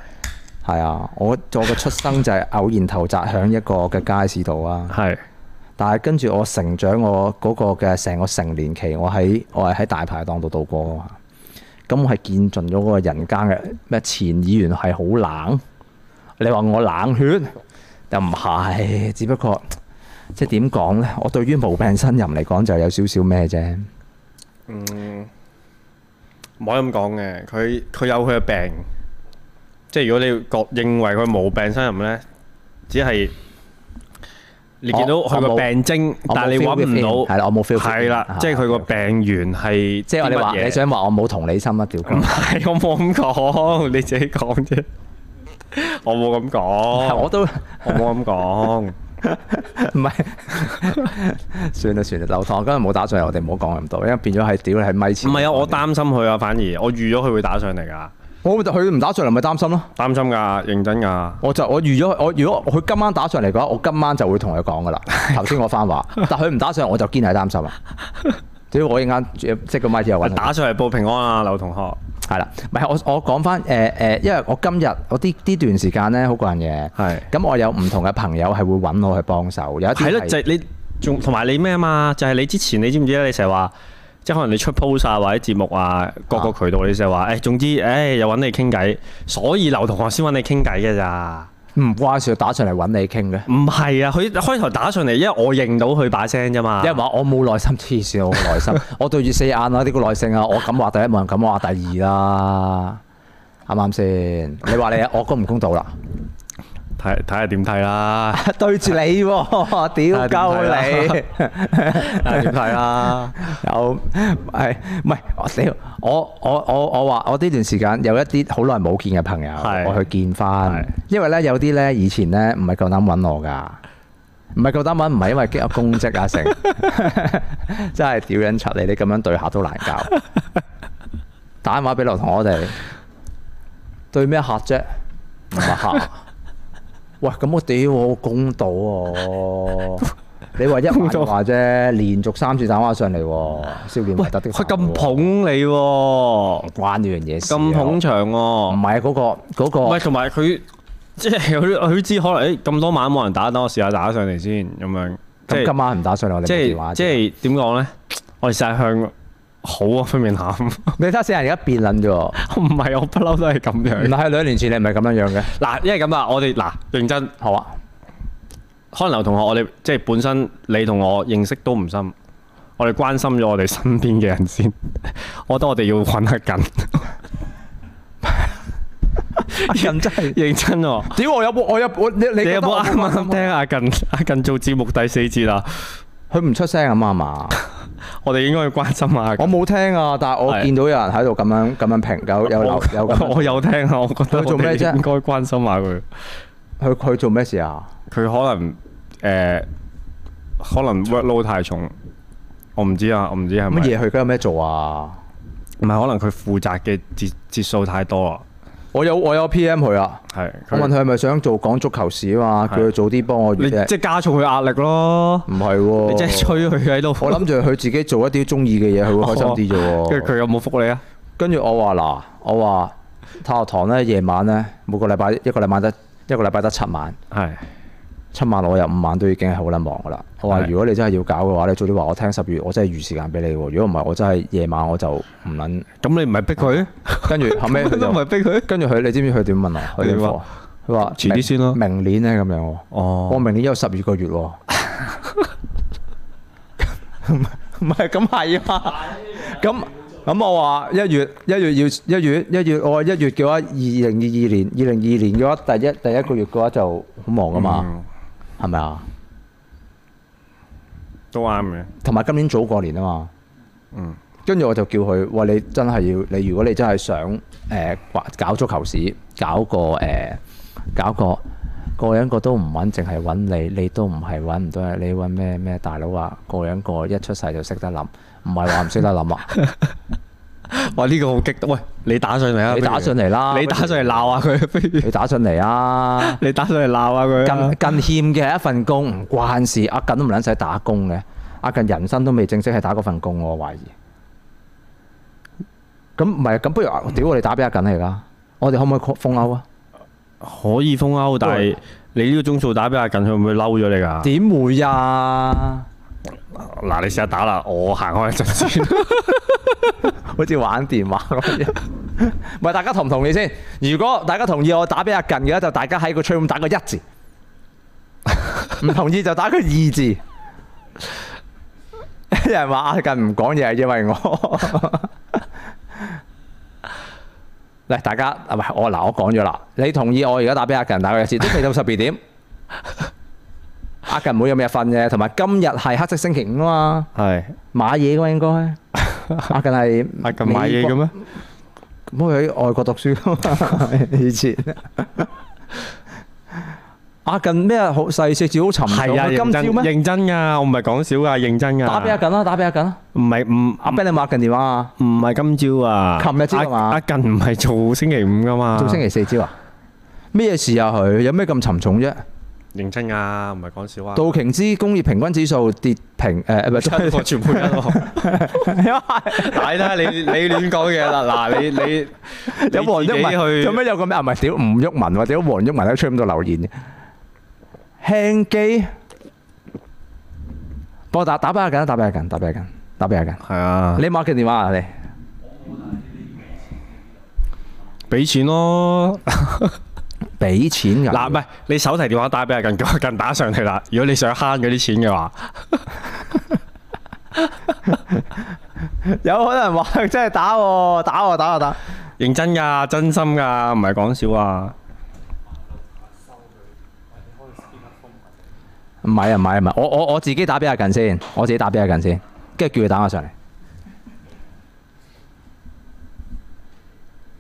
Speaker 1: 係啊，我我嘅出生就係偶然投擲響一個嘅街市度啊。
Speaker 2: 係
Speaker 1: 但係跟住我成長，我嗰個嘅成個成年期，我喺我係喺大排檔度度過噶嘛。咁我係見盡咗嗰個人間嘅咩前議員係好冷，你話我冷血又唔係，只不過即係點講呢？我對於無病呻吟嚟講就有少少咩啫。
Speaker 2: 唔可以咁講嘅，佢佢有佢嘅病，即係如果你覺認為佢冇病呻吟咧，只係你見到
Speaker 1: 我
Speaker 2: 佢個
Speaker 1: 我冇
Speaker 2: 病徵，
Speaker 1: 我冇
Speaker 2: 但係你
Speaker 1: feel with
Speaker 2: 揾
Speaker 1: him，
Speaker 2: 唔
Speaker 1: 係
Speaker 2: 到，
Speaker 1: 啦，我冇 feel with him，
Speaker 2: 係啦
Speaker 1: 啊，
Speaker 2: 即係佢個病源係啊哦
Speaker 1: 即係
Speaker 2: 啲
Speaker 1: 你話
Speaker 2: 乜嘢
Speaker 1: 你想話我冇同理心啊？屌
Speaker 2: 唔係，我冇咁講， [laughs] 你自己講啫。我冇咁講，
Speaker 1: [laughs] 我
Speaker 2: 我
Speaker 1: 都。
Speaker 2: 我冇咁講。
Speaker 1: 唔係，算啦算啦，流堂今日冇打上嚟，我哋唔好講咁多，因為變咗係屌你喺咪
Speaker 2: 唔
Speaker 1: 前。
Speaker 2: 係啊，我擔心佢啊，反而我預咗佢會打上嚟噶，
Speaker 1: 我咪就佢唔打上嚟咪擔心咯。
Speaker 2: 擔心㗎，認真㗎。
Speaker 1: 我就我預咗佢，我如果佢今晚打上嚟嘅話，我今晚就會同佢講噶
Speaker 2: [laughs]
Speaker 1: 啦。頭先我翻話，但佢唔打上，我就堅係擔心啊。屌我一陣間即個咪之後揾佢
Speaker 2: 打上嚟報平安啊，劉同學。
Speaker 1: 係啦，唔係我我講翻誒誒，因為我今日我啲呢段時間咧好過癮嘅，
Speaker 2: 係
Speaker 1: 咁我有唔同嘅朋友係會揾我去幫手，有一啲
Speaker 2: 係咯，就係你仲同埋你咩啊嘛？就係你之前你知唔知咧？你成日話。即係可能你出 post 啊，或者節目啊，各個渠道你成日話，誒總之，誒又揾你傾偈，所以劉同學先揾你傾偈嘅咋。
Speaker 1: 唔關事打上嚟揾你傾嘅。
Speaker 2: 唔係啊，佢開頭打上嚟，因為我認到佢把聲啫嘛。
Speaker 1: 有人話我冇耐心，黐線，我冇耐心，我對住四眼啊，呢個耐性啊，我敢話第一，冇人敢話第二啦，啱唔啱先？你話你啊我公唔公道啦？
Speaker 2: 睇睇下點睇啦，
Speaker 1: [laughs] 對住你喎，屌鳩你！ [laughs]
Speaker 2: 睇下點睇啦。
Speaker 1: 啊有係唔係？我屌我我我我話我呢段時間有一啲好耐冇見嘅朋友，
Speaker 2: 係
Speaker 1: 我去見翻
Speaker 2: 係，
Speaker 1: 因為咧有啲咧以前咧唔係夠膽揾我㗎。唔係夠膽揾，唔係因為激我公職啊成， [laughs] 真係屌撚柒你！你咁樣對下都難 [laughs] 搞。打電話俾劉同我哋，對咩客啫？唔係
Speaker 2: [laughs]
Speaker 1: 客。喂，咁我屌我好公道喎、你話一晚就話啫，連續三次打電話上嚟喎，少年
Speaker 2: 喂，
Speaker 1: 維特的
Speaker 2: 佢咁捧你喎，
Speaker 1: 關呢樣嘢事啊
Speaker 2: 咁捧場
Speaker 1: 唔
Speaker 2: 喎。
Speaker 1: 係啊嗰個嗰、個
Speaker 2: 唔係，同埋佢即係佢佢知可能誒咁多晚冇人打，等我試下打上嚟先咁樣。即
Speaker 1: 咁今
Speaker 2: 係
Speaker 1: 晚唔打上嚟，我哋
Speaker 2: 即
Speaker 1: 冇電
Speaker 2: 係
Speaker 1: 話。
Speaker 2: 即係點講咧？我哋成日向好嗰方面諗，
Speaker 1: 你睇下四人而家變撚咗喎，
Speaker 2: [laughs] 唔係我不嬲都係咁
Speaker 1: 唔
Speaker 2: 樣。
Speaker 1: 係兩年前你唔係咁樣樣嘅，
Speaker 2: 嗱，因為咁啊，我哋嗱認真。
Speaker 1: 好啊。
Speaker 2: 可能劉同學，我哋即係本身你同我認識都唔深，我哋關心咗我哋身邊嘅人先。 [laughs] 我覺得我哋要揾得緊，
Speaker 1: 阿近真係，
Speaker 2: [laughs] 認真喎、
Speaker 1: 屌我有冇我有我你你
Speaker 2: 你
Speaker 1: 覺
Speaker 2: 有
Speaker 1: 得我
Speaker 2: 冇啱啱聽
Speaker 1: 關心
Speaker 2: 阿近阿近做節目第四節啦？
Speaker 1: 佢唔出聲咁啊嘛，
Speaker 2: 我哋應該要關心下阿
Speaker 1: 我
Speaker 2: 近。
Speaker 1: 冇聽啊，但係我
Speaker 2: 係
Speaker 1: 見到有人喺度咁樣咁樣評，有有留有咁
Speaker 2: 我
Speaker 1: 樣，
Speaker 2: 有聽啊，我覺得
Speaker 1: 佢做
Speaker 2: 我哋
Speaker 1: 咩啫
Speaker 2: 應該關心下佢。
Speaker 1: 佢佢做咩事啊？
Speaker 2: 佢可能誒、呃可能 workload 太重，我唔知啊，我唔知係咪
Speaker 1: 乜。嘢佢而家有咩做啊？
Speaker 2: 唔係可能佢負責嘅節節數太多啊啦，
Speaker 1: 我有我有 P.M 佢啊，
Speaker 2: 係。
Speaker 1: 我
Speaker 2: 佢
Speaker 1: 問佢係咪想做講足球事啊嘛，
Speaker 2: 係
Speaker 1: 叫佢早啲幫我
Speaker 2: 你
Speaker 1: 預啫
Speaker 2: 即係加重佢壓力咯。
Speaker 1: 唔係喎，
Speaker 2: 你真係吹佢喺度。
Speaker 1: 哦 [laughs] 我諗哦住佢自己做一啲中意嘅嘢，佢會開心啲啫喎。
Speaker 2: [laughs] 跟住 [laughs] 佢有冇覆你啊？
Speaker 1: 跟住我話嗱，我話太學堂咧夜晚咧每個禮拜一個禮拜得一個禮拜得七晚。
Speaker 2: 係
Speaker 1: 七晚我有五晚都已經係好撚忙噶啦。我話
Speaker 2: 係
Speaker 1: 如果你真係要搞嘅話，你早啲話我聽十月，我真係預時間俾你喎。如果唔係，我真係夜晚我就唔撚。
Speaker 2: 咁你唔係逼佢？
Speaker 1: 跟住後尾佢
Speaker 2: [laughs] 都唔係
Speaker 1: 就
Speaker 2: 逼佢。
Speaker 1: 跟住佢，你知唔知佢點問啊？佢點
Speaker 2: 你
Speaker 1: 講
Speaker 2: 話？
Speaker 1: 佢話
Speaker 2: 遲啲先咯
Speaker 1: 明明年咧咁樣喎。我
Speaker 2: 哦，
Speaker 1: 明年有十二個月
Speaker 2: [laughs]
Speaker 1: 喎。唔係咁係啊，咁咁我話一月一月要一月一月我話一月嘅話，二零二二年二零二二年嘅話，第一第一個月嘅話就好忙
Speaker 2: 嗯
Speaker 1: 噶嘛，係咪啊？
Speaker 2: 都啱嘅。
Speaker 1: 同埋今年早過年啊嘛。
Speaker 2: 嗯。
Speaker 1: 跟住我就叫佢：喂，你真係要你，如果你真係想誒、呃搞足球市，搞個誒、搞個個樣個都唔揾，淨係揾你，你都唔係揾唔到人，你揾咩咩大佬啊？個樣個一出世就識得諗，唔係話唔識得諗啊！
Speaker 2: 哇！呢個好激動，喂，你打上嚟啊！
Speaker 1: 你打上嚟啦，
Speaker 2: 你打上嚟鬧下佢，不 [laughs] 如
Speaker 1: 你打上嚟啊！
Speaker 2: 你打上嚟鬧下佢啊。
Speaker 1: 近近欠嘅係一份工唔關事，阿近都唔撚使打工嘅，阿近人生都未正式係打嗰份工，我懷疑。咁唔係，咁不如啊屌我哋打俾阿近嚟啦，我哋可唔可以 call- 封歐啊？
Speaker 2: 可以封歐，但係你呢個鐘數打俾阿近，佢會唔會嬲咗你㗎？
Speaker 1: 點會啊？
Speaker 2: 嗱，你試下打啦，我行開一陣先。
Speaker 1: [laughs] 好似玩電話咁樣。 [laughs] 唔係大家同唔同意先？如果大家同意我打俾阿近嘅咧，就大家喺個 c h 打個一字；唔同意就打個二字。有人話啊阿近唔講嘢係因為我。嚟，大家啊，唔係我嗱，我講咗啦。你同意我而家打俾阿近打個一字，都未到十二點。阿近唔會有咩瞓嘅，同埋今日係黑色星期五啊嘛，
Speaker 2: [laughs] 係
Speaker 1: 買嘢嘅嘛應該。
Speaker 2: [laughs]
Speaker 1: 阿近係
Speaker 2: 阿近買嘢嘅咩？
Speaker 1: 咁佢喺外國讀
Speaker 2: [laughs]
Speaker 1: 書啊嘛以前。阿近咩啊好細隻字好沉重，
Speaker 2: 係啊，
Speaker 1: 佢今
Speaker 2: 認真
Speaker 1: 朝咩？
Speaker 2: 認真㗎，我唔係講笑㗎，認真㗎。
Speaker 1: 打俾阿近啦，打俾阿近啦。
Speaker 2: 唔係唔
Speaker 1: 阿 Ben 你抹近電話啊？
Speaker 2: 唔係今朝啊，
Speaker 1: 琴日朝啊嘛
Speaker 2: 阿阿近唔係做星期五㗎嘛？
Speaker 1: 做星期四朝啊？咩事啊佢？有咩咁沉重啫？
Speaker 2: [laughs]
Speaker 1: [laughs]
Speaker 2: 認真㗎，唔係講笑啊。 [laughs]
Speaker 1: 道瓊斯工業平均指數跌平誒，唔係
Speaker 2: 一個全部一
Speaker 1: [laughs]
Speaker 2: 個。睇啦，你你亂講嘢啦，嗱你你
Speaker 1: 有黃
Speaker 2: 你
Speaker 1: 毓
Speaker 2: 自己
Speaker 1: 民，
Speaker 2: 去
Speaker 1: 做咩有個咩啊？唔係屌吳毓民喎，屌黃毓民喺 c h 度留言嘅，輕機，幫我打打俾阿近，打俾阿近，打俾阿近，打俾阿近。
Speaker 2: 係啊，
Speaker 1: 你抹近電話啊你？
Speaker 2: 俾錢咯。
Speaker 1: 俾錢㗎？ [laughs]
Speaker 2: 嗱，唔係你手提電話打俾阿近， [laughs] 叫阿近打上嚟啦。如果你想慳嗰啲錢嘅話，
Speaker 1: 有可能話 [laughs] 真係打喎，打喎，打喎，打！
Speaker 2: 認真㗎，真心㗎，唔係講笑啊。
Speaker 1: 唔係啊，唔係啊，唔係，我我我自己打俾阿近先，我自己打俾阿近先，跟住叫佢打我上嚟。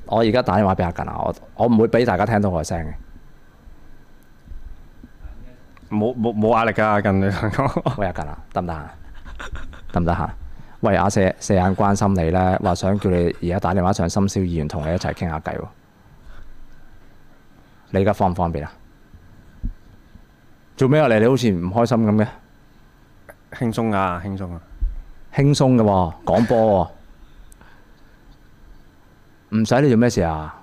Speaker 1: 我而家打電話俾阿近啊，我我唔會俾大家聽到我嘅聲嘅。
Speaker 2: 冇冇冇壓力㗎，阿近 [laughs] 你同我講。
Speaker 1: 喂阿近啊，得唔得啊？得唔得閒？喂阿四四眼關心你咧，話想叫你而家打電話上深宵議員同你一齊傾下偈喎。你而家方唔方便啊？做咩啊？你你好似唔開心咁嘅？
Speaker 2: 輕鬆啊，輕鬆啊。
Speaker 1: 輕鬆嘅喎，講波喎，唔使你做咩事啊？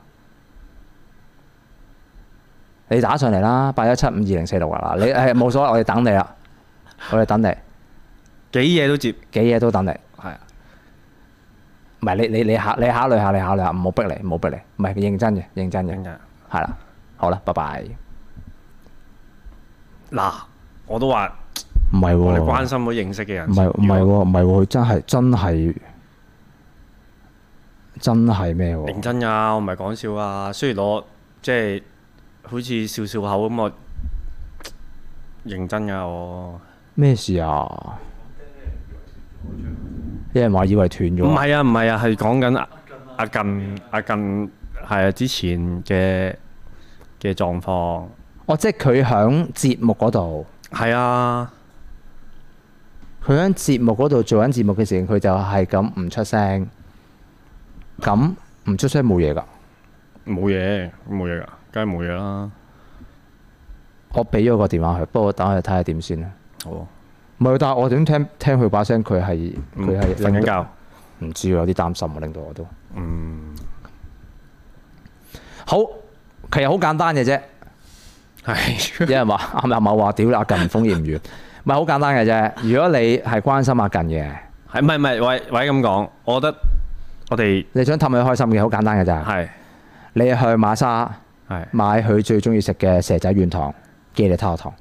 Speaker 1: 你打上嚟啦，八一七五二零四六啊！嗱，你係冇所謂，我哋等你啦，我哋等你，
Speaker 2: 幾嘢都接。
Speaker 1: 幾嘢都等你。
Speaker 2: 係啊。
Speaker 1: 唔係你你你考你考慮下，你考慮下，唔好逼你，唔好逼你，唔係認真嘅，認真嘅，
Speaker 2: 認真。
Speaker 1: 係啦，好啦，拜拜。
Speaker 2: 嗱，我都話
Speaker 1: 唔係
Speaker 2: 我哋關
Speaker 1: 喎，
Speaker 2: 心到認識嘅人。
Speaker 1: 唔係唔係喎，唔係喎，佢真係真係真係咩喎
Speaker 2: 認？真㗎，我唔係講笑啊。雖然我即係好似笑笑口咁，我認真㗎我。
Speaker 1: 咩事啊？有人話以為斷咗
Speaker 2: 唔
Speaker 1: 啊，
Speaker 2: 係啊，唔係啊，係講緊阿阿近阿近係啊之前嘅嘅狀況。
Speaker 1: 哦，即係佢響節目嗰度，
Speaker 2: 係啊，
Speaker 1: 佢響節目嗰度做緊節目嘅時候，佢就係咁唔出聲，咁唔出聲冇嘢㗎。
Speaker 2: 冇嘢冇嘢㗎，梗係冇嘢啦。
Speaker 1: 我俾咗個電話佢，不過等我睇下點先啦。
Speaker 2: 好啊，
Speaker 1: 唔係，但係我點聽聽佢把聲，佢係
Speaker 2: 嗯
Speaker 1: 佢係
Speaker 2: 瞓緊覺。
Speaker 1: 覺，唔知喎有啲擔心啊，令到我都
Speaker 2: 嗯，
Speaker 1: 好。其實好簡單嘅啫，
Speaker 2: [laughs] 係
Speaker 1: 有人話 [laughs] 啱啱某話屌你阿近唔風言唔完，唔係好簡單嘅啫。如果你係關心阿近嘅。
Speaker 2: 係唔係唔係？喂喂咁講，我覺得我哋
Speaker 1: 你想氹佢開心嘅，好簡單嘅咋。
Speaker 2: 係
Speaker 1: 你去馬莎
Speaker 2: 係
Speaker 1: 買佢最中意食嘅蛇仔軟糖，記你偷糖。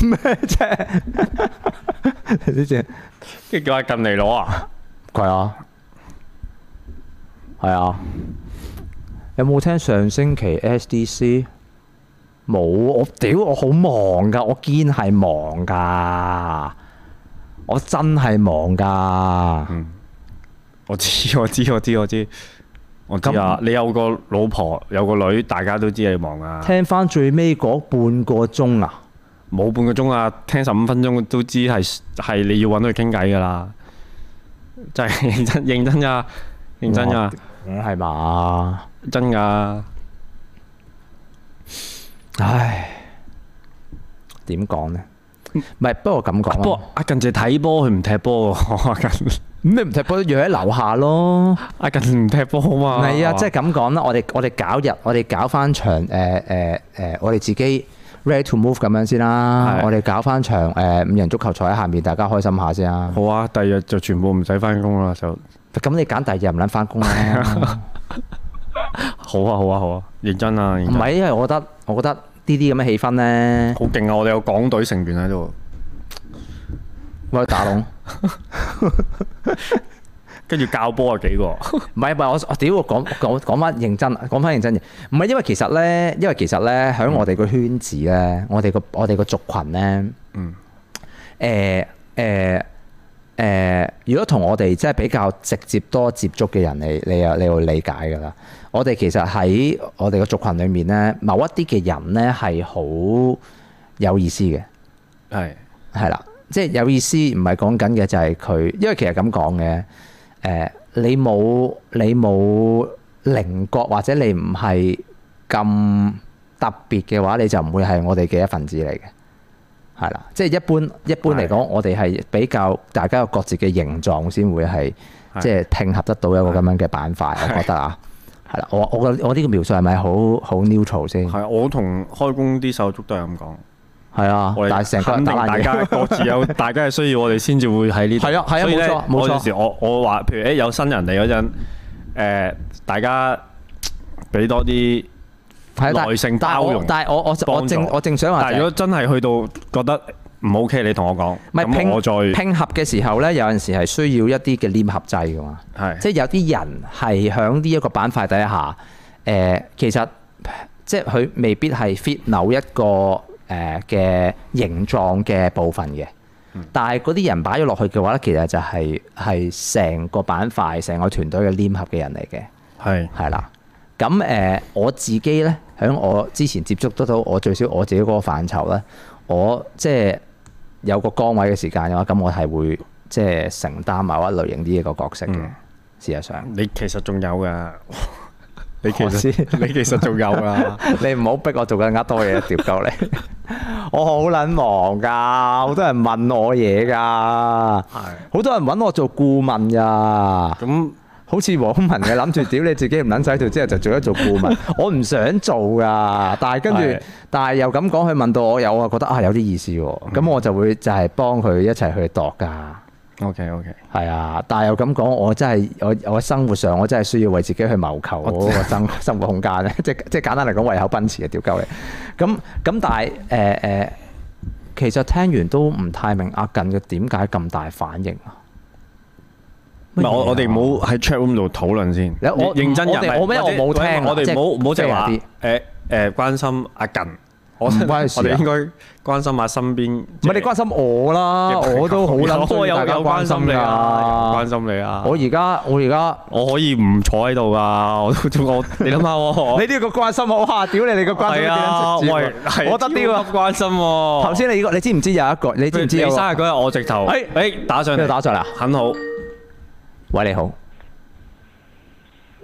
Speaker 1: 咩 [laughs] 啫？呢只
Speaker 2: 跟住叫阿近嚟攞 [laughs] 啊！
Speaker 1: 佢啊，係啊。有冇聽上星期 SDC？冇，我屌我好忙噶，我堅係忙噶，我真係忙噶。
Speaker 2: 我知我知我知我知，我知啊，你有個老婆有個女，大家都知你忙啊。
Speaker 1: 聽翻最尾嗰半個鐘啊，
Speaker 2: 冇半個鐘啊，聽十五分鐘都知係係你要揾佢傾偈噶啦，就係 [laughs] 認真認真噶，認真噶，
Speaker 1: 係嘛？
Speaker 2: 真噶。
Speaker 1: 唉，點講呢？唔係，不過咁講
Speaker 2: 不過
Speaker 1: 啊，
Speaker 2: 阿近就睇波，佢唔踢波喎。阿近
Speaker 1: 咁你唔踢波，約喺樓下咯。
Speaker 2: 阿近唔踢波啊
Speaker 1: 唔
Speaker 2: 嘛。
Speaker 1: 係啊，即係咁講啦。我哋我哋搞日，我哋搞翻場誒誒誒，我哋自己 ready to move 咁樣先啦。
Speaker 2: 係
Speaker 1: 我哋搞翻場誒、呃五人足球賽喺下面，大家開心下先啊。
Speaker 2: 好啊，第二日就全部唔使翻工啦，就
Speaker 1: 咁你揀第二日唔撚翻
Speaker 2: [laughs]
Speaker 1: 工啦。
Speaker 2: 好啊，好啊，好啊，認真啊，認
Speaker 1: 唔
Speaker 2: 真。
Speaker 1: 係，因為我覺得我覺得呢啲咁嘅氣氛咧，
Speaker 2: 好勁啊！我哋有港隊成員喺度，
Speaker 1: 我打龍。
Speaker 2: 跟住教波啊幾個。
Speaker 1: [laughs] 唔係唔係，我我屌我講講講翻認真，講翻認真嘢。唔係因為其實咧，因為其實咧，喺我哋個圈子咧，我哋個我哋個族群咧，
Speaker 2: 嗯
Speaker 1: 誒誒誒，呃如果同我哋即係比較直接多接觸嘅人，你你又你會理解㗎啦。我哋其實喺我哋個族群裡面咧，某一啲嘅人咧係好有意思嘅。
Speaker 2: 係
Speaker 1: 係啦，即係有意思，唔係講緊嘅就係佢，因為其實咁講嘅，誒、你冇你冇靈覺或者你唔係咁特別嘅話，你就唔會係我哋嘅一份子嚟嘅，係啦，即係一般一般嚟講，我哋係比較大家有各自嘅形狀先會係
Speaker 2: 係
Speaker 1: 即係拼合得到一個咁樣嘅板塊，我覺得啊，係啦，我我個我呢個描述係咪好好 neutral 先？
Speaker 2: 係，我同開工啲手足都係咁講。
Speaker 1: 係啊，
Speaker 2: 我
Speaker 1: 但係
Speaker 2: 哋
Speaker 1: 成個
Speaker 2: 肯
Speaker 1: 人
Speaker 2: 定
Speaker 1: 打
Speaker 2: 大
Speaker 1: 爛
Speaker 2: 家
Speaker 1: 嘢，
Speaker 2: 各自有大家嘅需要，我哋先至會喺呢度。
Speaker 1: 係啊係啊
Speaker 2: 所以呢
Speaker 1: 冇錯冇錯
Speaker 2: 我有時我我話，譬如誒有新人嚟嗰陣，誒大家俾多啲。
Speaker 1: 係啊
Speaker 2: 耐性
Speaker 1: 但係我
Speaker 2: 包容
Speaker 1: 但係我我我
Speaker 2: 幫
Speaker 1: 正
Speaker 2: 助
Speaker 1: 我正想話
Speaker 2: 但
Speaker 1: 就係
Speaker 2: 係如果真係去到覺得唔 OK，你同我講，
Speaker 1: 唔係拼
Speaker 2: 咁我再
Speaker 1: 拼合嘅時候咧，有陣時係需要一啲嘅黏合劑噶嘛。
Speaker 2: 係
Speaker 1: 即係有啲人係喺呢一個板塊底下，誒、其實即係佢未必係 fit 某一個誒嘅、形狀嘅部分嘅。
Speaker 2: 嗯
Speaker 1: 但係嗰啲人擺咗落去嘅話咧，其實就係係成個板塊、成個團隊嘅黏合嘅人嚟嘅。
Speaker 2: 係
Speaker 1: 係啦。咁誒、呃我自己咧，喺我之前接觸得到我最少我自己嗰個範疇咧，我即係有個崗位嘅時間嘅話，咁我係會即係承擔某一類型呢一個角色嘅。
Speaker 2: 嗯
Speaker 1: 事實上， [laughs]
Speaker 2: 你其實仲有㗎，你其
Speaker 1: 我知
Speaker 2: 實你其實仲有㗎。
Speaker 1: 你唔好逼我做更加多嘢，屌鳩你！ [laughs] 我好撚忙㗎，好多人問我嘢㗎，好多人揾我做顧問㗎。
Speaker 2: 咁
Speaker 1: 好似黃文嘅諗住屌你自己唔撚使做之後就做一做顧問，我唔想做噶。但係跟
Speaker 2: 係
Speaker 1: 住，但係又咁講，佢問到我有，我又覺得啊有啲意思喎。咁我就會就係幫佢一齊去度噶。
Speaker 2: OK OK，
Speaker 1: 係啊，但係又咁講，我真係我我生活上我真係需要為自己去謀求嗰個生 [laughs] 生活空間咧，即即係簡單嚟講，胃口奔馳啊，屌鳩你！咁咁但係誒誒，其實聽完都唔太明阿近嘅點解咁大反應啊？
Speaker 2: 唔係我我哋
Speaker 1: 乜嘢啊
Speaker 2: 唔好喺 chat room 度討論先。
Speaker 1: 有我
Speaker 2: 認真
Speaker 1: 我
Speaker 2: 人
Speaker 1: 哋
Speaker 2: 咪
Speaker 1: 我咩
Speaker 2: 或者
Speaker 1: 我冇聽啊
Speaker 2: 我
Speaker 1: 即係
Speaker 2: 哋唔好唔好淨係話
Speaker 1: 即係
Speaker 2: 誒誒關心阿近，我
Speaker 1: 唔關事啊
Speaker 2: 我哋應該關心下身邊。
Speaker 1: 唔係你關心我啦，我都好
Speaker 2: 有
Speaker 1: 撚需
Speaker 2: [laughs] 我
Speaker 1: 要大
Speaker 2: 有
Speaker 1: 家
Speaker 2: 有關
Speaker 1: 關心
Speaker 2: 心你啊，有
Speaker 1: 㗎。
Speaker 2: 關心你啊。
Speaker 1: 我而家我而家，
Speaker 2: 我可以唔坐喺度噶，我都我你諗下
Speaker 1: [laughs]
Speaker 2: 我
Speaker 1: 你呢個關心我
Speaker 2: [laughs]
Speaker 1: 嚇，屌你！你個關心
Speaker 2: 係啊，
Speaker 1: 都幾撚
Speaker 2: 喂
Speaker 1: 直，接
Speaker 2: 係
Speaker 1: 喎我得屌
Speaker 2: 超
Speaker 1: 啊！
Speaker 2: 級關心喎。
Speaker 1: 頭先你呢個你知唔知有一個？你知唔知
Speaker 2: 你
Speaker 1: 有個？
Speaker 2: 生日嗰日我直頭
Speaker 1: 哎
Speaker 2: 誒誒打上
Speaker 1: 邊度
Speaker 2: 嚟，
Speaker 1: 打上嚟啊？
Speaker 2: 很好。
Speaker 1: 喂，你好，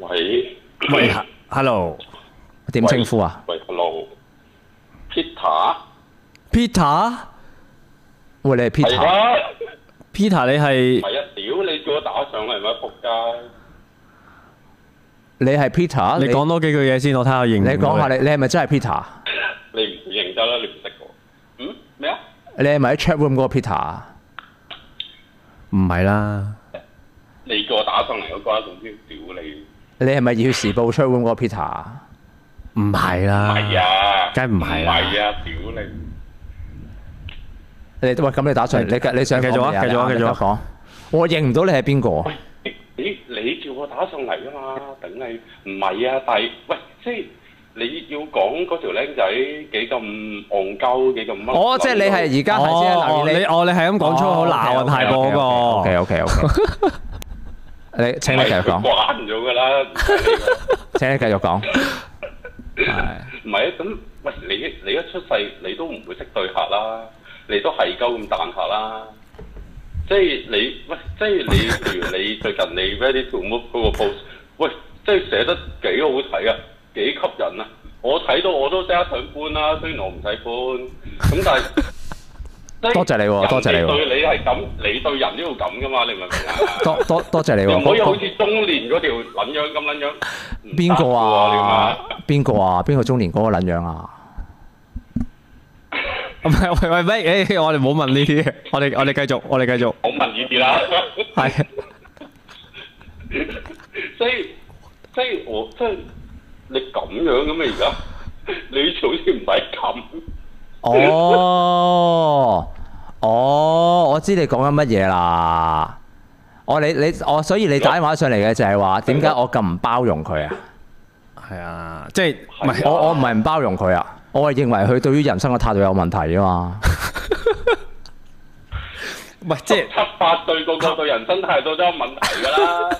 Speaker 4: 喂，
Speaker 2: 喂，hello
Speaker 1: 哎點稱呼啊？
Speaker 4: 喂，hello，Peter，
Speaker 2: Peter。
Speaker 1: 喂，你係
Speaker 2: 啊
Speaker 4: 係
Speaker 1: Peter，
Speaker 4: 啦，
Speaker 2: Peter，你係
Speaker 4: 係啊，屌你叫我打上嚟咪仆街，
Speaker 1: 你係 Peter，
Speaker 2: 你講多幾句嘢先，我睇下認唔
Speaker 1: 你
Speaker 2: 認到
Speaker 1: 講下你你係咪真係 Peter？
Speaker 4: 你唔認得啦，你唔識我，嗯咩啊？
Speaker 1: 你係咪喺 chat room 嗰個 Peter？啊
Speaker 2: 唔係啦，
Speaker 4: 你叫我打上嚟嗰個，總之屌你，
Speaker 1: 你係咪要時報 chat room 嗰個 Peter？啊
Speaker 2: 唔係啦，
Speaker 4: 係啊，
Speaker 2: 梗係唔係啦
Speaker 4: 唔係啊，屌你，
Speaker 1: 你喂咁你打上嚟，你繼你想
Speaker 2: 繼續
Speaker 1: 講
Speaker 2: 啊
Speaker 1: 咩
Speaker 2: 繼續啊
Speaker 1: 你
Speaker 2: 繼續啊
Speaker 1: 講。我認唔到你係邊個？
Speaker 4: 你你叫我打上嚟啊嘛，頂你，唔係啊，但係喂，即係你要講嗰條僆仔幾咁戇鳩，幾咁乜？
Speaker 1: 哦，即係你係而家頭先啊
Speaker 2: 哦
Speaker 1: 留意
Speaker 2: 啊你哦，你係咁講粗口鬧人太過嗰個 [laughs]
Speaker 1: OK OK OK。你請你繼續
Speaker 4: 佢
Speaker 1: 講，
Speaker 4: 慣咗㗎啦。
Speaker 1: 請你繼續講。係
Speaker 2: [laughs]
Speaker 4: 唔係啊，咁喂，你你一出世，你都唔會識對客啦，你都係鳩咁彈客啦。即係你喂，即係你譬如你最近你 ready to move 嗰個 post，喂，即係寫得幾好睇啊，幾吸引啊！我睇到我都即刻想搬啦，雖然我唔使搬，咁
Speaker 1: [laughs]
Speaker 4: 但係。即係
Speaker 1: 多謝你喎多謝你
Speaker 4: 人
Speaker 1: 喎
Speaker 4: 哋對你係咁，你對人都要咁噶嘛？你明唔明啊？
Speaker 1: 多多多 [laughs] 謝你
Speaker 4: 你唔可以好
Speaker 1: 喎。
Speaker 4: 似中年嗰條撚樣咁撚樣。唔
Speaker 1: 邊個
Speaker 4: 得㗎喎你明唔明
Speaker 1: 啊
Speaker 4: 啊？
Speaker 1: 邊個啊？邊個中年嗰個撚樣啊？
Speaker 2: 唔係 [laughs] 喂喂喂，誒我哋冇問呢啲嘢，我哋我哋繼續，我哋繼續，
Speaker 4: 我問呢啲啦，
Speaker 2: 係
Speaker 4: 所以即係我即係你咁樣咁啊！而家 [laughs] 你好似唔係咁，
Speaker 1: [laughs] 哦，哦，我知你講緊乜嘢啦。我你你我，所以你打電話上嚟嘅就係話點解我咁唔包容佢啊？
Speaker 2: 係啊，即係唔係
Speaker 4: 係啊
Speaker 1: 我我唔係唔包容佢啊，我係認為佢對於人生嘅態度有問題啊嘛。
Speaker 2: 唔係即係
Speaker 4: 七八歲個個對人生態度都有問題㗎啦。
Speaker 1: [laughs]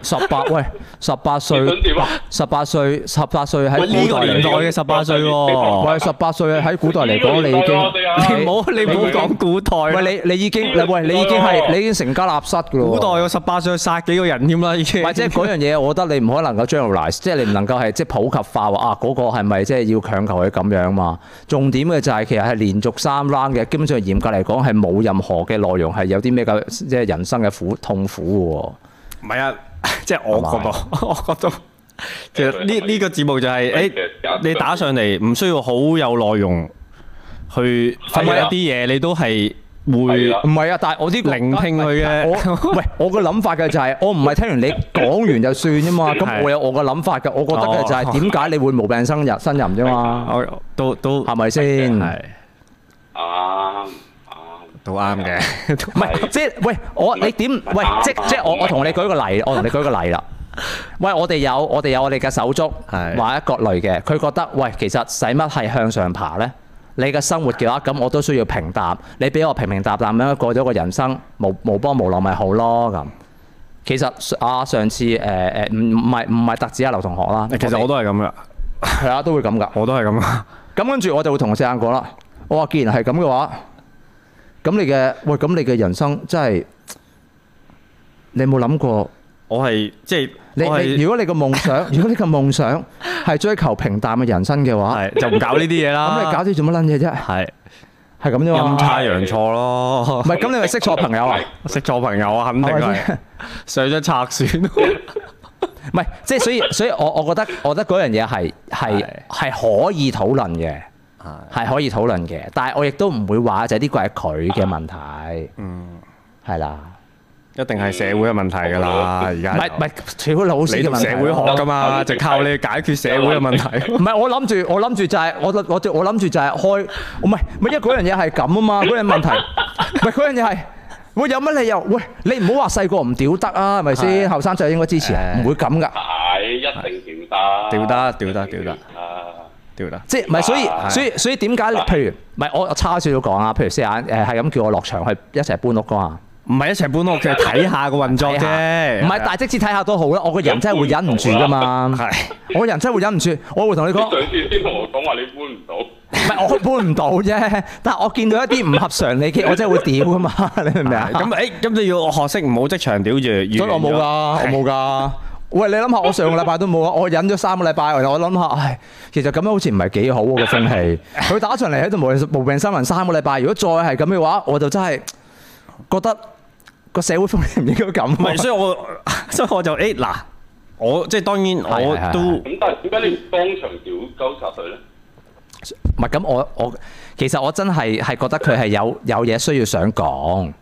Speaker 1: 十八喂，十八
Speaker 4: 你想
Speaker 1: 歲，
Speaker 4: 點啊？
Speaker 1: 十八歲，十八歲喺
Speaker 2: 喂呢
Speaker 1: 古
Speaker 2: 個
Speaker 1: 代
Speaker 2: 年
Speaker 1: 嚟
Speaker 2: 代嘅18歲喎
Speaker 1: 喂，十八歲喺古代嚟講，你已
Speaker 4: 呢個年代我哋啊
Speaker 1: 經
Speaker 2: 你唔好你唔好講古代，
Speaker 1: 喂你你已經
Speaker 4: 呢個
Speaker 1: 喂你已經係你已經成家立室㗎咯喎。
Speaker 2: 古代我十八歲殺幾個人添啦已經，
Speaker 1: 唔 [laughs] 係即係嗰樣嘢，我覺得你唔可能夠 generalize，即係你唔能夠係即係普及化話啊嗰、個係咪即係要強求佢咁樣嘛？重點嘅就係其實係連續三 round 嘅，基本上嚴格嚟講係冇任何嘅內容係有啲咩嘅即係人生嘅苦痛苦
Speaker 2: [laughs] 唔係啊，即係我覺得， [laughs] 我覺得其實呢呢個節目就啊係、啊
Speaker 4: 喂
Speaker 2: 誒、
Speaker 4: 其實有
Speaker 2: 你打上嚟唔需要好有內容去分析
Speaker 4: 係啊
Speaker 2: 一啲嘢，你都係
Speaker 4: 係
Speaker 2: 會
Speaker 4: 啊
Speaker 1: 喎。唔係啊，但係我啲
Speaker 2: 聆聽佢嘅
Speaker 1: [laughs] 我喂我個諗法嘅就係、我唔係聽完你講完就算啫 [laughs] 嘛，咁
Speaker 2: 係
Speaker 1: 我有我個諗法嘅，我覺得嘅就係
Speaker 2: 哦
Speaker 1: 點解你會無病呻吟呻吟啫 [laughs] 嘛，
Speaker 2: 嗯我都都
Speaker 1: 係咪先？
Speaker 2: 係
Speaker 4: 啱啱
Speaker 2: 都啱嘅，都
Speaker 1: 唔係，即係喂我你點喂
Speaker 2: 啊
Speaker 1: 即即係我我同你舉個例，我
Speaker 2: [laughs]
Speaker 1: 同你舉個例啦。喂，我哋有我哋有我哋嘅手足，
Speaker 2: 係
Speaker 1: 或者各類嘅，佢覺得喂，其實使乜係向上爬呢？你嘅生活嘅話，咁我都需要平淡。你俾我平平淡淡咁樣過咗個人生，無無波無浪咪好咯咁。其實啊，上次誒誒唔唔係唔係特指啊劉同學啦，
Speaker 2: [laughs] 其實我都係咁噶， [laughs]
Speaker 1: [laughs] 係啊都會咁噶。
Speaker 2: 我都係咁噶，
Speaker 1: 咁跟住我就會同四眼講啦，我話既然係咁嘅話，咁你嘅喂，咁你嘅人生真係，你有冇諗過？
Speaker 2: [laughs] 我係即係
Speaker 1: 你
Speaker 2: 我
Speaker 1: 你
Speaker 2: 係
Speaker 1: 如果你嘅夢
Speaker 2: [laughs]
Speaker 1: 想，如果你嘅夢想係追求平淡嘅人生嘅話，
Speaker 2: 係就唔搞呢啲嘢啦，
Speaker 1: 咁你搞啲做乜撚嘢啫？
Speaker 2: 係
Speaker 1: 係咁啫
Speaker 2: 陰
Speaker 1: 嘛。
Speaker 2: 差陽錯咯
Speaker 1: 唔，係咁，你咪識錯朋友啊？
Speaker 2: 識錯朋友啊，肯定
Speaker 1: 係咪
Speaker 2: 係
Speaker 1: 先
Speaker 2: 上咗拆選。
Speaker 1: 唔係，即係所
Speaker 2: [laughs]
Speaker 1: 以，所以我我覺得，我覺得嗰樣嘢係係係可以討論嘅，係可以討論嘅。但係我亦都唔會話就係呢個係佢嘅問題，
Speaker 2: 啊嗯，
Speaker 1: 係啦。
Speaker 2: [laughs] 一定係社會嘅問題㗎啦，而
Speaker 1: 唔
Speaker 2: 家
Speaker 1: 係唔係，屌老師
Speaker 2: 你
Speaker 1: 嘅
Speaker 2: 讀
Speaker 1: 問題
Speaker 2: 社
Speaker 1: 咯。
Speaker 2: 會學㗎嘛，
Speaker 4: 我
Speaker 2: 就靠你解決社會嘅問題。
Speaker 1: 唔係，我諗住，我諗住就係、我我我我諗住就係開，唔係唔係，因為嗰樣嘢係咁啊嘛，嗰樣問
Speaker 2: [laughs]
Speaker 1: 題，唔係嗰樣嘢係，喂有乜理由？喂，你唔好話細個唔屌得啊，係咪先？後生仔應該支持啊，
Speaker 2: 誒
Speaker 1: 唔會咁噶，
Speaker 4: 係一定屌得，
Speaker 2: 屌得屌得屌得
Speaker 4: 啊！
Speaker 2: 屌啦，
Speaker 1: 即係唔係？所以
Speaker 4: 係
Speaker 1: 所以所以點解？譬如唔係我我差少少講啊，譬如四眼誒係咁叫我落場去一齊搬屋噶嘛，
Speaker 2: 唔係一齊搬屋嘅，睇下個運作啫。
Speaker 1: 睇下唔
Speaker 2: 唔
Speaker 1: 係，但係即使睇下都好啦，我個人真係會忍唔住噶嘛，
Speaker 2: 啊係
Speaker 1: 我個人真係會忍唔住，我會同你
Speaker 4: 你上
Speaker 1: 講。
Speaker 4: 次先同我講話你搬唔到，
Speaker 1: 唔係我搬唔到啫，但係我見到一啲唔合常理嘅，我真係會屌噶嘛， [laughs] 你明唔明啊？
Speaker 2: 咁誒，咁你要我學識唔好即場屌住，
Speaker 1: 所以我
Speaker 2: [laughs]
Speaker 1: 冇㗎，我冇㗎。喂，你諗下，我上個禮拜都冇啊，我忍咗三個禮拜，我諗下，唉，其實咁樣好似唔係幾好喎個風氣。佢打上嚟喺度無無病呻吟三個禮拜，如果再係咁嘅話，我就真係覺得個社會風氣唔應該咁
Speaker 2: 唔係，
Speaker 1: 喎。
Speaker 2: 所以我所以我就 [laughs] 誒嗱，我即係當然我
Speaker 1: 係係係
Speaker 2: 都
Speaker 4: 咁但係點解你唔當場屌鳩殺佢咧？
Speaker 1: 唔係咁，我我其實我真係係覺得佢係有有嘢需要想
Speaker 2: [laughs]
Speaker 1: 講。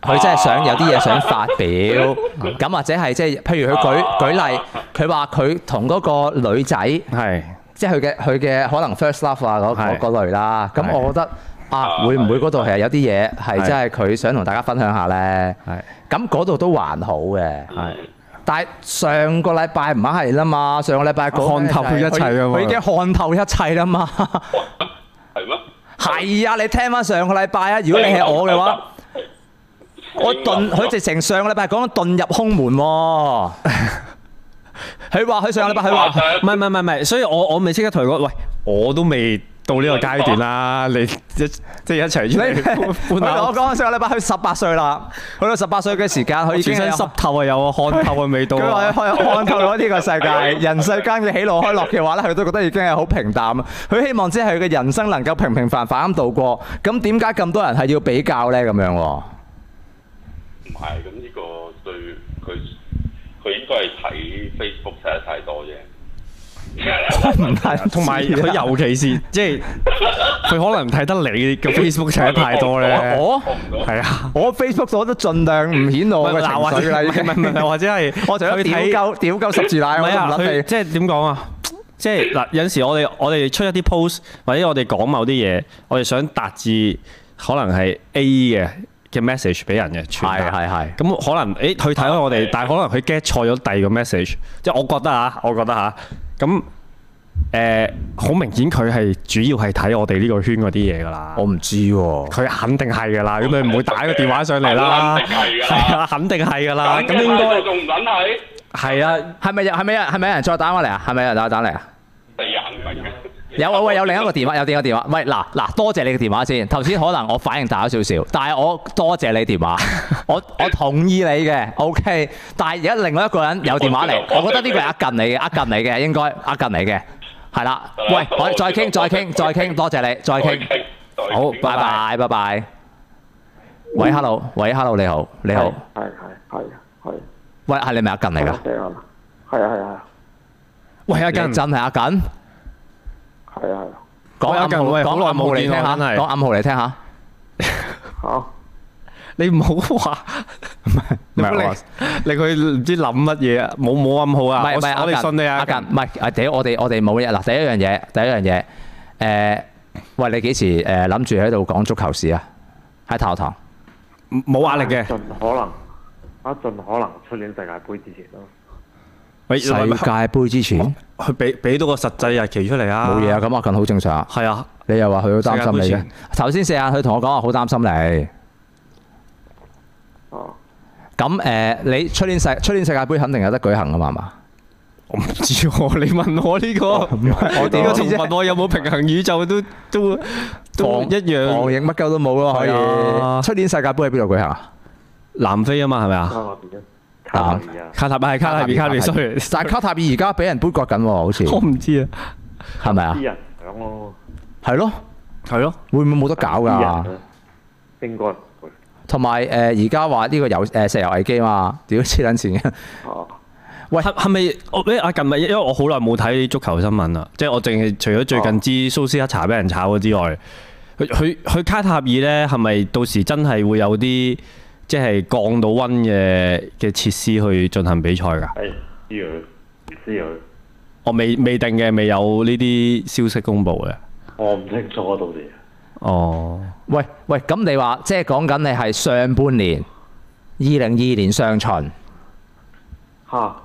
Speaker 1: 佢真係想有啲嘢想發表，
Speaker 2: 啊
Speaker 1: 咁或者係即係，譬如佢舉舉例，佢話佢同嗰個女仔
Speaker 2: 係
Speaker 1: 即係佢嘅佢嘅可能 first love 啊嗰嗰
Speaker 2: 係
Speaker 1: 嗰類啦。咁
Speaker 2: 係
Speaker 1: 我覺得啊，會唔會嗰度係有啲嘢係
Speaker 2: 係
Speaker 1: 真係佢想同大家分享下呢？
Speaker 2: 係
Speaker 1: 咁嗰度都還好嘅，
Speaker 2: 係
Speaker 1: 但係上個禮拜唔係啦嘛，上個禮拜嗰
Speaker 2: 看透一切啊嘛
Speaker 1: 佢已經看透一切啦嘛。
Speaker 4: [laughs] 係咩？
Speaker 1: 係啊，你聽翻上個禮拜啊，如果你係我嘅話，我遁，佢直情上個禮拜講緊遁入空門喎。佢話佢上個禮拜佢話
Speaker 2: [laughs] 唔係唔係唔係，所以我我咪即刻同佢講，喂，我都未到呢個階
Speaker 1: [laughs]
Speaker 2: 段啦，你即即係一齊
Speaker 1: 你
Speaker 2: 出
Speaker 1: 佢
Speaker 2: 嚟搬
Speaker 1: 我
Speaker 2: 搬下，
Speaker 1: 講緊上個禮拜佢十八歲啦，去到十八歲嘅時間，佢已經
Speaker 2: 全身
Speaker 1: 有
Speaker 2: 濕透啊，有
Speaker 1: [laughs]
Speaker 2: 啊汗透嘅味道
Speaker 1: 佢
Speaker 2: 啊。
Speaker 1: 話佢看透咗呢個世界，人世間嘅喜怒哀樂嘅話咧，佢都覺得已經係好平淡。佢希望即係佢嘅人生能夠平平凡凡咁度過。咁點解咁多人係要比較咧？咁樣喎，
Speaker 4: 唔係咁呢個對佢佢應該係睇 Facebook 睇得太
Speaker 1: [laughs]
Speaker 4: 多啫。
Speaker 1: 唔係 [laughs]
Speaker 2: 同埋佢尤其是即係佢可能睇得
Speaker 1: [laughs]
Speaker 2: 你嘅 Facebook 睇得太多咧，
Speaker 1: 我
Speaker 2: 係啊，
Speaker 1: 我 Facebook 我都盡量唔顯露我嘅情
Speaker 2: 嗱或
Speaker 1: 緒
Speaker 2: 者
Speaker 1: 啦，已
Speaker 2: 唔係
Speaker 1: 經
Speaker 2: 唔。係唔
Speaker 1: [laughs]
Speaker 2: 係或者係
Speaker 1: 我除咗
Speaker 2: 佢
Speaker 1: 屌
Speaker 2: 睇
Speaker 1: 鳩屌鳩十字奶，哎
Speaker 2: 唔
Speaker 1: 我
Speaker 2: 係
Speaker 1: 都唔
Speaker 2: 啊，
Speaker 1: 撚
Speaker 2: 佢
Speaker 1: 你。
Speaker 2: 即係點講啊？即係嗱，有陣時我哋我哋出一啲 post 或者我哋講某啲嘢，我哋想達至可能係 A 嘅嘅 message 俾人嘅傳達。
Speaker 1: 係
Speaker 2: 咁可能誒佢睇開我哋，但係可能佢 get 錯咗第二個 message，即係我覺得啊，我覺得嚇，咁誒好明顯佢係主要係睇我哋呢個圈嗰啲嘢㗎啦
Speaker 1: 我，唔知喎。
Speaker 2: 佢肯定係㗎啦，咁你唔會打個電話上嚟啦，
Speaker 4: 肯定係㗎啦
Speaker 2: 係啊，肯定係㗎啦，咁應
Speaker 4: 我
Speaker 2: 該
Speaker 4: 仲唔撚係？
Speaker 2: 係啊，
Speaker 1: 係咪有係咪有人係咪有人再打我嚟啊？係咪有人打打嚟啊？
Speaker 4: 第二肯定嘅。
Speaker 1: 有啊喂，有另一個
Speaker 4: [laughs]
Speaker 1: 電話，有另一個電話。喂，嗱嗱，多謝你嘅電話先。頭先可能我反應大咗少少，但係我多謝你電話，我我同意你嘅，OK。但係而家另外一個人有電話嚟，我覺得呢個係呃近你嘅，呃近你嘅應該呃近你嘅，係啦。喂，我哋再傾，再傾，再傾，多謝你，再傾。
Speaker 4: 再傾
Speaker 1: 好，拜拜，拜拜。喂，hello，喂，hello，你好，你好。
Speaker 5: 係係係係，
Speaker 1: 喂，係你咪呃近嚟㗎？
Speaker 5: 係啊係啊
Speaker 2: 喂阿
Speaker 1: 你真
Speaker 2: 根，
Speaker 1: 係阿近？
Speaker 5: 係啊係啊，
Speaker 1: 講
Speaker 2: 喂阿
Speaker 1: 暗
Speaker 2: 近
Speaker 1: 號，
Speaker 2: 喂
Speaker 1: 講
Speaker 2: 好
Speaker 1: 暗
Speaker 2: 耐
Speaker 1: 號
Speaker 2: 冇
Speaker 1: 嚟
Speaker 2: 見
Speaker 1: 聽下，
Speaker 2: 喎真係啊
Speaker 1: 講暗號嚟聽下。
Speaker 5: 好
Speaker 2: 你唔好話。
Speaker 1: 唔係
Speaker 2: 你唔好令令佢唔知諗乜嘢啊！冇冇咁好
Speaker 1: 唔
Speaker 2: 啊！
Speaker 1: 係
Speaker 2: 我
Speaker 1: 唔係，
Speaker 2: 我哋信你啊！
Speaker 1: 阿近，唔係啊屌！我哋我哋冇嘢嗱。第一樣嘢，第一樣嘢，誒，喂，你幾時誒諗住喺度講足球事啊？喺太學堂，
Speaker 2: 冇壓力嘅。
Speaker 5: 盡可能啊，盡可能出年世界盃之前咯。
Speaker 2: 喂，
Speaker 1: 世界盃之前冇
Speaker 2: 佢俾俾到個實際日期出嚟啊！
Speaker 1: 嘢啊，。咁阿近好正常啊。
Speaker 2: 係啊，
Speaker 1: 你又話佢好擔心
Speaker 2: 世
Speaker 1: 你
Speaker 2: 界
Speaker 1: 嘅
Speaker 2: 盃前，
Speaker 1: 頭先四眼佢同我講話好擔心你。
Speaker 5: 哦，
Speaker 1: 咁誒，你出年世出年世界盃肯定有得舉行噶嘛？係嘛？
Speaker 2: 我唔知喎。你問我呢個，哦我
Speaker 1: 點
Speaker 2: 點
Speaker 1: 知
Speaker 2: 解
Speaker 1: 啫
Speaker 2: 同問我有冇平衡宇宙都都都
Speaker 1: 防
Speaker 2: 一樣？
Speaker 1: 防疫乜鳩都冇咯，可
Speaker 2: 係啊
Speaker 1: 以。出年世界盃喺邊度舉行啊？
Speaker 2: 南非啊嘛，係咪
Speaker 5: 卡
Speaker 2: 啊？
Speaker 5: 塔爾啊，卡塔爾
Speaker 2: 卡塔 [laughs]
Speaker 5: 啊，
Speaker 2: 係卡塔爾，卡塔爾，sorry，
Speaker 1: 但係卡塔爾而家俾人杯葛緊喎，
Speaker 2: [laughs]
Speaker 1: 好似
Speaker 2: 我唔知啊。
Speaker 1: 係咪啊
Speaker 5: 啲？人想咯，
Speaker 1: 係咯，
Speaker 2: 係咯，
Speaker 1: 會唔會冇得搞
Speaker 5: 啲
Speaker 1: 㗎？
Speaker 5: 人啊，應該唔會
Speaker 1: 同埋誒而家話呢個油誒石油危機嘛， [laughs] 屌黐撚線嘅，
Speaker 5: 哦，
Speaker 2: 喂，係係咪我咧？阿近咪因為我好耐冇睇足球新聞啦，即係我淨係除咗最近知蘇斯克查俾人炒咗之外，佢佢佢卡塔爾咧係咪到時真係會有啲即係降到温嘅嘅設施去進行比賽㗎？
Speaker 5: 係知佢知佢，
Speaker 2: 我未未定嘅，未有呢啲消息公布嘅。
Speaker 5: 我唔清楚啊，到時
Speaker 2: 哦，
Speaker 1: 喂喂，咁你話即係講緊你係上半年二零二年上旬，
Speaker 5: 嚇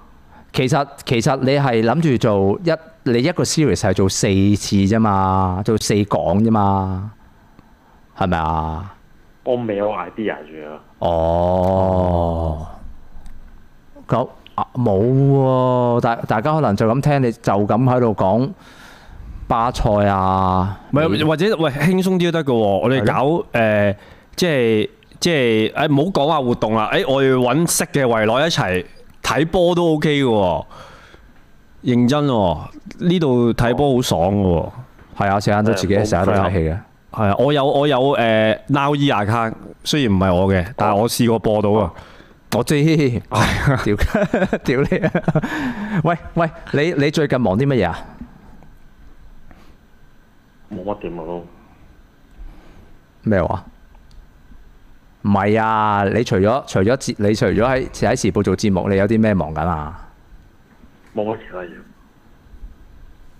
Speaker 1: 其實其實你係諗住做一你一個 series 係做四次啫嘛，做四講啫嘛，係咪啊？
Speaker 5: 我未有 idea 住啊，
Speaker 1: 哦，咁啊冇喎，大大家可能就咁聽你就咁喺度講巴塞啊，
Speaker 2: 唔係或者喂輕鬆啲都得嘅喎，我哋搞誒、呃即係即係誒唔好講話活動啦，誒、我哋揾識嘅圍內一齊睇波都 OK 嘅喎，認真喎、呢度睇波好爽嘅喎，
Speaker 1: 係啊，成日都自己
Speaker 5: 誒冇
Speaker 1: 成日都睇戲嘅。
Speaker 2: 係啊，我有我有誒、呃 Now E account，雖然唔係我嘅，
Speaker 1: 哦
Speaker 2: 但係我試過播到啊，
Speaker 1: 我知，
Speaker 2: [laughs]
Speaker 1: 屌屌你 [laughs] 啊！喂喂，你你最近忙啲乜嘢啊？
Speaker 5: 冇乜點啊都，
Speaker 1: 咩話？唔係啊！你除咗除咗節，你除咗喺喺時報做節目，你有啲咩忙緊啊？
Speaker 5: 冇乜其他嘢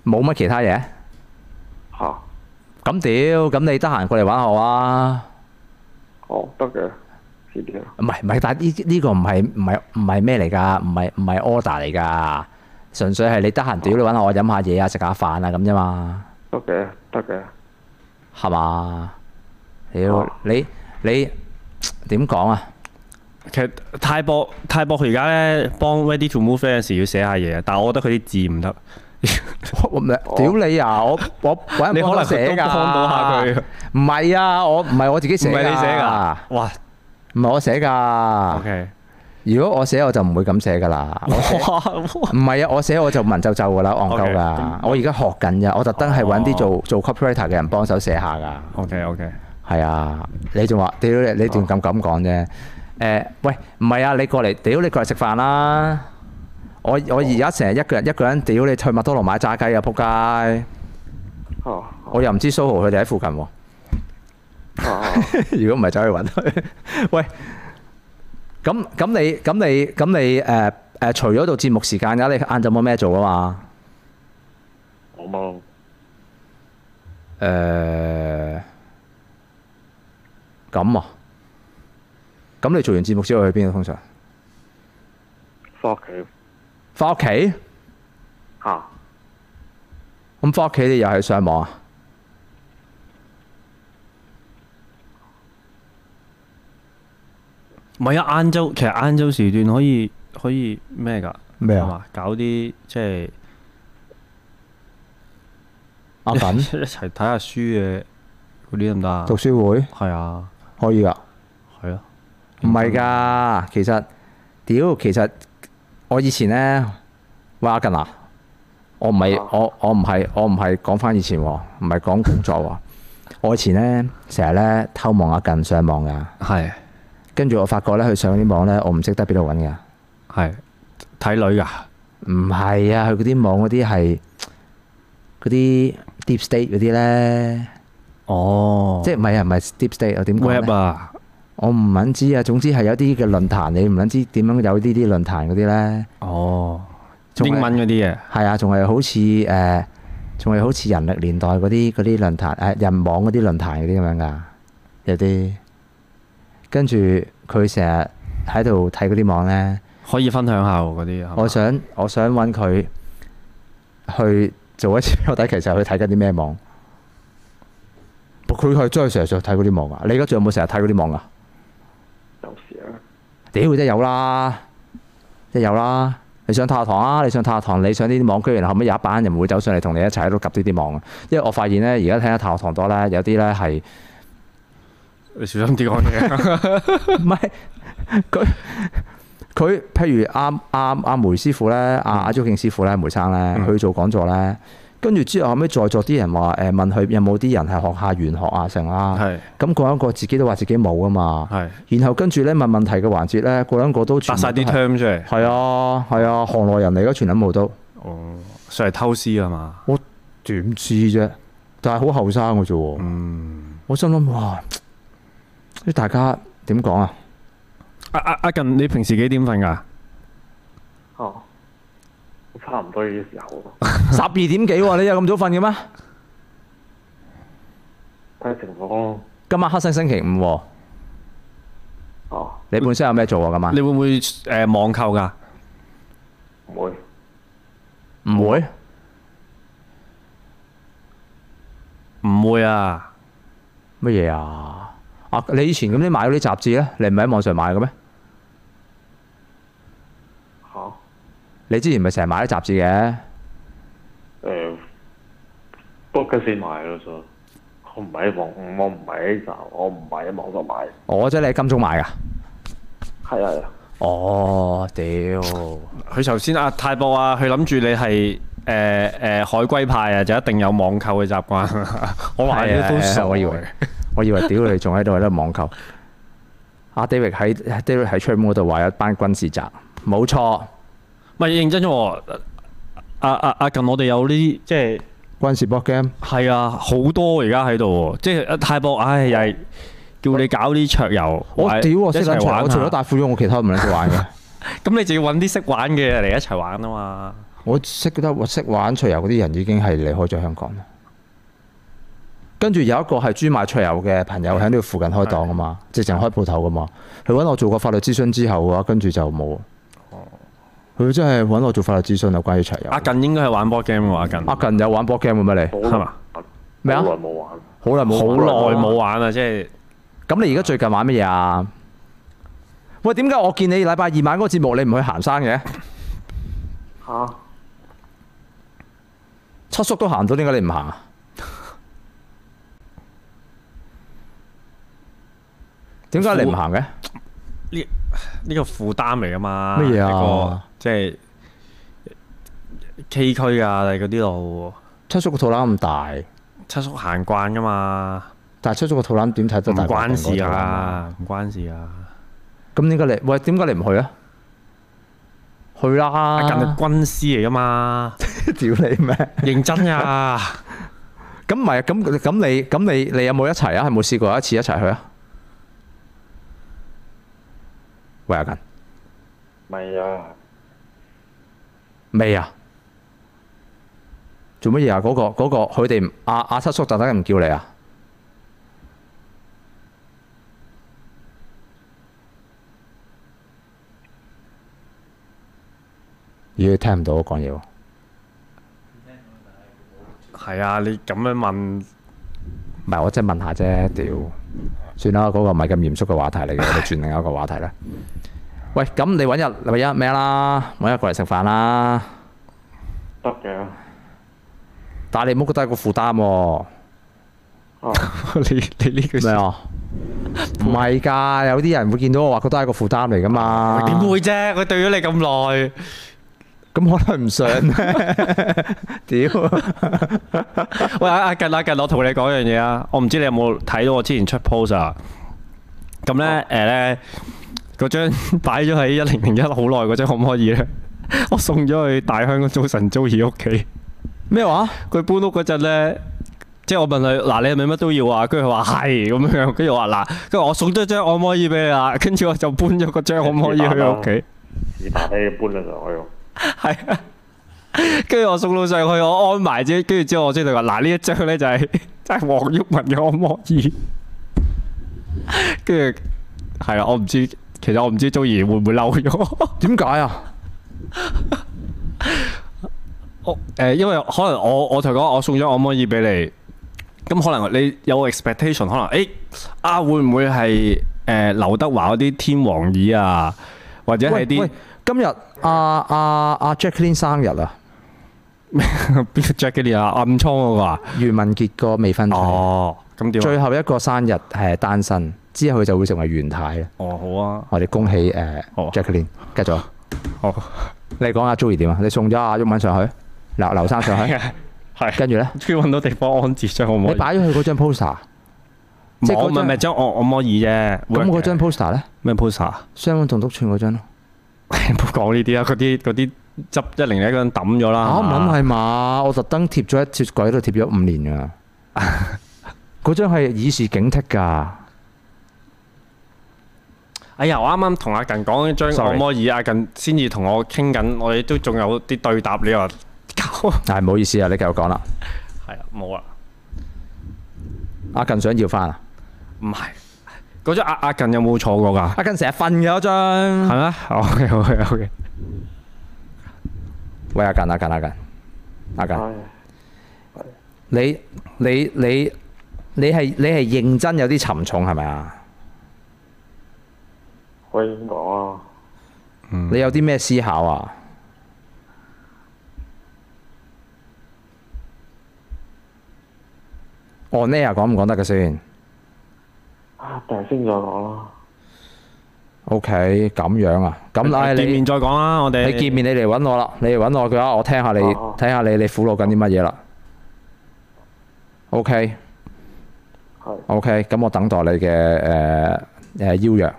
Speaker 1: 冇乜其他嘢？
Speaker 5: 嚇，
Speaker 1: 咁屌，咁你得閒過嚟玩我啊？
Speaker 5: 哦得嘅，知啲啊啦，
Speaker 1: 唔係唔係，但係呢呢個唔係唔係唔係咩嚟㗎？唔係唔係 order 嚟㗎，純粹係你得閒屌你揾我飲下嘢啊，食下飯啊咁啫嘛。
Speaker 5: 得嘅得嘅，
Speaker 1: 係嘛？屌
Speaker 5: 啊
Speaker 1: 你你點講啊？ [laughs]
Speaker 2: 其實泰博泰博佢而家咧幫 Ready to Move 嗰陣時要寫下嘢，但係我覺得佢啲字唔得。
Speaker 1: 我唔係屌你啊！我我揾人
Speaker 2: [laughs] 你可
Speaker 1: 幫
Speaker 2: 能
Speaker 1: 手寫
Speaker 2: 都
Speaker 1: 㗎，
Speaker 2: 幫到下佢
Speaker 1: 唔係啊，我唔係我自己寫，
Speaker 2: 唔係你寫㗎，哇
Speaker 1: 唔係我寫㗎。 [laughs]
Speaker 2: ！OK， [laughs]
Speaker 1: 如果我寫我就唔會咁寫㗎啦。我寫
Speaker 2: 哇
Speaker 1: 唔係啊，我寫我就文縐縐㗎啦，戇鳩㗎。我而家學緊啫，我特登係揾啲做做 copywriter 嘅人幫手寫下㗎。
Speaker 2: ，OK OK，
Speaker 1: 係啊，你仲話屌你你仲咁咁講啫？誒、喂，唔係啊，你過嚟，屌你過嚟食飯啦！我我而家成日一個人一個人，屌你去麥當勞買炸雞啊！仆街！
Speaker 5: 哦
Speaker 1: 我又唔知 SOHO 佢哋喺附近喎、 [laughs]
Speaker 5: 哦哦，
Speaker 1: 如果唔係走去揾佢。 [laughs] 喂，咁咁你咁你咁你誒誒、呃除咗做節目時間㗎，你晏晝冇咩做啊嘛？
Speaker 5: 我冇
Speaker 1: 誒、呃咁啊？咁你做完節目之後去邊啊？通常
Speaker 5: 翻屋企
Speaker 1: 翻屋企？
Speaker 5: 嚇，
Speaker 1: 咁翻屋企你又係上網啊？
Speaker 2: 唔係啊，晏晝其實晏晝時段可以可以咩㗎？
Speaker 1: 咩啊
Speaker 2: 係嘛？搞啲即係
Speaker 1: 阿
Speaker 2: 一
Speaker 1: 品
Speaker 2: [laughs] 一齊睇下書嘅嗰啲得唔得啊？
Speaker 1: 讀書會
Speaker 2: 係啊，
Speaker 1: 可以噶？
Speaker 2: 係咯，
Speaker 1: 唔係㗎，其實屌，其實我以前咧，喂阿近啊，我唔係
Speaker 5: 啊
Speaker 1: 我我唔係我唔係講翻以前喎，唔係講工作喎。我以前咧成日咧偷望阿近上網㗎，
Speaker 2: 係
Speaker 1: 跟住我發覺咧佢上嗰啲網咧，我唔識得邊度揾㗎。
Speaker 2: 係睇女㗎，
Speaker 1: 唔係啊，佢嗰啲網嗰啲係嗰啲 deep state 嗰啲咧，
Speaker 2: 哦，
Speaker 1: 即係唔係啊？唔係 deep state，我點講
Speaker 2: web
Speaker 1: 咧？
Speaker 2: 啊，
Speaker 1: 我唔撚知啊。總之係有啲嘅論壇，你唔撚知點樣有呢啲論壇嗰啲咧，
Speaker 2: 哦，
Speaker 1: 仲
Speaker 2: 英
Speaker 1: 係
Speaker 2: 文嗰啲嘢，
Speaker 1: 係啊，仲係好似誒，呃仲係好似人力年代嗰啲嗰啲論壇誒、呃人網嗰啲論壇嗰啲咁樣噶，有啲跟住佢成日喺度睇嗰啲網咧。
Speaker 2: 可以分享下喎嗰啲係嘛。
Speaker 1: 我想我想揾佢去做一次俾我睇，其實佢睇緊啲咩網？佢係真係成日想睇嗰啲網啊！你而家仲有冇成日睇嗰啲網啊？
Speaker 5: 有時啊，
Speaker 1: 屌，真係有啦，真係有啦！你上太學堂啊，你上太學堂，你上呢啲網，居然後尾有一班人會走上嚟同你一齊喺度及呢啲網啊！因為我發現呢，而家睇下太學堂多啦，有啲呢係
Speaker 2: 你小心啲講 [laughs] 嘢。
Speaker 1: 唔係佢佢譬如阿阿阿梅師傅咧，阿阿朱敬師傅咧，梅生咧，
Speaker 2: 嗯
Speaker 1: 佢做講座咧，跟住之後後尾在座啲人話誒問佢有冇啲人係學下玄學啊成啊，
Speaker 2: 係
Speaker 1: 咁嗰一個自己都話自己冇啊嘛，
Speaker 2: 係，
Speaker 1: 然後跟住咧問問題嘅環節咧，嗰兩個都
Speaker 2: 搭
Speaker 1: 全部
Speaker 2: 晒
Speaker 1: 都
Speaker 2: 啲
Speaker 1: 係
Speaker 2: term 出嚟，
Speaker 1: 係啊係啊，行內人嚟嘅全撚冇都，
Speaker 2: 哦，上嚟偷師啊嘛。
Speaker 1: 我點知啫？但係好後生嘅啫喎。
Speaker 2: 嗯，
Speaker 1: 我心諗哇，啲大家點講
Speaker 2: [laughs]
Speaker 1: 啊？
Speaker 2: 阿阿阿近，你平時幾點瞓㗎？
Speaker 5: 哦，差唔多嘅時候，
Speaker 1: 十二點幾喎？你有咁早瞓嘅咩？
Speaker 5: 睇情況咯。
Speaker 1: 今晚黑星星期五喎，
Speaker 5: 哦，
Speaker 1: 你本身有咩做啊？今晚
Speaker 2: 你會唔會誒網購㗎？
Speaker 5: 唔會，
Speaker 1: 唔會
Speaker 2: 唔會啊，
Speaker 1: 乜嘢啊？啊！你以前咁你買嗰啲雜誌咧，你唔係喺網上買嘅咩？
Speaker 5: 嚇，誒、
Speaker 1: 你之前咪成日買啲雜誌嘅，
Speaker 5: book 咗先買咯，就我唔喺網，我唔喺站，我唔喺網度買。
Speaker 1: 我即係你喺金鐘買㗎。
Speaker 5: 係啊，
Speaker 1: 哦，屌！
Speaker 2: 佢頭先阿泰博啊，佢諗住你係誒誒海歸派啊，就一定有網購嘅習慣。 [laughs] 我話你都
Speaker 1: 係
Speaker 2: 傻
Speaker 1: 啊我以為我以為屌你仲喺度喺度網購。阿 David 喺 David 喺 t r 嗰度話有一班軍事宅，冇錯，
Speaker 2: 唔係認真喎。阿阿阿近，我哋有呢啲即係。
Speaker 1: 軍事 b o game。
Speaker 2: 係啊，好多而家喺度喎，即係啊泰博，唉，又係叫你搞啲桌遊，
Speaker 1: 我
Speaker 2: 話
Speaker 1: 屌！我
Speaker 2: 一
Speaker 1: 識
Speaker 2: 齊
Speaker 1: 撚場，
Speaker 2: 玩
Speaker 1: 我除咗
Speaker 2: 啊！
Speaker 1: 大富翁，我其他都唔撚識玩嘅。
Speaker 2: 咁你就要揾啲識玩嘅嚟一齊玩啊嘛。
Speaker 1: 我識得我識玩桌遊嗰啲人已經係離開咗香港啦。跟住有一個係專賣桌遊嘅朋友喺呢度附近開檔噶嘛，直情開鋪頭噶嘛。佢揾我做過法律諮詢之後嘅話，跟住就冇。啊佢真係揾我做法律諮詢啊，關於桌遊。
Speaker 2: 阿近應該係玩 board game 喎，阿近
Speaker 1: 阿近有玩 board game 嘅咩
Speaker 5: 好
Speaker 1: 你？
Speaker 5: 耐
Speaker 2: 係嘛？
Speaker 1: 咩啊
Speaker 5: 好耐冇玩，
Speaker 1: 好耐冇
Speaker 2: 好
Speaker 1: 玩
Speaker 2: 啊耐冇玩啦，即係
Speaker 1: 咁你而家最近玩乜嘢啊？喂，點解我見你禮拜二晚嗰個節目你唔去行山嘅？
Speaker 5: 吓，
Speaker 1: 七叔都行到，點解你唔行啊？點解你唔行嘅？
Speaker 2: 呢呢個負擔嚟噶嘛？
Speaker 1: 乜嘢啊
Speaker 2: 一個即係崎嶇㗎，你嗰啲路
Speaker 1: 七叔個肚腩咁大，
Speaker 2: 七叔行慣噶嘛，
Speaker 1: 但係七叔個肚腩點睇
Speaker 2: 唔
Speaker 1: 都大過我
Speaker 2: 關
Speaker 1: 個肚腩
Speaker 2: 事啊，唔關事啊。
Speaker 1: 咁點解你喂？點解你唔去啊？去啦！
Speaker 2: 近係軍師嚟噶嘛，
Speaker 1: 屌你咩？
Speaker 2: 認真㗎。
Speaker 1: 咁唔係咁咁你咁你你有冇一齊啊？係冇試過一次一齊去啊？喂阿近
Speaker 5: 咪啊，
Speaker 1: 未啊？做乜嘢啊？嗰、個嗰、個佢哋唔阿阿七叔特登唔叫你啊？咦，聽唔到我講嘢喎！
Speaker 2: 係啊，你咁樣問，
Speaker 1: 唔係，我即係問下啫，屌，算啦，嗰、個唔係咁嚴肅嘅話題嚟嘅，我哋轉另一個話題啦。喂，咁你揾日禮拜一咩啦？揾日過嚟食飯啦。
Speaker 5: 得嘅。
Speaker 1: 但係你唔好覺得係個負擔喎、
Speaker 5: 哦，
Speaker 2: 你你呢句
Speaker 1: 咩啊？ [laughs] 唔係㗎，有啲人會見到我話覺得係個負擔嚟㗎嘛。
Speaker 2: 點會啫？佢對咗你咁耐，
Speaker 1: 咁可能唔想
Speaker 2: [laughs]
Speaker 1: 咧。屌，
Speaker 2: 喂阿阿近阿近，我同你講樣嘢啊，我唔知你有冇睇到我之前出 post 啊？咁
Speaker 1: 哦
Speaker 2: 咧誒咧，嗰張 [laughs] 擺咗喺一零零一好耐嗰張，可唔可以咧？ [laughs] 我送咗去大香港早晨 Joey 屋企，
Speaker 1: 咩話？
Speaker 2: 佢搬屋嗰陣咧。即係我問佢嗱，你係咪乜都要啊？跟住佢話係咁樣，跟住我話嗱，跟住我送咗張按摩椅俾你啦，跟住我就搬咗個張按摩椅去佢屋企。
Speaker 5: 二百你搬咗上去喎。
Speaker 2: 係啊，跟住我送到上去，我安埋啫。跟住之後我先同佢話：嗱，呢一張咧就係 [laughs] 真係黃毓民嘅按摩椅。跟住係啦，我唔知，其實我唔知周怡會唔會嬲咗 [laughs] 我。
Speaker 1: 點解啊？
Speaker 2: 我誒、因為可能我我同佢講，我送咗按摩椅俾你。咁可能你有個 expectation，可能誒、欸啊會唔會係誒、劉德華嗰啲天王椅啊，或者係
Speaker 1: 喂
Speaker 2: 啲
Speaker 1: 喂，今日阿阿阿 Jacqueline 生日啊，
Speaker 2: [laughs] 邊個 Jackie 啊暗瘡嗰個啊？
Speaker 1: 余文傑個未婚妻。
Speaker 2: 哦，咁點啊？
Speaker 1: 最後一個生日係單身，之後佢就會成為元太啦。
Speaker 2: 哦，好啊，
Speaker 1: 我哋恭喜誒
Speaker 2: 好
Speaker 1: Jacqueline，繼續啊。
Speaker 2: 好。
Speaker 1: 你講阿 Joey 點啊？你送咗阿鬱文上去，劉劉生上
Speaker 2: [laughs]
Speaker 1: 去，
Speaker 2: 係
Speaker 1: 跟住咧，
Speaker 2: 終於揾到地方安置張按摩
Speaker 1: 你
Speaker 2: 椅，
Speaker 1: 擺咗佢嗰張 poster，啊
Speaker 2: 唔
Speaker 1: 即係
Speaker 2: 係我
Speaker 1: 嗰
Speaker 2: 唔係
Speaker 1: 張
Speaker 2: 唔係張按按摩椅啫。
Speaker 1: 咁
Speaker 2: work
Speaker 1: 嗰
Speaker 2: 嘅
Speaker 1: 張 poster 咧，
Speaker 2: 咩 poster？啊
Speaker 1: 雙灣棟篤串嗰張咯。
Speaker 2: [laughs] 唔好講呢啲啦，嗰啲嗰啲執一零一嗰陣抌咗啦。
Speaker 1: 嚇唔撚
Speaker 2: 係嘛
Speaker 1: 啊係嘛？我特登貼咗一隻櫃喺度貼咗五年 [laughs] 㗎。嗰張係以示警惕㗎。
Speaker 2: 哎呀，我啱啱同阿近講一張
Speaker 1: Sorry
Speaker 2: 按摩椅，阿近先至同我傾緊，我哋都仲有啲對答，你話
Speaker 1: [laughs]
Speaker 2: 搞
Speaker 1: 但係唔好意思啊，你繼續講啦。
Speaker 2: 係啊冇啊？
Speaker 1: 阿近想要翻啊？
Speaker 2: 唔係嗰張阿阿近有冇坐過㗎？
Speaker 1: 阿近成日瞓嘅嗰張。
Speaker 2: 係咩？OK [laughs] OK OK，
Speaker 1: 喂，阿近，阿近，阿近，阿近。
Speaker 5: 唉，
Speaker 1: 你你你你係你係認真有啲沉重係咪啊？
Speaker 5: 可以咁講啊。
Speaker 1: 你有啲咩思考啊？on air 講唔講得嘅先
Speaker 5: 啊，定係先再講啦。
Speaker 1: ？OK，咁樣啊，咁唉
Speaker 2: 見
Speaker 1: 你
Speaker 2: 面再講啦，我哋
Speaker 1: 你見面你嚟揾我啦，你嚟揾我嘅話，我聽下你
Speaker 5: 哦哦
Speaker 1: 睇下你你苦惱緊啲乜嘢啦。OK
Speaker 5: 係
Speaker 1: OK，咁我等待你嘅誒誒邀約。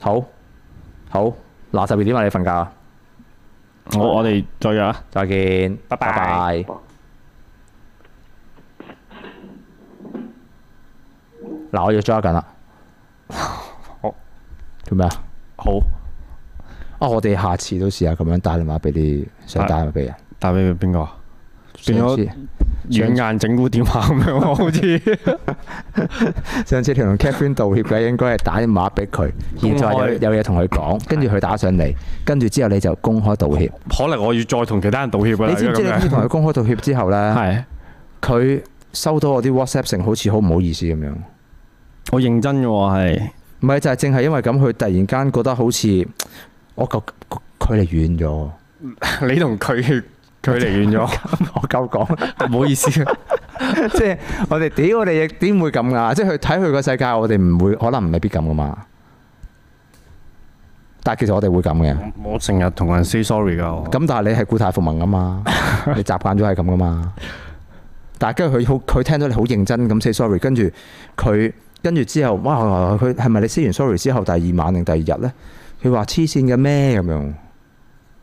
Speaker 1: 好，好，嗱十二點啊，你瞓覺啊，
Speaker 2: 我我哋再約啊。
Speaker 1: 再見，
Speaker 2: 拜拜
Speaker 1: 拜嗱，我要抓緊啦。
Speaker 2: 好。
Speaker 1: 做咩啊？
Speaker 2: 好，
Speaker 1: 啊，我哋下次都試下咁樣打電話俾啲想打電話俾人。
Speaker 2: 打俾邊個？啊變
Speaker 1: 上
Speaker 2: 咗
Speaker 1: 次
Speaker 2: 軟硬整蠱電話咁樣喎，好似。
Speaker 1: 上次條同 Catherine 道歉嘅應該係打電話俾佢，然之後有
Speaker 2: 公開
Speaker 1: 有嘢同佢講，跟住佢打上嚟，跟住之後你就公開道歉。
Speaker 2: 可能我要再同其他人道歉㗎啦。
Speaker 1: 你知唔知
Speaker 2: 如
Speaker 1: 你
Speaker 2: 果咁
Speaker 1: 呢
Speaker 2: 樣
Speaker 1: 同佢公開道歉之後呢，
Speaker 2: 係，
Speaker 1: 佢收到我啲 WhatsApp 成好似好唔好意思咁樣。
Speaker 2: 我認真嘅喎係。
Speaker 1: 唔係就係正係因為咁，佢突然間覺得好似我個距離遠咗，我
Speaker 2: 你同佢距離遠咗，
Speaker 1: 夠講，
Speaker 2: 唔好意
Speaker 1: [laughs]
Speaker 2: 思。
Speaker 1: 即係我哋屌我哋亦點會咁噶？即係佢睇佢個世界，我哋唔會可能未必咁噶嘛。但係其實我哋會咁嘅。
Speaker 2: [laughs] 我成日同人 say sorry 噶，我
Speaker 1: 咁但係你係固態復萌噶嘛，你習慣咗係咁噶嘛。但係跟住佢好，佢聽到你好認真咁 say sorry，跟住佢跟住之後，哇！佢係咪你 say 完 sorry 之後第二晚定第二日呢？佢話黐線嘅咩咁樣，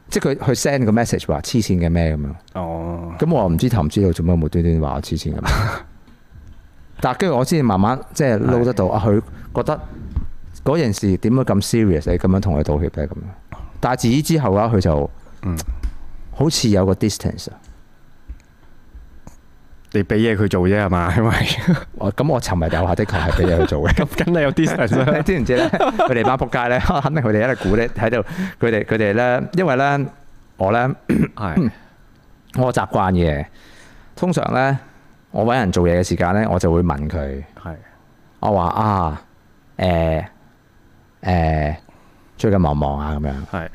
Speaker 1: 即係佢佢 send 個 message 話黐線嘅咩咁樣。
Speaker 2: 哦，
Speaker 1: 咁我又唔知頭唔知道做乜無端端話我黐線
Speaker 2: [laughs]
Speaker 1: 咁。但係跟住我先慢慢即係撈得到啊，佢覺得嗰件事點解咁 serious？你咁樣同佢道歉咧咁樣。但係自此之後嘅話，佢就
Speaker 2: 嗯
Speaker 1: 好似有個 distance 啊。
Speaker 2: 你俾嘢佢做啫係嘛？因 [laughs] 為
Speaker 1: 我咁我尋日有下的確係俾嘢佢做嘅。
Speaker 2: [laughs] 咁梗係有 distance 啦
Speaker 1: 你知唔知咧？佢哋班仆街咧， [laughs] 肯定佢哋喺度估咧，喺度佢哋佢哋咧，因為咧我咧。
Speaker 2: [laughs] 係
Speaker 1: 我習慣嘅。通常呢，我揾人做嘢嘅時間呢，我就會問佢，
Speaker 2: 係
Speaker 1: 我話啊，誒、誒、最近忙唔忙啊咁樣。
Speaker 2: 係，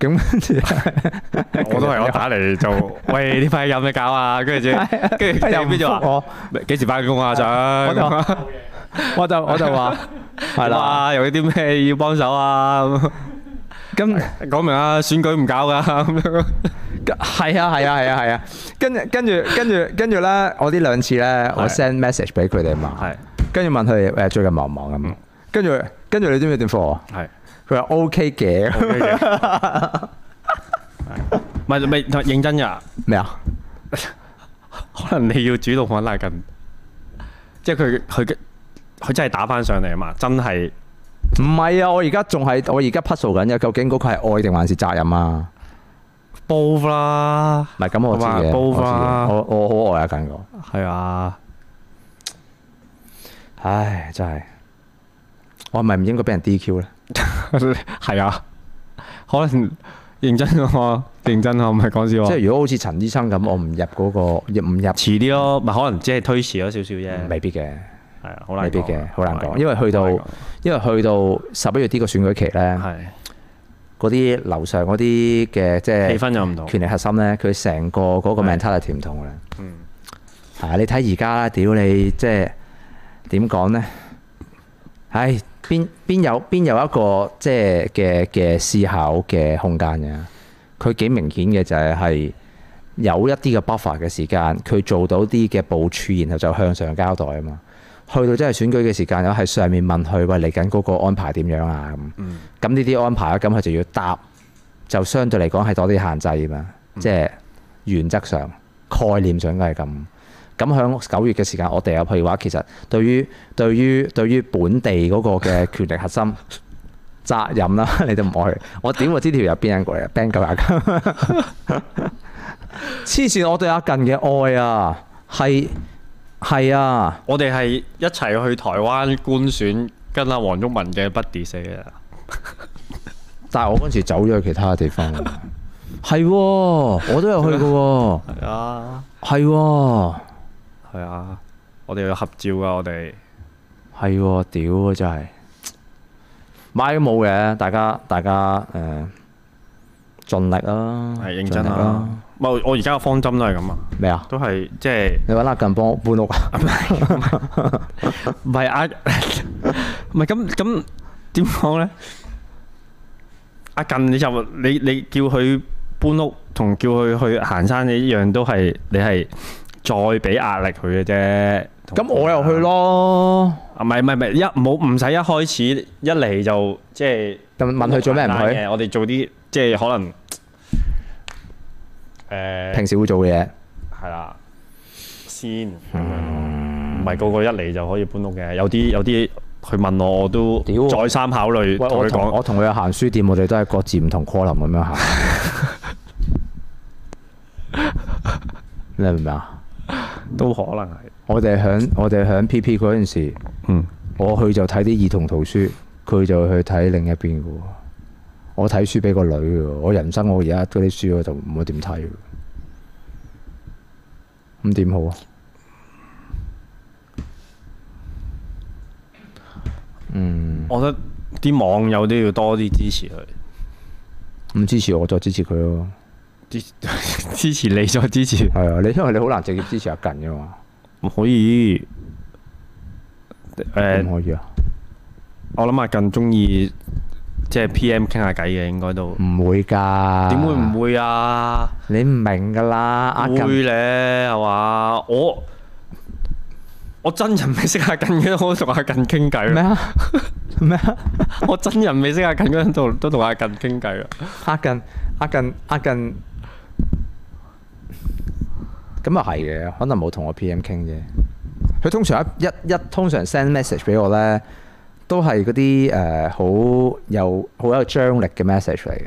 Speaker 1: 咁跟住呢 [laughs]
Speaker 2: 我都係我打嚟就喂呢塊有咩搞啊？跟住跟住
Speaker 1: 又唔
Speaker 2: 邊就
Speaker 1: 覆
Speaker 2: 話
Speaker 1: 我，
Speaker 2: 幾時翻工啊？想
Speaker 1: 我就我就我就
Speaker 2: [laughs]
Speaker 1: 話係
Speaker 2: 係
Speaker 1: 啦。
Speaker 2: 啦，有啲咩要幫手啊？咁
Speaker 1: 咁
Speaker 2: 講明啊，選舉唔搞噶咁樣。
Speaker 1: 係啊係啊係啊係啊。跟住跟住跟住跟住呢，我呢兩次呢，我 send message 俾佢哋嘛，
Speaker 2: 係嗯
Speaker 1: 跟住問佢誒最近忙唔忙咁。跟住跟住你知唔知點覆我？
Speaker 2: 係。
Speaker 1: 佢話 OK
Speaker 2: [laughs]
Speaker 1: 嘅
Speaker 2: 唔 [laughs] 係唔係認真㗎，
Speaker 1: 咩啊？
Speaker 2: 可能你要主動揾拉近，即係佢佢佢真係打翻上嚟啊嘛，真係
Speaker 1: 唔係啊！我而家仲係我而家 puzzle 緊嘅，究竟嗰個係愛定還是責任啊？
Speaker 2: both 啦，
Speaker 1: 唔係咁我知嘅，
Speaker 2: 好嘛
Speaker 1: 我知
Speaker 2: 煲花
Speaker 1: 嘅我我好愛啊近我，
Speaker 2: 係啊， [laughs]
Speaker 1: 唉真係，我係咪唔應該俾人 DQ 咧？
Speaker 2: 係啊，可能認真喎，認真啊，唔係講笑
Speaker 1: 即
Speaker 2: 喎，
Speaker 1: 係如果好似陳醫生
Speaker 2: 嗯
Speaker 1: 咁，我唔入嗰個，入唔入
Speaker 2: 遲啲咯，咪可能只係推遲咗少少啫，
Speaker 1: 未必嘅，
Speaker 2: 係啊，好難
Speaker 1: 未必
Speaker 2: 講
Speaker 1: 嘅，好難講，
Speaker 2: 講
Speaker 1: 因為去到
Speaker 2: 好難講
Speaker 1: 因為去到十一月呢個選舉期咧，
Speaker 2: 係
Speaker 1: 嗰啲樓上嗰啲嘅即係
Speaker 2: 氣氛又唔同，
Speaker 1: 權力核心咧，佢成個嗰個
Speaker 2: 係
Speaker 1: mentality 唔同嘅咧。
Speaker 2: 嗯
Speaker 1: 啊！你睇而家屌你，即係點講呢？唉，邊邊有邊有一個即係嘅嘅思考嘅空間嘅？佢幾明顯嘅就係係有一啲嘅 buffer 嘅時間，佢做到啲嘅部署，然後就向上交代啊嘛。去到真係選舉嘅時間，有喺上面問佢喂嚟緊嗰個安排點樣啊咁。
Speaker 2: 嗯
Speaker 1: 咁呢啲安排啊咧，咁佢就要答，就相對嚟講係多啲限制啊嘛，即係原則上、概念上應該係咁。咁響九月嘅時間，我哋有譬如話，其實對於對於對於本地嗰個嘅權力核心責任啦， [laughs] 你都唔愛佢。我點會知條友邊人過嚟啊？band 九廿黐線！我對阿近嘅愛啊，係係啊，
Speaker 2: 我哋係一齊去台灣官選，跟阿黃毓民嘅 buddy 死嘅。
Speaker 1: 但係我嗰陣時走咗去其他地方。係喎，我都有去嘅喎。
Speaker 2: 係啊，
Speaker 1: 係喎，
Speaker 2: 係啊，我哋有合照噶，我哋
Speaker 1: 係喎，屌啊真係，買都冇嘅，大家大家誒盡力啦，
Speaker 2: 係認真
Speaker 1: 盡力
Speaker 2: 啊。唔係我而家嘅方針都係咁啊，
Speaker 1: 咩啊？
Speaker 2: 都係即係
Speaker 1: 你揾阿近幫我搬屋啊？
Speaker 2: [laughs] 唔係啊？ [laughs] 唔係咁咁點講咧？阿近你就你你叫佢搬屋同叫佢去行山，你一樣都係你係再俾壓力佢嘅啫。
Speaker 1: 咁
Speaker 2: 同
Speaker 1: 我又去咯，
Speaker 2: 啊，唔係唔係唔係，一冇唔使一開始一嚟就即係
Speaker 1: 就問佢做咩唔
Speaker 2: 好簡單
Speaker 1: 去？
Speaker 2: 嘅？我哋做啲即係可能誒
Speaker 1: 平時會做嘅嘢，
Speaker 2: 係啦，先咁
Speaker 1: 嗯
Speaker 2: 樣咯唔係個個一嚟就可以搬屋嘅，有啲有啲佢問我我都
Speaker 1: 屌我
Speaker 2: 再三考慮
Speaker 1: 喂，
Speaker 2: 同
Speaker 1: 我
Speaker 2: 佢
Speaker 1: 同
Speaker 2: 講，
Speaker 1: 我同佢去行書店，我哋都係各自唔同 column 咁
Speaker 2: [laughs]
Speaker 1: 樣行，你明唔明啊？
Speaker 2: 都可能係
Speaker 1: 我哋響我哋響 PP 嗰陣時。
Speaker 2: 嗯
Speaker 1: 我去就睇啲兒童圖書，佢就去睇另一邊嘅喎。我睇書俾個女嘅喎，我人生我而家嗰啲書我就唔會點睇嘅。咁點好啊？嗯，
Speaker 2: 我覺得啲網友都要多啲支持佢，
Speaker 1: 唔支持我再支持佢咯。
Speaker 2: 支 [laughs] 支持你再支持，
Speaker 1: 係啊，你因為你好難直接支持阿近噶嘛，
Speaker 2: 唔可以。誒
Speaker 1: 點，可以啊？
Speaker 2: 我諗阿近中意即係 P.M. 傾下偈嘅，應該都
Speaker 1: 唔會㗎。
Speaker 2: 點會唔會啊？
Speaker 1: 你唔明㗎啦，阿
Speaker 2: 會
Speaker 1: 近
Speaker 2: 咧係嘛？我我真人未識阿近嘅，我都同阿近傾偈
Speaker 1: 咩
Speaker 2: 啦。
Speaker 1: 啊？ [laughs] 咩啊？
Speaker 2: 我真人未識阿近嗰陣，都都同阿近傾偈啦。
Speaker 1: 阿近阿近阿近，咁啊係嘅，可能冇同我 P.M. 傾啫。佢通常一一一通常 send message 俾我咧，都係嗰啲誒好有好有張力嘅 message 嚟嘅，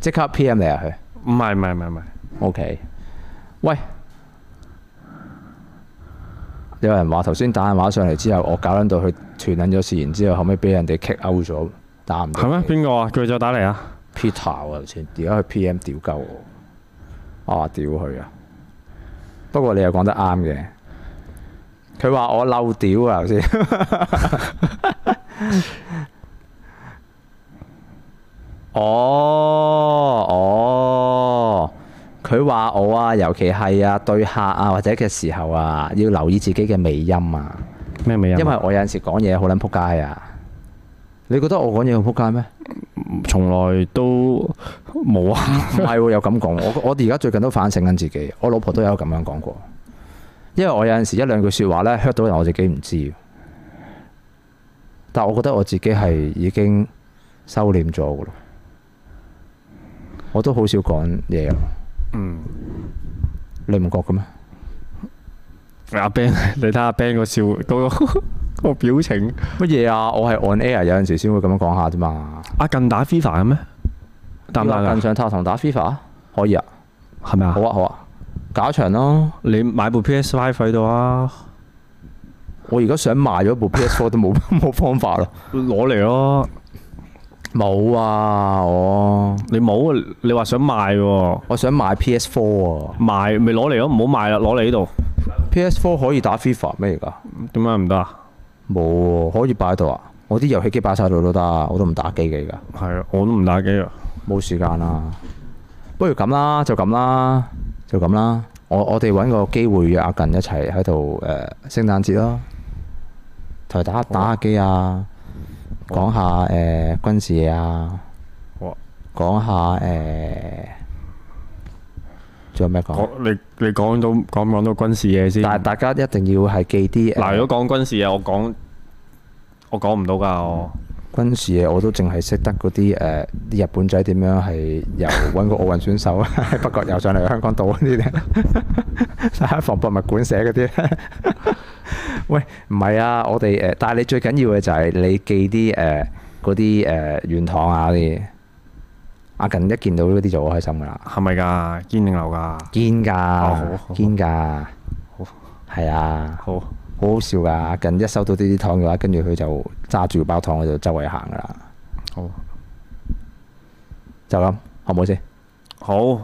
Speaker 1: 即刻 P.M. 你啊佢。
Speaker 2: 唔係唔係唔係唔係，
Speaker 1: OK，喂，有人話頭先打電話上嚟之後，我搞撚到佢斷撚咗事，然之後後尾俾人哋 kick out 咗，打唔到
Speaker 2: 係咩？
Speaker 1: 機。
Speaker 2: 邊個啊？佢再打嚟啊！
Speaker 1: Peter 啊，頭先而家佢 PM 屌鳩我，啊屌佢啊！不過你又講得啱嘅，佢話我漏屌啊頭先。 [laughs] 哦哦，佢話我啊，尤其係啊對客啊或者嘅時候啊，要留意自己嘅尾音啊，
Speaker 2: 咩美人？
Speaker 1: 因為我有陣時講嘢好撚撲街啊。你覺得我講嘢好撲街咩？
Speaker 2: 從來都冇啊，
Speaker 1: 唔係喎，有咁講。我我而家最近都反省緊自己，我老婆都有咁樣講過。因為我有陣時一兩句説話咧 hurt 到人，我自己唔知。但我覺得我自己係已經收斂咗噶咯。我都好少講嘢啦。啊
Speaker 2: 嗯，
Speaker 1: 你唔覺嘅咩？
Speaker 2: 阿 Ben，你睇阿 Ben 個笑嗰個個表情，
Speaker 1: 乜嘢啊？我係 on air 有陣時先會咁樣講下啫嘛。
Speaker 2: 阿近打 FIFA 嘅咩？打唔打
Speaker 1: 你話近
Speaker 2: 㗎？
Speaker 1: 上塔同打 FIFA 啊可以啊？
Speaker 2: 係咪啊
Speaker 1: 好？啊好啊，搞一場咯。
Speaker 2: 你買部 PS Five 喺度啊，
Speaker 1: 我而家想賣咗部 PS4 都冇 [laughs] 冇方法咯。
Speaker 2: 攞嚟咯。
Speaker 1: 冇啊，我。
Speaker 2: 你冇啊？你話想賣喎？
Speaker 1: 我想買 PS4 啊
Speaker 2: 賣咪攞嚟咯，唔好賣啦，攞嚟呢度。
Speaker 1: ，PS4 可以打 FIFA 咩而家？
Speaker 2: 點解唔得啊？
Speaker 1: 冇喎，可以擺喺度啊！我啲遊戲機擺晒喺度都得啊，我都唔打機嘅而家，
Speaker 2: 係啊，我都唔打機啊。
Speaker 1: 冇時間啦。不如咁啦，就咁啦，就咁啦。我我哋揾個機會約阿近一齊喺度呃誒聖誕節啦，同佢打打下機啊，講下誒、呃、軍事嘢啊，
Speaker 2: 好啊
Speaker 1: 講下誒，仲有咩講
Speaker 2: 講？你你講到講唔講到軍事嘢先？
Speaker 1: 但係大家一定要係記啲誒
Speaker 2: 嗱，如果講軍事嘢，我講我講唔到㗎，我
Speaker 1: 軍事嘢我都淨係識得嗰啲誒啲日本仔點樣係由揾個奧運選手 [laughs] 喺北角游上嚟香港島嗰啲咧，喺防博物館寫嗰啲咧。 [laughs] 喂，唔係啊，我哋誒、呃但係你最緊要嘅就係你記啲誒嗰啲誒軟糖啊嗰啲。阿近一見到嗰啲就好開心噶啦，
Speaker 2: 係咪㗎？堅定流㗎？
Speaker 1: 堅㗎，
Speaker 2: 哦好
Speaker 1: 堅㗎，係啊，
Speaker 2: 好。
Speaker 1: 好好笑㗎。阿近一收到呢啲糖嘅話，跟住佢就揸住包糖佢就周圍行㗎啦。
Speaker 2: 好，
Speaker 1: 就咁，好唔好先？
Speaker 2: 好，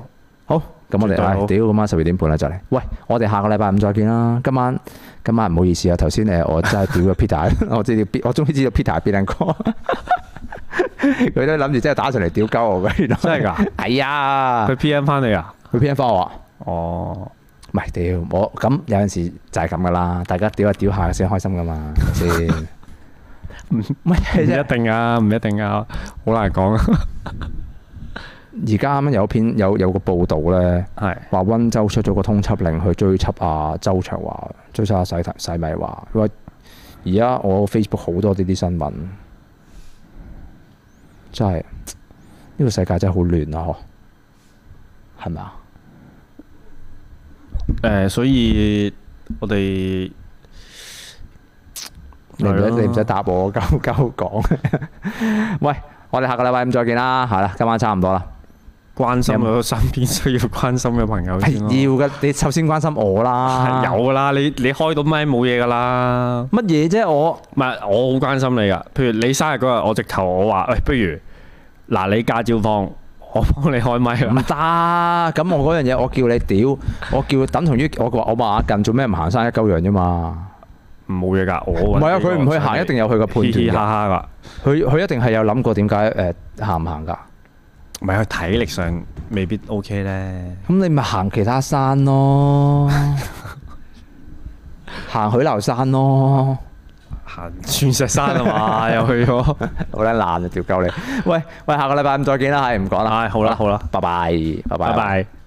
Speaker 1: 好，咁我
Speaker 2: 絕對
Speaker 1: 哋唉
Speaker 2: 好
Speaker 1: 屌咁晚十二點半啦，啊就嚟。喂，我哋下個禮拜五再見啦。今晚今晚唔好意思啊，頭先誒我真係屌咗 Peter，我知 [laughs] 道 P- 我終於知道 Peter 係邊兩個。佢都諗住真係打上嚟屌鳩我嘅，原來
Speaker 2: 真係㗎？
Speaker 1: 係啊
Speaker 2: 佢，P.M. 翻嚟啊？
Speaker 1: 佢 P M 翻我啊，
Speaker 2: 哦，
Speaker 1: 唔係屌我咁有陣時就係咁噶啦，大家屌下屌下先開心噶嘛，係咪
Speaker 2: [laughs]
Speaker 1: 先。乜
Speaker 2: 唔
Speaker 1: 嘢
Speaker 2: 一
Speaker 1: 啫？
Speaker 2: 定啊，唔一定啊，好難講啊。
Speaker 1: 而家啱啱有篇有有個報導咧。
Speaker 2: [laughs] 係
Speaker 1: 話温州出咗個通緝令去追緝阿周卓華，追緝阿洗洗米華。佢話而家我 Facebook 好多呢啲新聞，真係呢、個世界真係好亂啊！嗬，係咪啊？
Speaker 2: 誒，所以我哋
Speaker 1: 你唔使
Speaker 2: 係咯
Speaker 1: 你唔使答我，鳩 [laughs] 鳩講。喂，我哋下個禮拜五再見啦，係啦，今晚差唔多啦。
Speaker 2: 關心咗身邊需要關心嘅朋友
Speaker 1: 係
Speaker 2: 先咯。
Speaker 1: 要嘅，你首先關心我啦。
Speaker 2: 係 [laughs] 有㗎啦，你你開到咪冇嘢㗎啦。
Speaker 1: 乜嘢啫？我
Speaker 2: 唔係，我好關心你噶。譬如你生日嗰日，我直頭我話，哎喂，不如嗱你駕照放，我幫你開咪
Speaker 1: 唔
Speaker 2: 啦。
Speaker 1: 得，咁我嗰樣 [laughs] 嘢我叫你屌，我叫等同於我話我話阿近做咩唔行山一鳩樣啫嘛。
Speaker 2: 冇嘢㗎，我
Speaker 1: 嗯唔係啊佢唔去行一定有佢嘅判斷㗎
Speaker 2: 嘻嘻哈哈㗎。
Speaker 1: 佢佢一定係有諗過點解誒行唔行㗎？
Speaker 2: 唔係佢體力上未必 OK 咧。
Speaker 1: 咁你咪行其他山咯，行許留山咯。
Speaker 2: 行鑽石山
Speaker 1: [laughs]
Speaker 2: 啊嘛，又去咗。
Speaker 1: 好撚爛啊！條鳩你。喂喂，下個禮拜五再見啦，係唔講啦。
Speaker 2: 唉好啦好啦
Speaker 1: 拜拜，拜拜，
Speaker 2: 拜拜。